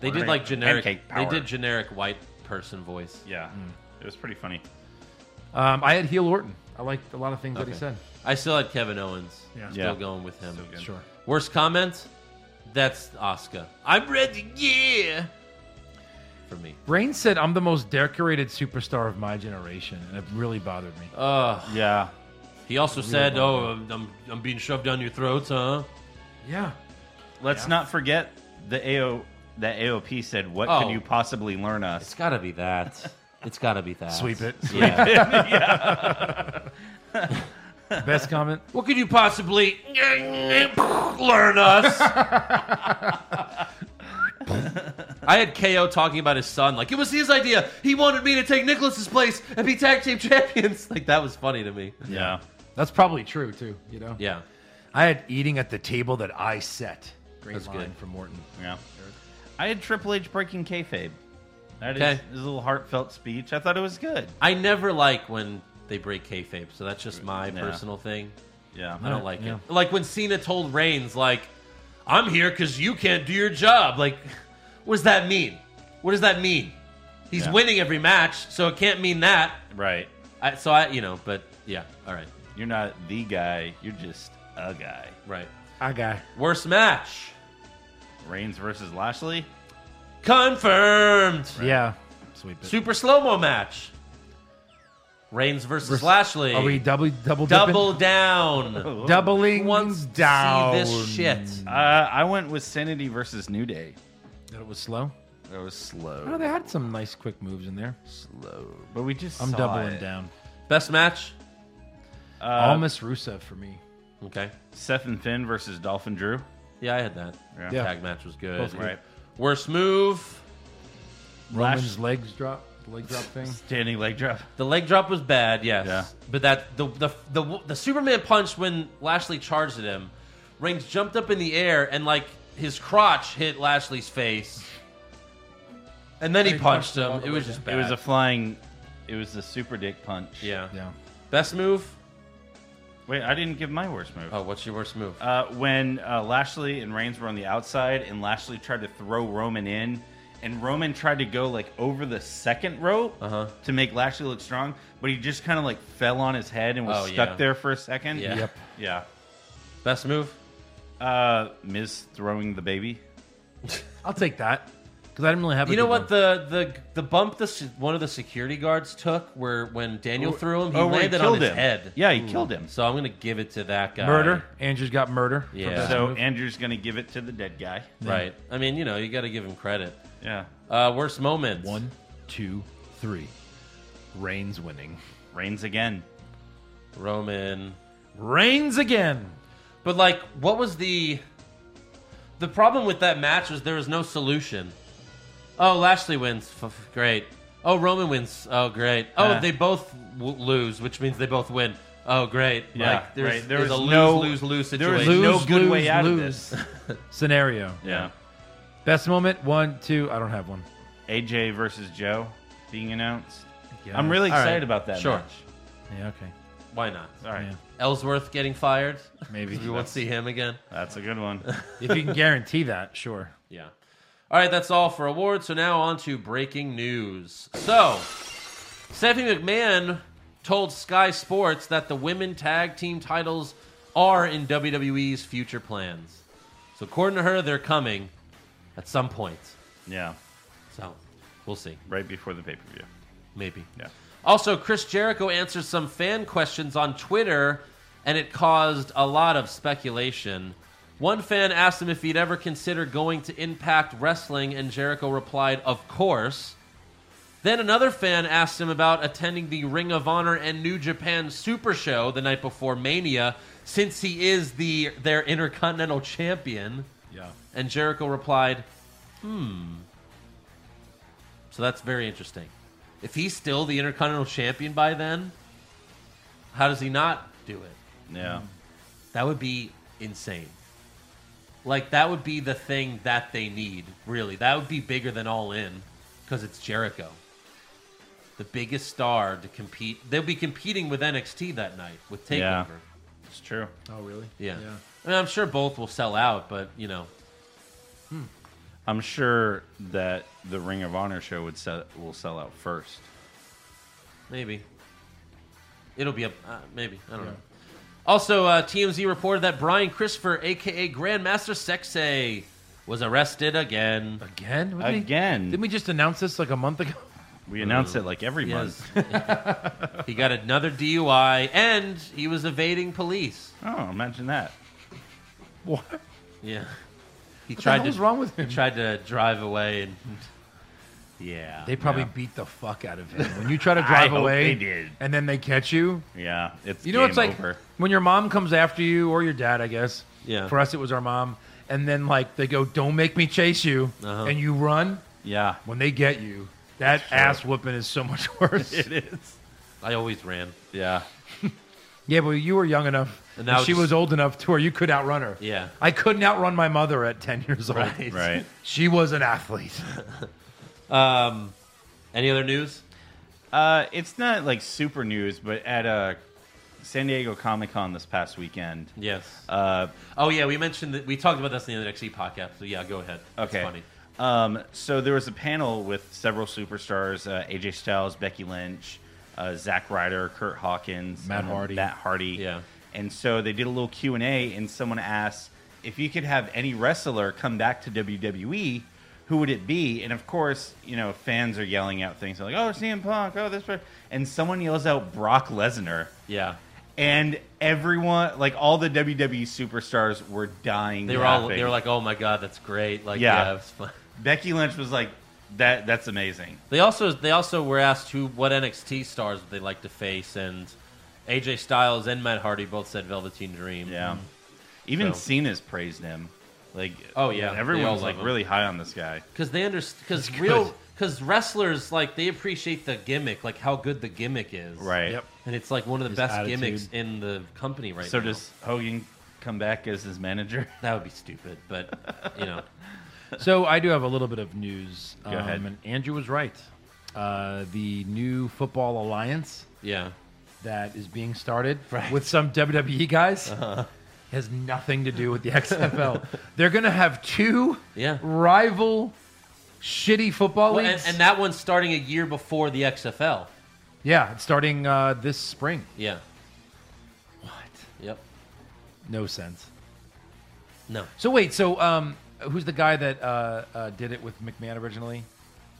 [SPEAKER 3] They
[SPEAKER 5] we're
[SPEAKER 3] did
[SPEAKER 5] gonna
[SPEAKER 3] like
[SPEAKER 5] make
[SPEAKER 3] generic.
[SPEAKER 5] pancake
[SPEAKER 3] They
[SPEAKER 5] power.
[SPEAKER 3] did generic white person voice.
[SPEAKER 5] yeah, it was pretty funny.
[SPEAKER 4] Um, I had heel Orton. I liked a lot of things that he
[SPEAKER 3] Okay.
[SPEAKER 4] said.
[SPEAKER 3] I still had Kevin Owens.
[SPEAKER 4] Yeah.
[SPEAKER 3] Still
[SPEAKER 5] Yeah.
[SPEAKER 3] going with him.
[SPEAKER 5] good.
[SPEAKER 4] Sure.
[SPEAKER 3] Worst comment? That's Oscar. I'm ready. Yeah. For me.
[SPEAKER 4] Rain said, "I'm the most decorated superstar of my generation," and it really bothered me.
[SPEAKER 3] Uh,
[SPEAKER 5] Yeah,
[SPEAKER 3] he also said, "Oh, I'm, I'm I'm being shoved down your throats, huh?"
[SPEAKER 4] yeah.
[SPEAKER 5] let's not forget the AO that AOP said. What
[SPEAKER 3] Oh.
[SPEAKER 5] could you possibly learn us?
[SPEAKER 3] It's got to be that. It's got to be that.
[SPEAKER 4] Sweep it.
[SPEAKER 5] (laughs)
[SPEAKER 3] Yeah.
[SPEAKER 4] Best comment.
[SPEAKER 3] What could you possibly learn us? I had KO talking about his son, like it was his idea. He wanted me to take Nicholas's place and be tag team (laughs) champions. Like that was funny to me.
[SPEAKER 5] Yeah,
[SPEAKER 4] That's probably true too. You know.
[SPEAKER 3] Yeah,
[SPEAKER 4] I had eating at the table that I set. Great
[SPEAKER 3] That's
[SPEAKER 4] line
[SPEAKER 3] good.
[SPEAKER 4] from Morton.
[SPEAKER 5] yeah. I had Triple H breaking kayfabe. That is
[SPEAKER 3] Okay.
[SPEAKER 5] his little heartfelt speech. I thought it was good.
[SPEAKER 3] I never like when they break kayfabe, so that's just my
[SPEAKER 5] Yeah.
[SPEAKER 3] personal thing.
[SPEAKER 5] Yeah,
[SPEAKER 3] I don't like
[SPEAKER 4] yeah.
[SPEAKER 3] it. Like when Cena told Reigns, like, "I'm here because you can't do your job." Like, what does that mean? What does that mean? He's
[SPEAKER 5] Yeah.
[SPEAKER 3] winning every match, so it can't mean that.
[SPEAKER 5] Right.
[SPEAKER 3] I, so I, you know, but yeah, all right,
[SPEAKER 5] You're not the guy. You're just a guy.
[SPEAKER 3] right.
[SPEAKER 4] I got.
[SPEAKER 3] Worst match
[SPEAKER 5] Reigns versus Lashley.
[SPEAKER 3] confirmed.
[SPEAKER 4] Yeah. Sweep it.
[SPEAKER 3] Super slow mo match. Reigns versus
[SPEAKER 4] Vers-
[SPEAKER 3] Lashley.
[SPEAKER 4] Are we double double dipping?
[SPEAKER 3] double
[SPEAKER 4] (laughs)
[SPEAKER 3] down?
[SPEAKER 4] doubling
[SPEAKER 3] Who wants
[SPEAKER 4] down?
[SPEAKER 3] to see this shit?
[SPEAKER 5] Uh, I went with Sanity versus New Day.
[SPEAKER 4] That it was slow.
[SPEAKER 5] That was
[SPEAKER 4] Oh,
[SPEAKER 5] slow,
[SPEAKER 4] they had some nice quick moves in there.
[SPEAKER 5] slow. But we just
[SPEAKER 4] I'm
[SPEAKER 5] saw
[SPEAKER 4] doubling
[SPEAKER 5] it.
[SPEAKER 4] down.
[SPEAKER 3] Best match.
[SPEAKER 5] Uh,
[SPEAKER 4] Almost Rusev for me.
[SPEAKER 3] Okay.
[SPEAKER 5] Seth and Finn versus Dolphin Drew.
[SPEAKER 3] Yeah, I had that.
[SPEAKER 5] Yeah.
[SPEAKER 4] Yeah.
[SPEAKER 3] Tag match was good.
[SPEAKER 4] Both good.
[SPEAKER 5] Right.
[SPEAKER 3] Worst move.
[SPEAKER 4] Roman's legs drop, the leg drop thing.
[SPEAKER 5] Standing leg drop.
[SPEAKER 3] The leg drop was bad, yes.
[SPEAKER 5] Yeah.
[SPEAKER 3] But that the, the the the Superman punch when Lashley charged at him, Reigns jumped up in the air and like his crotch hit Lashley's face, and then he,
[SPEAKER 4] He
[SPEAKER 3] punched,
[SPEAKER 4] punched him all
[SPEAKER 3] him.
[SPEAKER 4] the
[SPEAKER 3] It
[SPEAKER 4] way
[SPEAKER 3] was just bad.
[SPEAKER 5] It was a flying. It was a super dick punch.
[SPEAKER 3] yeah.
[SPEAKER 4] Yeah.
[SPEAKER 3] Best move.
[SPEAKER 5] Wait, I didn't give my worst move.
[SPEAKER 3] Oh, what's your worst move?
[SPEAKER 5] Uh, when uh, Lashley and Reigns were on the outside, and Lashley tried to throw Roman in, and Roman tried to go like over the second rope
[SPEAKER 3] Uh-huh.
[SPEAKER 5] to make Lashley look strong, but he just kind of like fell on his head and was
[SPEAKER 3] Oh,
[SPEAKER 5] stuck
[SPEAKER 3] yeah.
[SPEAKER 5] there for a second.
[SPEAKER 3] Yeah. Yep.
[SPEAKER 5] Yeah.
[SPEAKER 3] Best move.
[SPEAKER 5] Uh, Miz throwing the baby.
[SPEAKER 4] I'll take that because I didn't really have. A
[SPEAKER 3] You know
[SPEAKER 4] good
[SPEAKER 3] what
[SPEAKER 4] one.
[SPEAKER 3] the the the bump the se- one of the security guards took where when Daniel threw him, he
[SPEAKER 5] oh, where he
[SPEAKER 3] landed on
[SPEAKER 5] killed
[SPEAKER 3] his
[SPEAKER 5] him.
[SPEAKER 3] head.
[SPEAKER 5] Yeah, he killed him.
[SPEAKER 3] So I'm gonna give it to that guy.
[SPEAKER 4] murder? Andrew's got murder. for
[SPEAKER 3] Yeah.
[SPEAKER 4] best
[SPEAKER 5] So
[SPEAKER 4] move.
[SPEAKER 5] Andrew's gonna give it to the dead guy.
[SPEAKER 3] Right. I mean, you know, you got to give him credit.
[SPEAKER 5] Yeah.
[SPEAKER 3] Uh, worst moment.
[SPEAKER 4] one, two, three. Reigns winning.
[SPEAKER 5] Reigns again.
[SPEAKER 3] Roman.
[SPEAKER 4] Reigns again.
[SPEAKER 3] But like, what was the the problem with that match? Was there was no solution? Oh, Lashley wins. F- f- great. Oh, Roman wins. Oh, great. Oh,
[SPEAKER 5] Uh.
[SPEAKER 3] they both w- lose, which means they both win. Oh, great.
[SPEAKER 5] Yeah,
[SPEAKER 3] like, there's,
[SPEAKER 5] right. There
[SPEAKER 3] there's
[SPEAKER 5] was
[SPEAKER 3] a
[SPEAKER 5] no-
[SPEAKER 3] lose, lose, lose
[SPEAKER 5] there
[SPEAKER 3] situation.
[SPEAKER 5] was
[SPEAKER 4] Lose,
[SPEAKER 5] no good
[SPEAKER 4] lose,
[SPEAKER 5] way out
[SPEAKER 4] lose.
[SPEAKER 5] of this.
[SPEAKER 4] Scenario.
[SPEAKER 5] Yeah.
[SPEAKER 4] Best moment. One, two. I don't have one.
[SPEAKER 5] AJ versus Joe being announced.
[SPEAKER 3] Yeah.
[SPEAKER 5] I'm really
[SPEAKER 3] All right.
[SPEAKER 5] excited about that.
[SPEAKER 3] Sure.
[SPEAKER 5] match.
[SPEAKER 4] Yeah, okay.
[SPEAKER 3] Why not? All
[SPEAKER 5] right.
[SPEAKER 3] Ellsworth getting
[SPEAKER 5] (laughs)
[SPEAKER 3] fired.
[SPEAKER 4] Maybe.
[SPEAKER 3] 'Cause we won't see him again.
[SPEAKER 5] That's a
[SPEAKER 4] (laughs)
[SPEAKER 5] good one.
[SPEAKER 4] If you can guarantee that, sure.
[SPEAKER 3] Yeah. All right, that's all for awards. So now on to breaking news. So, Stephanie McMahon told Sky Sports that the women tag team titles are in WWE's future plans. So, according to her, they're coming at some point.
[SPEAKER 5] Yeah.
[SPEAKER 3] So, we'll see.
[SPEAKER 5] Right before the pay per view.
[SPEAKER 3] Maybe.
[SPEAKER 5] Yeah.
[SPEAKER 3] Also, Chris Jericho answered some fan questions on Twitter, and it caused a lot of speculation. One fan asked him if he'd ever consider going to Impact Wrestling, and Jericho replied, Of course. Then another fan asked him about attending the Ring of Honor and New Japan Super Show the night before Mania, since he is the their Intercontinental Champion.
[SPEAKER 4] Yeah.
[SPEAKER 3] And Jericho replied, "Hmm." So that's very interesting. If he's still the Intercontinental Champion by then, how does he not do it?
[SPEAKER 4] Mm.
[SPEAKER 5] Yeah.
[SPEAKER 3] That would be insane. Like that would be the thing that they need, really. That would be bigger than All In because it's Jericho. The biggest star to compete. They'll be competing with NXT that night with TakeOver.
[SPEAKER 5] Yeah. It's true.
[SPEAKER 4] Oh, really?
[SPEAKER 3] Yeah.
[SPEAKER 4] Yeah.
[SPEAKER 3] I mean, I'm sure both will sell out, but you know,
[SPEAKER 5] I'm sure that the Ring of Honor show would sell, will sell out first.
[SPEAKER 3] maybe it'll be a uh, maybe. I don't know. Also, uh, TMZ reported that Brian Christopher, aka Grandmaster Sexay, was arrested again.
[SPEAKER 4] Again? What did we-
[SPEAKER 5] Again.
[SPEAKER 4] didn't we just announce this like a month ago? (laughs)
[SPEAKER 5] We announce it like every month.
[SPEAKER 3] Yes. (laughs) he got another DUI, and he was evading police.
[SPEAKER 5] Oh, imagine that.
[SPEAKER 4] What?
[SPEAKER 3] Yeah, he
[SPEAKER 4] the
[SPEAKER 3] tried
[SPEAKER 4] hell's
[SPEAKER 3] to
[SPEAKER 4] wrong with
[SPEAKER 3] he
[SPEAKER 4] him?
[SPEAKER 3] tried to drive away, and yeah,
[SPEAKER 4] They probably
[SPEAKER 3] yeah.
[SPEAKER 4] beat the fuck out of him. When you try to
[SPEAKER 5] I
[SPEAKER 4] drive
[SPEAKER 5] hope
[SPEAKER 4] away
[SPEAKER 5] they did.
[SPEAKER 4] and then they catch you,
[SPEAKER 5] Yeah, it's
[SPEAKER 4] you know it's
[SPEAKER 5] game
[SPEAKER 4] like
[SPEAKER 5] over.
[SPEAKER 4] when your mom comes after you or your dad, I guess.
[SPEAKER 3] Yeah.
[SPEAKER 4] For us, it was our mom, and then like they go, "Don't make me chase you,"
[SPEAKER 3] Uh-huh.
[SPEAKER 4] and you run.
[SPEAKER 5] Yeah, (laughs)
[SPEAKER 4] When they get you, that ass whooping is so much (laughs) worse.
[SPEAKER 5] (laughs) it is.
[SPEAKER 3] I always ran.
[SPEAKER 5] Yeah,
[SPEAKER 4] yeah, but you were young enough,
[SPEAKER 3] And
[SPEAKER 4] and,
[SPEAKER 3] now
[SPEAKER 4] she
[SPEAKER 3] just-
[SPEAKER 4] was old enough to where you could outrun her.
[SPEAKER 3] Yeah.
[SPEAKER 4] I couldn't outrun my mother at ten years old.
[SPEAKER 3] Right.
[SPEAKER 5] right.
[SPEAKER 4] She was an athlete.
[SPEAKER 3] Um, any other news?
[SPEAKER 5] Uh, it's not like super news, but at uh, San Diego Comic Con this past weekend,
[SPEAKER 3] Yes.
[SPEAKER 5] uh,
[SPEAKER 3] oh yeah, we mentioned that we talked about this in the NXT podcast. So yeah, go ahead. It's
[SPEAKER 5] Okay.
[SPEAKER 3] funny.
[SPEAKER 5] Um, so there was a panel with several superstars: uh, AJ Styles, Becky Lynch, uh, Zack Ryder, Kurt Hawkins,
[SPEAKER 4] Matt
[SPEAKER 5] um,
[SPEAKER 4] Hardy.
[SPEAKER 5] Matt Hardy.
[SPEAKER 3] Yeah.
[SPEAKER 5] And so they did a little Q and A, and someone asked if you could have any wrestler come back to WWE, who would it be? And of course, you know, fans are yelling out things like, "Oh, CM Punk! Oh, this!" per-" And someone yells out Brock Lesnar.
[SPEAKER 3] Yeah,
[SPEAKER 5] And everyone, like all the WWE superstars, were dying.
[SPEAKER 3] they were all
[SPEAKER 5] laughing.
[SPEAKER 3] they were like, "Oh my god, that's great!" Like yeah,
[SPEAKER 5] Yeah.
[SPEAKER 3] it was fun. (laughs)
[SPEAKER 5] Becky Lynch was like, "That that's amazing."
[SPEAKER 3] They also they also were asked who what NXT stars would they like to face, and AJ Styles and Matt Hardy both said Velveteen Dream.
[SPEAKER 5] Yeah. Mm-hmm. Even
[SPEAKER 3] So-
[SPEAKER 5] Cena's praised him. Like
[SPEAKER 3] Oh, yeah. They all
[SPEAKER 5] everyone's
[SPEAKER 3] love
[SPEAKER 5] like
[SPEAKER 3] him.
[SPEAKER 5] really high on this guy.
[SPEAKER 3] because they understand because real because wrestlers like they appreciate the gimmick, like how good the gimmick is,
[SPEAKER 5] Right.
[SPEAKER 4] Yep.
[SPEAKER 3] And it's like one of the
[SPEAKER 4] His
[SPEAKER 3] best
[SPEAKER 4] attitude.
[SPEAKER 3] gimmicks in the company right
[SPEAKER 5] So
[SPEAKER 3] now.
[SPEAKER 5] does Hogan come back as his
[SPEAKER 3] (laughs)
[SPEAKER 5] manager?
[SPEAKER 3] that would be stupid,
[SPEAKER 5] (laughs)
[SPEAKER 3] but you know,
[SPEAKER 4] So I do have a little bit of news. Um,
[SPEAKER 5] Go ahead.
[SPEAKER 4] And Andrew was right. Uh, the new football alliance
[SPEAKER 3] yeah.
[SPEAKER 4] that is being started
[SPEAKER 3] (laughs) Right. Uh-huh.
[SPEAKER 4] with some WWE guys has nothing to do with the (laughs) XFL. They're going to have two
[SPEAKER 3] Yeah.
[SPEAKER 4] rival shitty football
[SPEAKER 3] Well, and,
[SPEAKER 4] leagues.
[SPEAKER 3] and that one's starting a year before the XFL.
[SPEAKER 4] yeah, it's starting uh, this spring.
[SPEAKER 3] Yeah.
[SPEAKER 4] What?
[SPEAKER 3] Yep.
[SPEAKER 4] No sense.
[SPEAKER 3] No.
[SPEAKER 4] So wait, so um, who's the guy that uh, uh, did it with McMahon originally?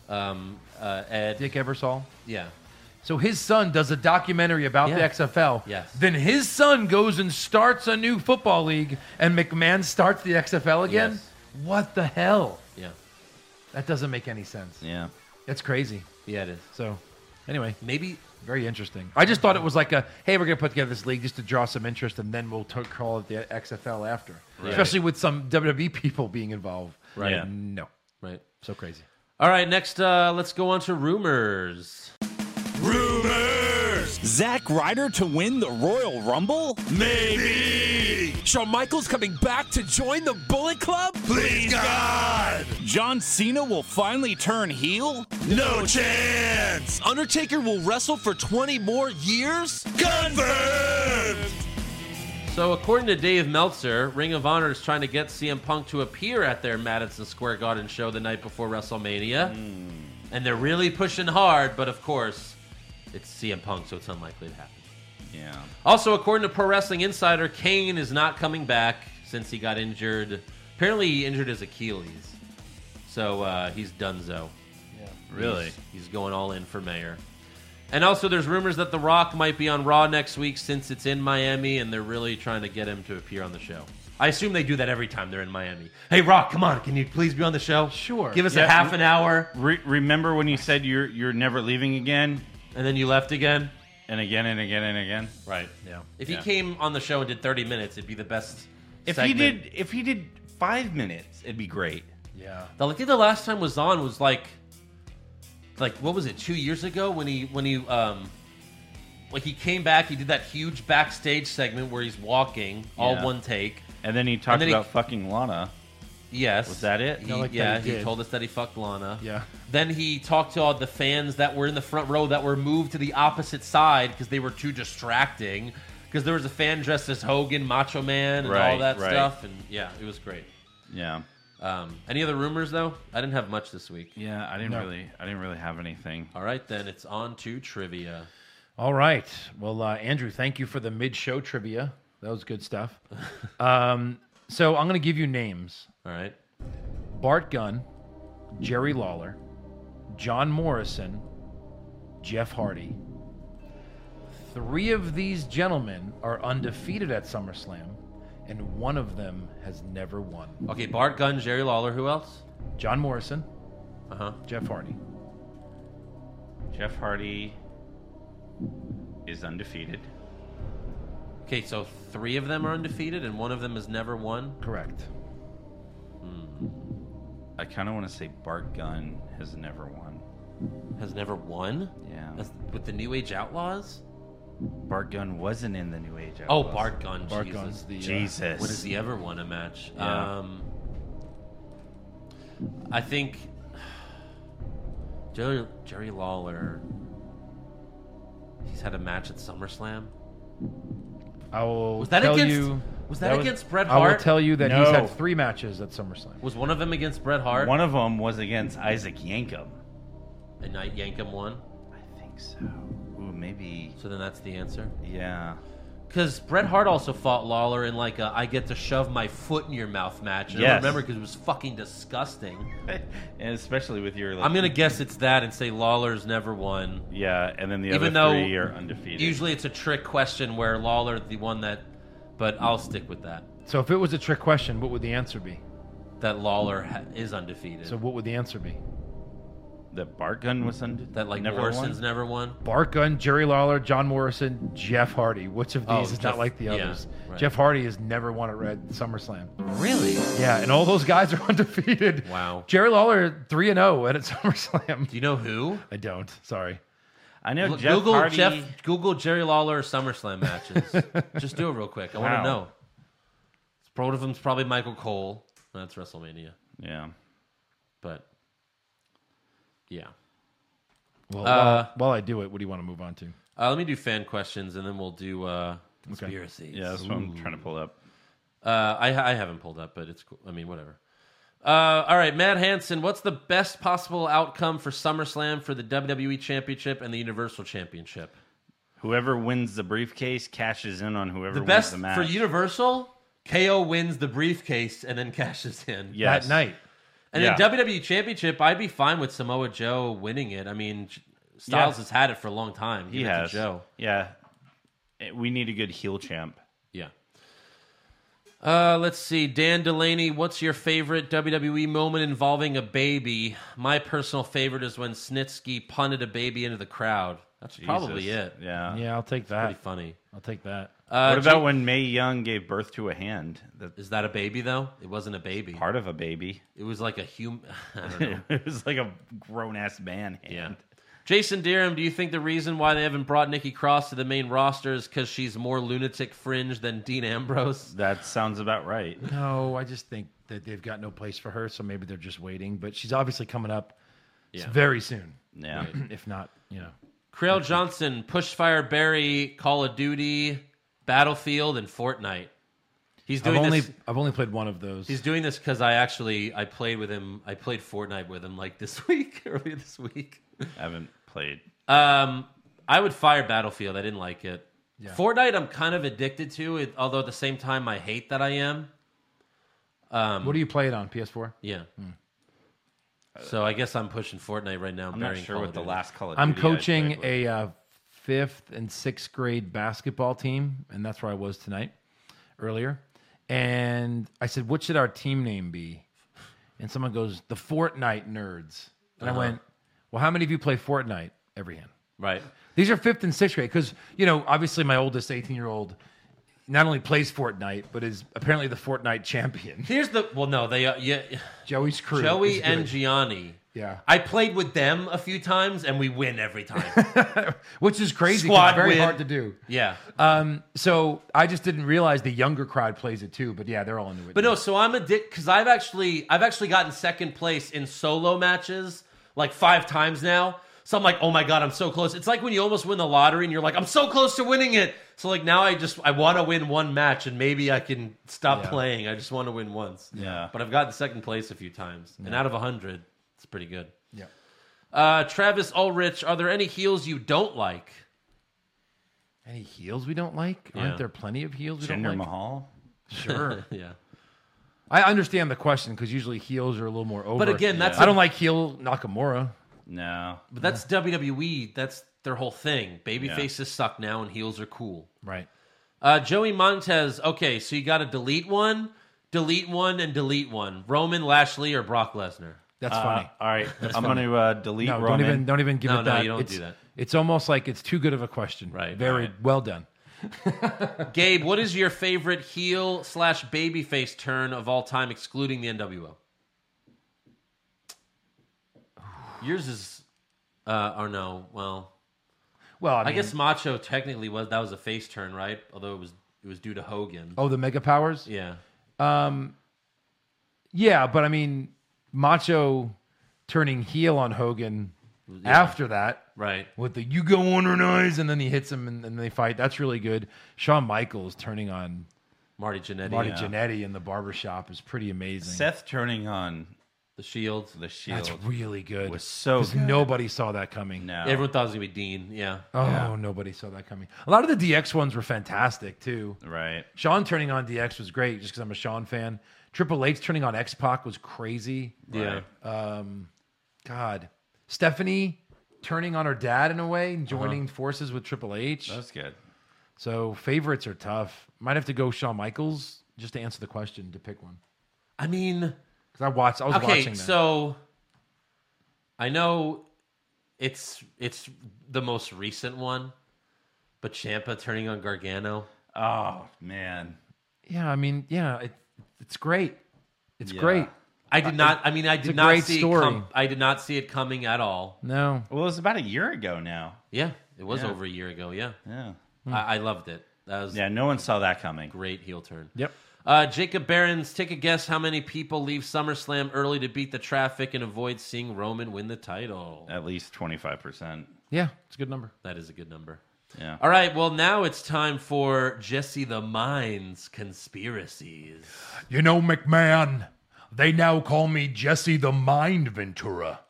[SPEAKER 3] Um, uh, Ed.
[SPEAKER 4] Dick Ebersol?
[SPEAKER 3] Yeah.
[SPEAKER 4] So his son does a documentary about
[SPEAKER 3] Yeah.
[SPEAKER 4] the XFL.
[SPEAKER 3] Yes.
[SPEAKER 4] Then his son goes and starts a new football league, and McMahon starts the XFL again.
[SPEAKER 3] Yes.
[SPEAKER 4] What the hell?
[SPEAKER 3] Yeah.
[SPEAKER 4] That doesn't make any sense.
[SPEAKER 5] Yeah.
[SPEAKER 4] That's crazy.
[SPEAKER 3] Yeah. It is.
[SPEAKER 4] So, anyway,
[SPEAKER 3] Maybe
[SPEAKER 4] very interesting. I just thought it was like a hey, we're gonna put together this league just to draw some interest, and then we'll t- call it the XFL after.
[SPEAKER 3] Right.
[SPEAKER 4] Especially with some WWE people being involved.
[SPEAKER 3] Right.
[SPEAKER 5] Yeah.
[SPEAKER 4] No.
[SPEAKER 3] right.
[SPEAKER 4] So crazy.
[SPEAKER 3] All right, next, uh, let's go on to rumors.
[SPEAKER 14] Zack Ryder to win the Royal Rumble? Maybe. Shawn Michaels coming back to join the Bullet Club? Please, God. John Cena will finally turn heel? No chance! Undertaker will wrestle for 20 more years? Confirmed!
[SPEAKER 3] So, according to Dave Meltzer, Ring of Honor is trying to get CM Punk to appear at their Madison Square Garden show the night before WrestleMania. And they're really pushing hard, but of course, it's CM Punk, so it's unlikely to happen.
[SPEAKER 5] Yeah.
[SPEAKER 3] Also, according to Pro Wrestling Insider, Kane is not coming back since he got injured. Apparently, he injured his Achilles. So uh, he's donezo. Yeah.
[SPEAKER 5] Really?
[SPEAKER 3] He's, he's going all in for mayor. And also, there's rumors that The Rock might be on Raw next week since it's in Miami, and they're really trying to get him to appear on the show. I assume they do that every time they're in Miami. Hey, Rock, come on. Can you please be on the show?
[SPEAKER 4] Sure.
[SPEAKER 3] Give us
[SPEAKER 5] Yeah.
[SPEAKER 3] a half an hour.
[SPEAKER 5] Re- remember when you said you're you're never leaving again,
[SPEAKER 3] and then you left again,
[SPEAKER 5] and again and again and again.
[SPEAKER 3] Right. Yeah. If he
[SPEAKER 5] Yeah.
[SPEAKER 3] came on the show and did 30 minutes, it'd be the best.
[SPEAKER 5] If
[SPEAKER 3] segment.
[SPEAKER 5] he did, if he did five minutes, it'd be great.
[SPEAKER 4] Yeah.
[SPEAKER 3] The, I think the last time was on was like, like what was it? Two years ago when he when he um, like he came back. He did that huge backstage segment where he's walking all
[SPEAKER 5] Yeah.
[SPEAKER 3] one take.
[SPEAKER 5] And then he talked
[SPEAKER 3] then he-
[SPEAKER 5] about fucking Lana.
[SPEAKER 3] Yes.
[SPEAKER 5] Was that it?
[SPEAKER 3] He,
[SPEAKER 5] I like that
[SPEAKER 3] yeah,
[SPEAKER 5] he
[SPEAKER 3] he,
[SPEAKER 5] did.
[SPEAKER 3] told us that he fucked Lana.
[SPEAKER 4] Yeah.
[SPEAKER 3] Then he talked to all the fans that were in the front row that were moved to the opposite side because they were too distracting. Because there was a fan dressed as Hogan, Macho Man, and all
[SPEAKER 5] Right,
[SPEAKER 3] that
[SPEAKER 5] right.
[SPEAKER 3] stuff. And yeah, it was great.
[SPEAKER 5] Yeah.
[SPEAKER 3] Um, any other rumors though? I didn't have much this week.
[SPEAKER 5] Yeah, I didn't
[SPEAKER 3] No.
[SPEAKER 5] really, I didn't really have anything.
[SPEAKER 3] All right, then it's on to trivia.
[SPEAKER 4] All right. Well, uh, Andrew, thank you for the mid-show trivia. That was
[SPEAKER 3] (laughs)
[SPEAKER 4] good stuff. um, so I'm going to give you names.
[SPEAKER 3] All right.
[SPEAKER 4] Bart Gunn, Jerry Lawler, John Morrison, Jeff Hardy. Three of these gentlemen are undefeated at SummerSlam, and one of them has never won.
[SPEAKER 3] Okay, Bart Gunn, Jerry Lawler. Who else?
[SPEAKER 4] John Morrison,
[SPEAKER 3] Uh huh.
[SPEAKER 4] Jeff Hardy.
[SPEAKER 5] Jeff Hardy is undefeated.
[SPEAKER 3] Okay, so three of them are undefeated, and one of them has never won.
[SPEAKER 4] Correct.
[SPEAKER 5] I kind of want to say Bart Gunn has never won.
[SPEAKER 3] Has never won.
[SPEAKER 5] Yeah.
[SPEAKER 3] That's with the New Age Outlaws.
[SPEAKER 5] Bart Gunn wasn't in the New Age.
[SPEAKER 3] Oh,
[SPEAKER 5] Outlaws.
[SPEAKER 3] Bart Gunn.
[SPEAKER 4] Bart
[SPEAKER 3] Jesus.
[SPEAKER 4] Gunn's the, uh,
[SPEAKER 5] Jesus.
[SPEAKER 3] When has he ever won a match?
[SPEAKER 5] Yeah.
[SPEAKER 3] Um, I think (sighs) Jerry, Jerry Lawler. He's had a match at SummerSlam.
[SPEAKER 4] I will
[SPEAKER 3] Was that
[SPEAKER 4] tell
[SPEAKER 3] against-
[SPEAKER 4] you.
[SPEAKER 3] was that against Bret
[SPEAKER 4] I will
[SPEAKER 3] Hart?
[SPEAKER 4] tell you that
[SPEAKER 5] No.
[SPEAKER 4] he's had three matches at SummerSlam.
[SPEAKER 3] Was one of them against Bret Hart?
[SPEAKER 5] One of them was against Isaac Yankum.
[SPEAKER 3] And Night Yankum won.
[SPEAKER 5] I think so. Ooh, maybe.
[SPEAKER 3] So then that's the answer.
[SPEAKER 5] Yeah. (laughs)
[SPEAKER 3] Because Bret Hart also fought Lawler in like a I get to shove my foot in your mouth match. And I
[SPEAKER 5] Yes.
[SPEAKER 3] remember because it was fucking disgusting.
[SPEAKER 5] and especially with your. Like,
[SPEAKER 3] I'm gonna guess it's that and say Lawler's never won.
[SPEAKER 5] Yeah, and then the
[SPEAKER 3] Even
[SPEAKER 5] other
[SPEAKER 3] though
[SPEAKER 5] three are undefeated.
[SPEAKER 3] Usually it's a trick question where Lawler the one that, but I'll stick with that.
[SPEAKER 4] So if it was a trick question, what would the answer be?
[SPEAKER 3] That Lawler ha- is undefeated.
[SPEAKER 4] So what would the answer be?
[SPEAKER 5] that Bart Gunn was undefeated.
[SPEAKER 3] that like
[SPEAKER 5] never
[SPEAKER 3] Morrison's
[SPEAKER 5] won?
[SPEAKER 3] never won.
[SPEAKER 4] Bart Gunn, Jerry Lawler, John Morrison, Jeff Hardy. Which of these
[SPEAKER 3] Oh,
[SPEAKER 4] is
[SPEAKER 3] Jeff-
[SPEAKER 4] not like the
[SPEAKER 3] yeah,
[SPEAKER 4] others?
[SPEAKER 3] right.
[SPEAKER 4] Jeff Hardy has never won a red SummerSlam.
[SPEAKER 3] Really?
[SPEAKER 4] Yeah, and all those guys are (laughs) undefeated.
[SPEAKER 3] Wow.
[SPEAKER 4] Jerry Lawler three and zero at (laughs) SummerSlam.
[SPEAKER 3] Do you know who?
[SPEAKER 4] I don't. Sorry.
[SPEAKER 5] I know
[SPEAKER 3] Look,
[SPEAKER 5] Jeff
[SPEAKER 3] Google
[SPEAKER 5] Hardy.
[SPEAKER 3] Jeff Google Jerry Lawler SummerSlam
[SPEAKER 5] (laughs)
[SPEAKER 3] matches. Just do it real quick. I want
[SPEAKER 5] Wow.
[SPEAKER 3] to know. One of them's probably Michael Cole. That's WrestleMania,
[SPEAKER 5] Yeah.
[SPEAKER 3] but yeah.
[SPEAKER 4] Well,
[SPEAKER 3] Uh,
[SPEAKER 4] while, while I do it, what do you want to move on to?
[SPEAKER 3] Uh, let me do fan questions and then we'll do uh, conspiracies.
[SPEAKER 5] Yeah, that's what I'm trying to pull up.
[SPEAKER 3] Uh, I, I haven't pulled up, but it's cool. I mean, whatever. Uh, all right, Matt Hansen, what's the best possible outcome for SummerSlam for the WWE Championship and the Universal Championship?
[SPEAKER 5] Whoever wins the briefcase cashes in on whoever
[SPEAKER 3] The
[SPEAKER 5] wins
[SPEAKER 3] best
[SPEAKER 5] the match.
[SPEAKER 3] for Universal, KO wins the briefcase and then (laughs) cashes in.
[SPEAKER 5] Yes.
[SPEAKER 4] That night.
[SPEAKER 3] And
[SPEAKER 5] Yeah.
[SPEAKER 3] in WWE E Championship, I'd be fine with Samoa Joe winning it. I mean, J- Styles
[SPEAKER 5] Yeah.
[SPEAKER 3] has had it for a long time.
[SPEAKER 5] He
[SPEAKER 3] Give it to
[SPEAKER 5] has.
[SPEAKER 3] Joe.
[SPEAKER 5] Yeah. Eh, We need a good heel champ.
[SPEAKER 3] Yeah. Uh, let's see. Dan Delaney, what's your favorite WWE moment involving a baby? My personal favorite is when Snitsky punted a baby into the crowd. That's probably
[SPEAKER 5] Jesus.
[SPEAKER 3] it.
[SPEAKER 5] Yeah.
[SPEAKER 4] Yeah, I'll take that.
[SPEAKER 3] Pretty funny.
[SPEAKER 4] I'll take that.
[SPEAKER 3] Uh,
[SPEAKER 5] what about
[SPEAKER 3] Jake-
[SPEAKER 5] when May Young gave birth to a hand? That's
[SPEAKER 3] Is that a baby though? It wasn't a baby.
[SPEAKER 5] part of a baby. (laughs)
[SPEAKER 3] It was like a human. (laughs) I don't know.
[SPEAKER 5] it was like a grown ass man
[SPEAKER 3] Yeah.
[SPEAKER 5] hand.
[SPEAKER 3] Jason Derham, do you think the reason why they haven't brought Nikki Cross to the main roster is because she's more lunatic fringe than Dean Ambrose?
[SPEAKER 5] That sounds about right.
[SPEAKER 4] No, I just think that they've got no place for her, so maybe they're just waiting. But she's obviously coming up s-
[SPEAKER 3] Yeah.
[SPEAKER 4] very soon.
[SPEAKER 3] Yeah.
[SPEAKER 4] (clears throat) if not, you know.
[SPEAKER 3] Crail Johnson, Pushfire Barry, Call of Duty, Battlefield, and Fortnite. He's doing
[SPEAKER 4] I've only
[SPEAKER 3] this.
[SPEAKER 4] I've only played one of those.
[SPEAKER 3] He's doing this because I actually I played with him. I played Fortnite with him like (laughs) this week earlier this week.
[SPEAKER 5] I haven't played.
[SPEAKER 3] Um, I would fire Battlefield. I didn't like it.
[SPEAKER 5] Yeah.
[SPEAKER 3] Fortnite, I'm kind of addicted to it. Although at the same time, I hate that I am. Um,
[SPEAKER 4] what do you play it on? PS4.
[SPEAKER 3] Yeah.
[SPEAKER 4] Hmm.
[SPEAKER 3] So I guess I'm pushing Fortnite right now.
[SPEAKER 5] I'm not
[SPEAKER 3] burying
[SPEAKER 5] sure
[SPEAKER 3] Call
[SPEAKER 5] what
[SPEAKER 3] of
[SPEAKER 5] the
[SPEAKER 3] Duty.
[SPEAKER 5] last Call of
[SPEAKER 4] I'm coaching a uh, fifth and sixth grade basketball team, and that's where I was tonight earlier. And I said, "What should our team name be?" And someone goes, "The Fortnite Nerds." And I
[SPEAKER 3] Uh-huh.
[SPEAKER 4] went, "Well, how many of you play Fortnite?" Every hand.
[SPEAKER 3] Right.
[SPEAKER 4] These are fifth and sixth grade because you know, obviously, my oldest 18 year old not only plays Fortnite but is apparently the Fortnite champion. (laughs)
[SPEAKER 3] Here's the well, no, they uh, yeah.
[SPEAKER 4] Joey's crew. is
[SPEAKER 3] Joey
[SPEAKER 4] good.
[SPEAKER 3] and Gianni.
[SPEAKER 4] Yeah.
[SPEAKER 3] I played with them a few times and we win every time.
[SPEAKER 4] which is crazy. 'cause
[SPEAKER 3] Squad
[SPEAKER 4] it's very
[SPEAKER 3] win.
[SPEAKER 4] hard to do.
[SPEAKER 3] Yeah.
[SPEAKER 4] Um, so I just didn't realize the younger crowd plays it too, but yeah, they're all into it.
[SPEAKER 3] But no, so I'm a dick because I've actually I've actually gotten second place in solo matches like five times now. So I'm like, oh my god, I'm so close. It's like when you almost win the lottery and you're like, I'm so close to winning it. So like now I just I want to win one match and maybe I can stop
[SPEAKER 5] Yeah.
[SPEAKER 3] playing. I just want to win once.
[SPEAKER 5] Yeah.
[SPEAKER 3] But I've gotten second place a few times, and
[SPEAKER 5] Yeah.
[SPEAKER 3] out of hundred, it's pretty good.
[SPEAKER 4] Yeah.
[SPEAKER 3] Uh, Travis Ulrich, are there any heels you don't like?
[SPEAKER 4] Any heels we don't like? Aren't
[SPEAKER 3] Yeah.
[SPEAKER 4] there plenty of heels we
[SPEAKER 5] Jinder
[SPEAKER 4] don't like?
[SPEAKER 5] Mahal?
[SPEAKER 3] (laughs)
[SPEAKER 4] Sure.
[SPEAKER 3] yeah.
[SPEAKER 4] I understand the question because usually heels are a little more over.
[SPEAKER 3] But again, that's
[SPEAKER 4] I don't like heel Nakamura.
[SPEAKER 5] No.
[SPEAKER 3] But that's WWE. That's their whole thing. Baby
[SPEAKER 4] Yeah.
[SPEAKER 3] faces suck now, and heels are cool.
[SPEAKER 4] Right.
[SPEAKER 3] Uh, Joey Montez. Okay, so you got to delete one, delete one, and delete one. Roman Lashley or Brock Lesnar.
[SPEAKER 4] That's funny.
[SPEAKER 5] Uh, All right,
[SPEAKER 4] That's
[SPEAKER 5] I'm
[SPEAKER 4] funny.
[SPEAKER 5] going to uh, delete
[SPEAKER 4] No,
[SPEAKER 5] Roman.
[SPEAKER 4] don't even don't even give
[SPEAKER 3] Uh, No,
[SPEAKER 4] it
[SPEAKER 3] no,
[SPEAKER 4] that.
[SPEAKER 3] you don't
[SPEAKER 4] it's,
[SPEAKER 3] do that.
[SPEAKER 4] It's almost like it's too good of a question. Right. Very well done.
[SPEAKER 3] Gabe, what is your favorite heel slash babyface turn of all time, excluding the NWO? Yours is, uh, or no? Well,
[SPEAKER 4] Well, I
[SPEAKER 3] I,
[SPEAKER 4] mean-
[SPEAKER 3] guess Macho technically was that was a face turn, right? Although it was it was due to Hogan.
[SPEAKER 4] Oh, the mega powers.
[SPEAKER 3] Yeah.
[SPEAKER 4] Um, yeah, but I mean, Macho turning heel on Hogan after that,
[SPEAKER 3] Right.
[SPEAKER 4] With the "you go on or noise," and then he hits him, and, and they fight. That's really good. Shawn Michaels turning on
[SPEAKER 3] Marty Jannetty.
[SPEAKER 4] Marty
[SPEAKER 5] Yeah.
[SPEAKER 4] Jannetty in the barbershop is pretty amazing.
[SPEAKER 5] Seth turning on
[SPEAKER 3] the Shield.
[SPEAKER 5] The Shield.
[SPEAKER 4] That's really good.
[SPEAKER 5] Was so
[SPEAKER 4] 'Cause
[SPEAKER 5] good.
[SPEAKER 4] nobody saw that coming.
[SPEAKER 5] No.
[SPEAKER 3] Everyone thought it was gonna be Dean. Yeah.
[SPEAKER 4] Oh, nobody saw that coming. A lot of the DX ones were fantastic too.
[SPEAKER 5] Right.
[SPEAKER 4] Sean turning on DX was great just because I'm a Sean fan. Triple H turning on X Pac was crazy.
[SPEAKER 3] Yeah.
[SPEAKER 4] Um, God. Stephanie turning on her dad in a way and joining forces with Triple H.
[SPEAKER 5] Uh-huh. That's good.
[SPEAKER 4] So favorites are tough. Might have to go Shawn Michaels just to answer the question to pick one.
[SPEAKER 3] I mean, because
[SPEAKER 4] I watched. I was
[SPEAKER 3] okay,
[SPEAKER 4] watching. That.
[SPEAKER 3] so I know it's it's the most recent one, but Champa turning on Gargano.
[SPEAKER 5] Oh man,
[SPEAKER 4] yeah, I mean, yeah, it, it's great. It's
[SPEAKER 3] Yeah.
[SPEAKER 4] great.
[SPEAKER 3] I did not. I mean, I
[SPEAKER 4] Uh, It's
[SPEAKER 3] did
[SPEAKER 4] a
[SPEAKER 3] not
[SPEAKER 4] great
[SPEAKER 3] see.
[SPEAKER 4] story.
[SPEAKER 3] It come, I did not see it coming at all.
[SPEAKER 4] No.
[SPEAKER 5] Well, it was about a year ago now.
[SPEAKER 3] Yeah, it was
[SPEAKER 5] Yeah.
[SPEAKER 3] over a year ago. Yeah,
[SPEAKER 5] Yeah.
[SPEAKER 4] Hmm.
[SPEAKER 3] I, I loved it. That was
[SPEAKER 5] Yeah, no one saw that coming.
[SPEAKER 3] Great heel turn.
[SPEAKER 4] Yep.
[SPEAKER 3] Uh, Jacob Barons, take a guess how many people leave SummerSlam early to beat the traffic and avoid seeing Roman win the title.
[SPEAKER 5] At least twenty five percent.
[SPEAKER 4] Yeah, it's a good number.
[SPEAKER 3] That is a good number.
[SPEAKER 5] Yeah.
[SPEAKER 3] All right. Well, now it's time for Jesse the Mind's conspiracies. (laughs)
[SPEAKER 4] You know, McMahon, they now call me Jesse the Mind Ventura.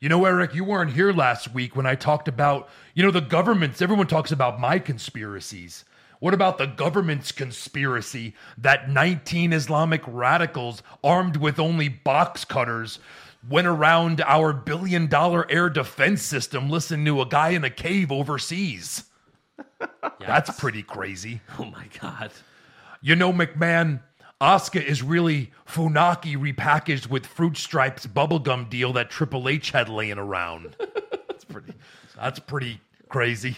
[SPEAKER 4] You know, Eric, you weren't here last week when I talked about, you know, the government's. Everyone talks about my conspiracies. What about the government's conspiracy that 19 Islamic radicals armed with only box cutters went around our billion dollar air defense system listening to a guy in a cave overseas? That's pretty crazy.
[SPEAKER 3] Oh my God.
[SPEAKER 4] You know, McMahon, Oscar is really Funaki repackaged with Fruit Stripes bubblegum deal that Triple H had laying around. that's pretty that's pretty crazy.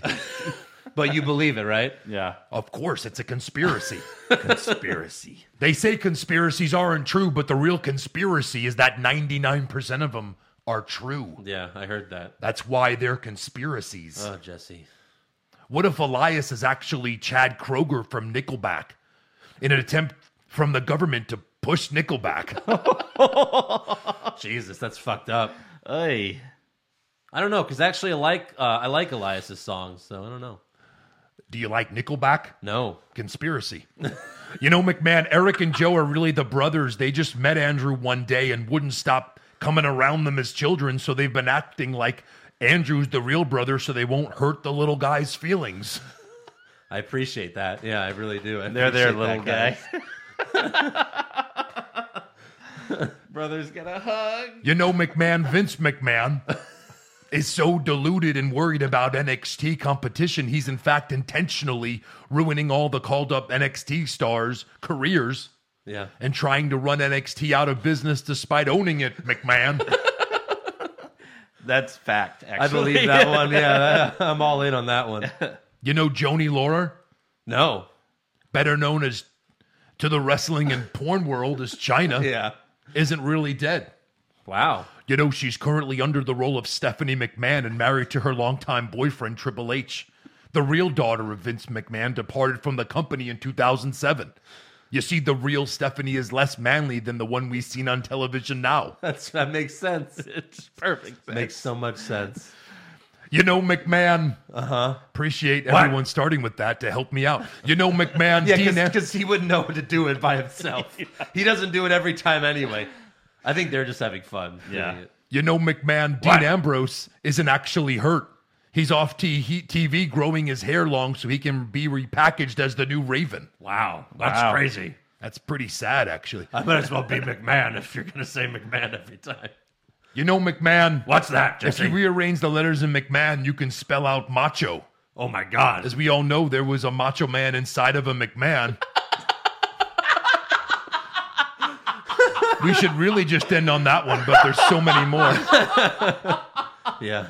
[SPEAKER 3] But you believe it, right?
[SPEAKER 5] Yeah.
[SPEAKER 4] Of course, it's a conspiracy. (laughs)
[SPEAKER 5] Conspiracy.
[SPEAKER 4] They say conspiracies aren't true, but the real conspiracy is that 99% of them are true.
[SPEAKER 3] (laughs) Yeah, I heard that.
[SPEAKER 4] That's why they're conspiracies.
[SPEAKER 3] Oh, Jesse.
[SPEAKER 4] What if Elias is actually Chad Kroger from Nickelback in an attempt from the government to push Nickelback.
[SPEAKER 3] Jesus, that's fucked up.
[SPEAKER 5] Hey,
[SPEAKER 3] I don't know because actually, I like uh, I like Elias's songs, so I don't know.
[SPEAKER 4] Do you like Nickelback?
[SPEAKER 3] No
[SPEAKER 4] Conspiracy. you know, McMahon, Eric and Joe are really the brothers. They just met Andrew one day and wouldn't stop coming around them as children, so they've been acting like Andrew's the real brother, so they won't hurt the little guy's feelings.
[SPEAKER 3] I appreciate that. Yeah, I really do. I
[SPEAKER 5] They're there,
[SPEAKER 3] appreciate
[SPEAKER 5] little guy.
[SPEAKER 3] that,
[SPEAKER 5] Brothers get a hug.
[SPEAKER 4] You know, McMahon, Vince McMahon is so deluded and worried about NXT competition, he's in fact intentionally ruining all the called up NXT stars' careers
[SPEAKER 3] (laughs) Yeah.
[SPEAKER 4] and trying to run NXT out of business despite owning it, McMahon.
[SPEAKER 5] That's fact. Actually.
[SPEAKER 3] I believe that one. Yeah, that- (laughs) I'm all in on that (laughs) one.
[SPEAKER 4] You know Joni Laura?
[SPEAKER 3] No.
[SPEAKER 4] Better known as to the wrestling and porn world as
[SPEAKER 3] (laughs)
[SPEAKER 4] China.
[SPEAKER 3] Yeah.
[SPEAKER 4] Isn't really dead.
[SPEAKER 3] Wow.
[SPEAKER 4] You know, she's currently under the role of Stephanie McMahon and married to her longtime boyfriend, Triple H. The real daughter of Vince McMahon departed from the company in 2007. You see, the real Stephanie is less manly than the one we've seen on
[SPEAKER 3] (laughs)
[SPEAKER 4] television now.
[SPEAKER 3] That's that makes sense. (laughs) It's
[SPEAKER 5] perfect.
[SPEAKER 3] Makes so much sense.
[SPEAKER 4] You know, McMahon. Uh
[SPEAKER 3] Uh-huh.
[SPEAKER 4] huh. Appreciate everyone starting with that to help me out. You know,
[SPEAKER 3] (laughs)
[SPEAKER 4] McMahon.
[SPEAKER 3] Yeah,
[SPEAKER 4] Dean An-
[SPEAKER 3] because he wouldn't know what to do it by
[SPEAKER 4] (laughs)
[SPEAKER 3] himself. He doesn't do it every time anyway. I think they're just having fun. doing
[SPEAKER 5] Yeah.
[SPEAKER 3] it.
[SPEAKER 4] You know, McMahon, Dean Ambrose isn't actually hurt. He's off t- he- TV growing his hair long so he can be repackaged as the new Raven.
[SPEAKER 3] Wow.
[SPEAKER 4] That's
[SPEAKER 3] Wow.
[SPEAKER 4] crazy. That's pretty sad, actually.
[SPEAKER 3] I might as well be McMahon if you're going to say McMahon every time.
[SPEAKER 4] You know, McMahon.
[SPEAKER 3] What's that,
[SPEAKER 4] If
[SPEAKER 3] Jesse?
[SPEAKER 4] you rearrange the letters in McMahon, you can spell out macho.
[SPEAKER 3] Oh my God.
[SPEAKER 4] As we all know, there was a macho man inside of
[SPEAKER 3] (laughs)
[SPEAKER 4] a McMahon. we should really just end on that one, but there's so many more.
[SPEAKER 3] Yeah.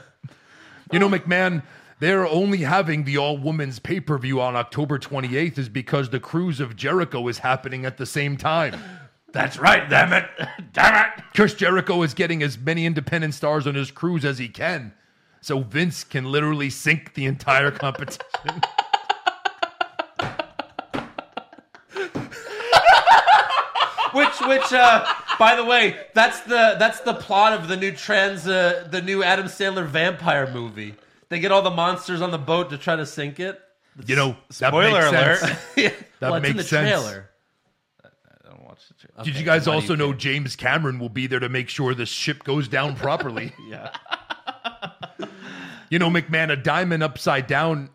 [SPEAKER 4] You know, McMahon, they're only having the all women's pay per view on October 28th is because the cruise of Jericho is happening at the same time.
[SPEAKER 3] That's right, damn it. Damn it.
[SPEAKER 4] Chris Jericho is getting as many independent stars on his cruise as he can. So Vince can literally sink the entire competition.
[SPEAKER 3] Which, which, uh, by the way, that's the that's the plot of the new trans, uh, the new Adam Sandler vampire movie. They get all the monsters on the boat to try to sink it.
[SPEAKER 4] you know, that
[SPEAKER 5] Spoiler
[SPEAKER 4] makes
[SPEAKER 5] alert.
[SPEAKER 4] sense.
[SPEAKER 3] yeah.
[SPEAKER 4] That
[SPEAKER 3] well, it's in the
[SPEAKER 4] makes sense.
[SPEAKER 3] trailer.
[SPEAKER 5] (laughs) I don't watch the trailer.
[SPEAKER 4] Did you guys
[SPEAKER 3] why do you
[SPEAKER 4] also know James Cameron will be there to make sure the ship goes down properly?
[SPEAKER 5] Yeah.
[SPEAKER 4] You know, McMahon, a diamond upside down.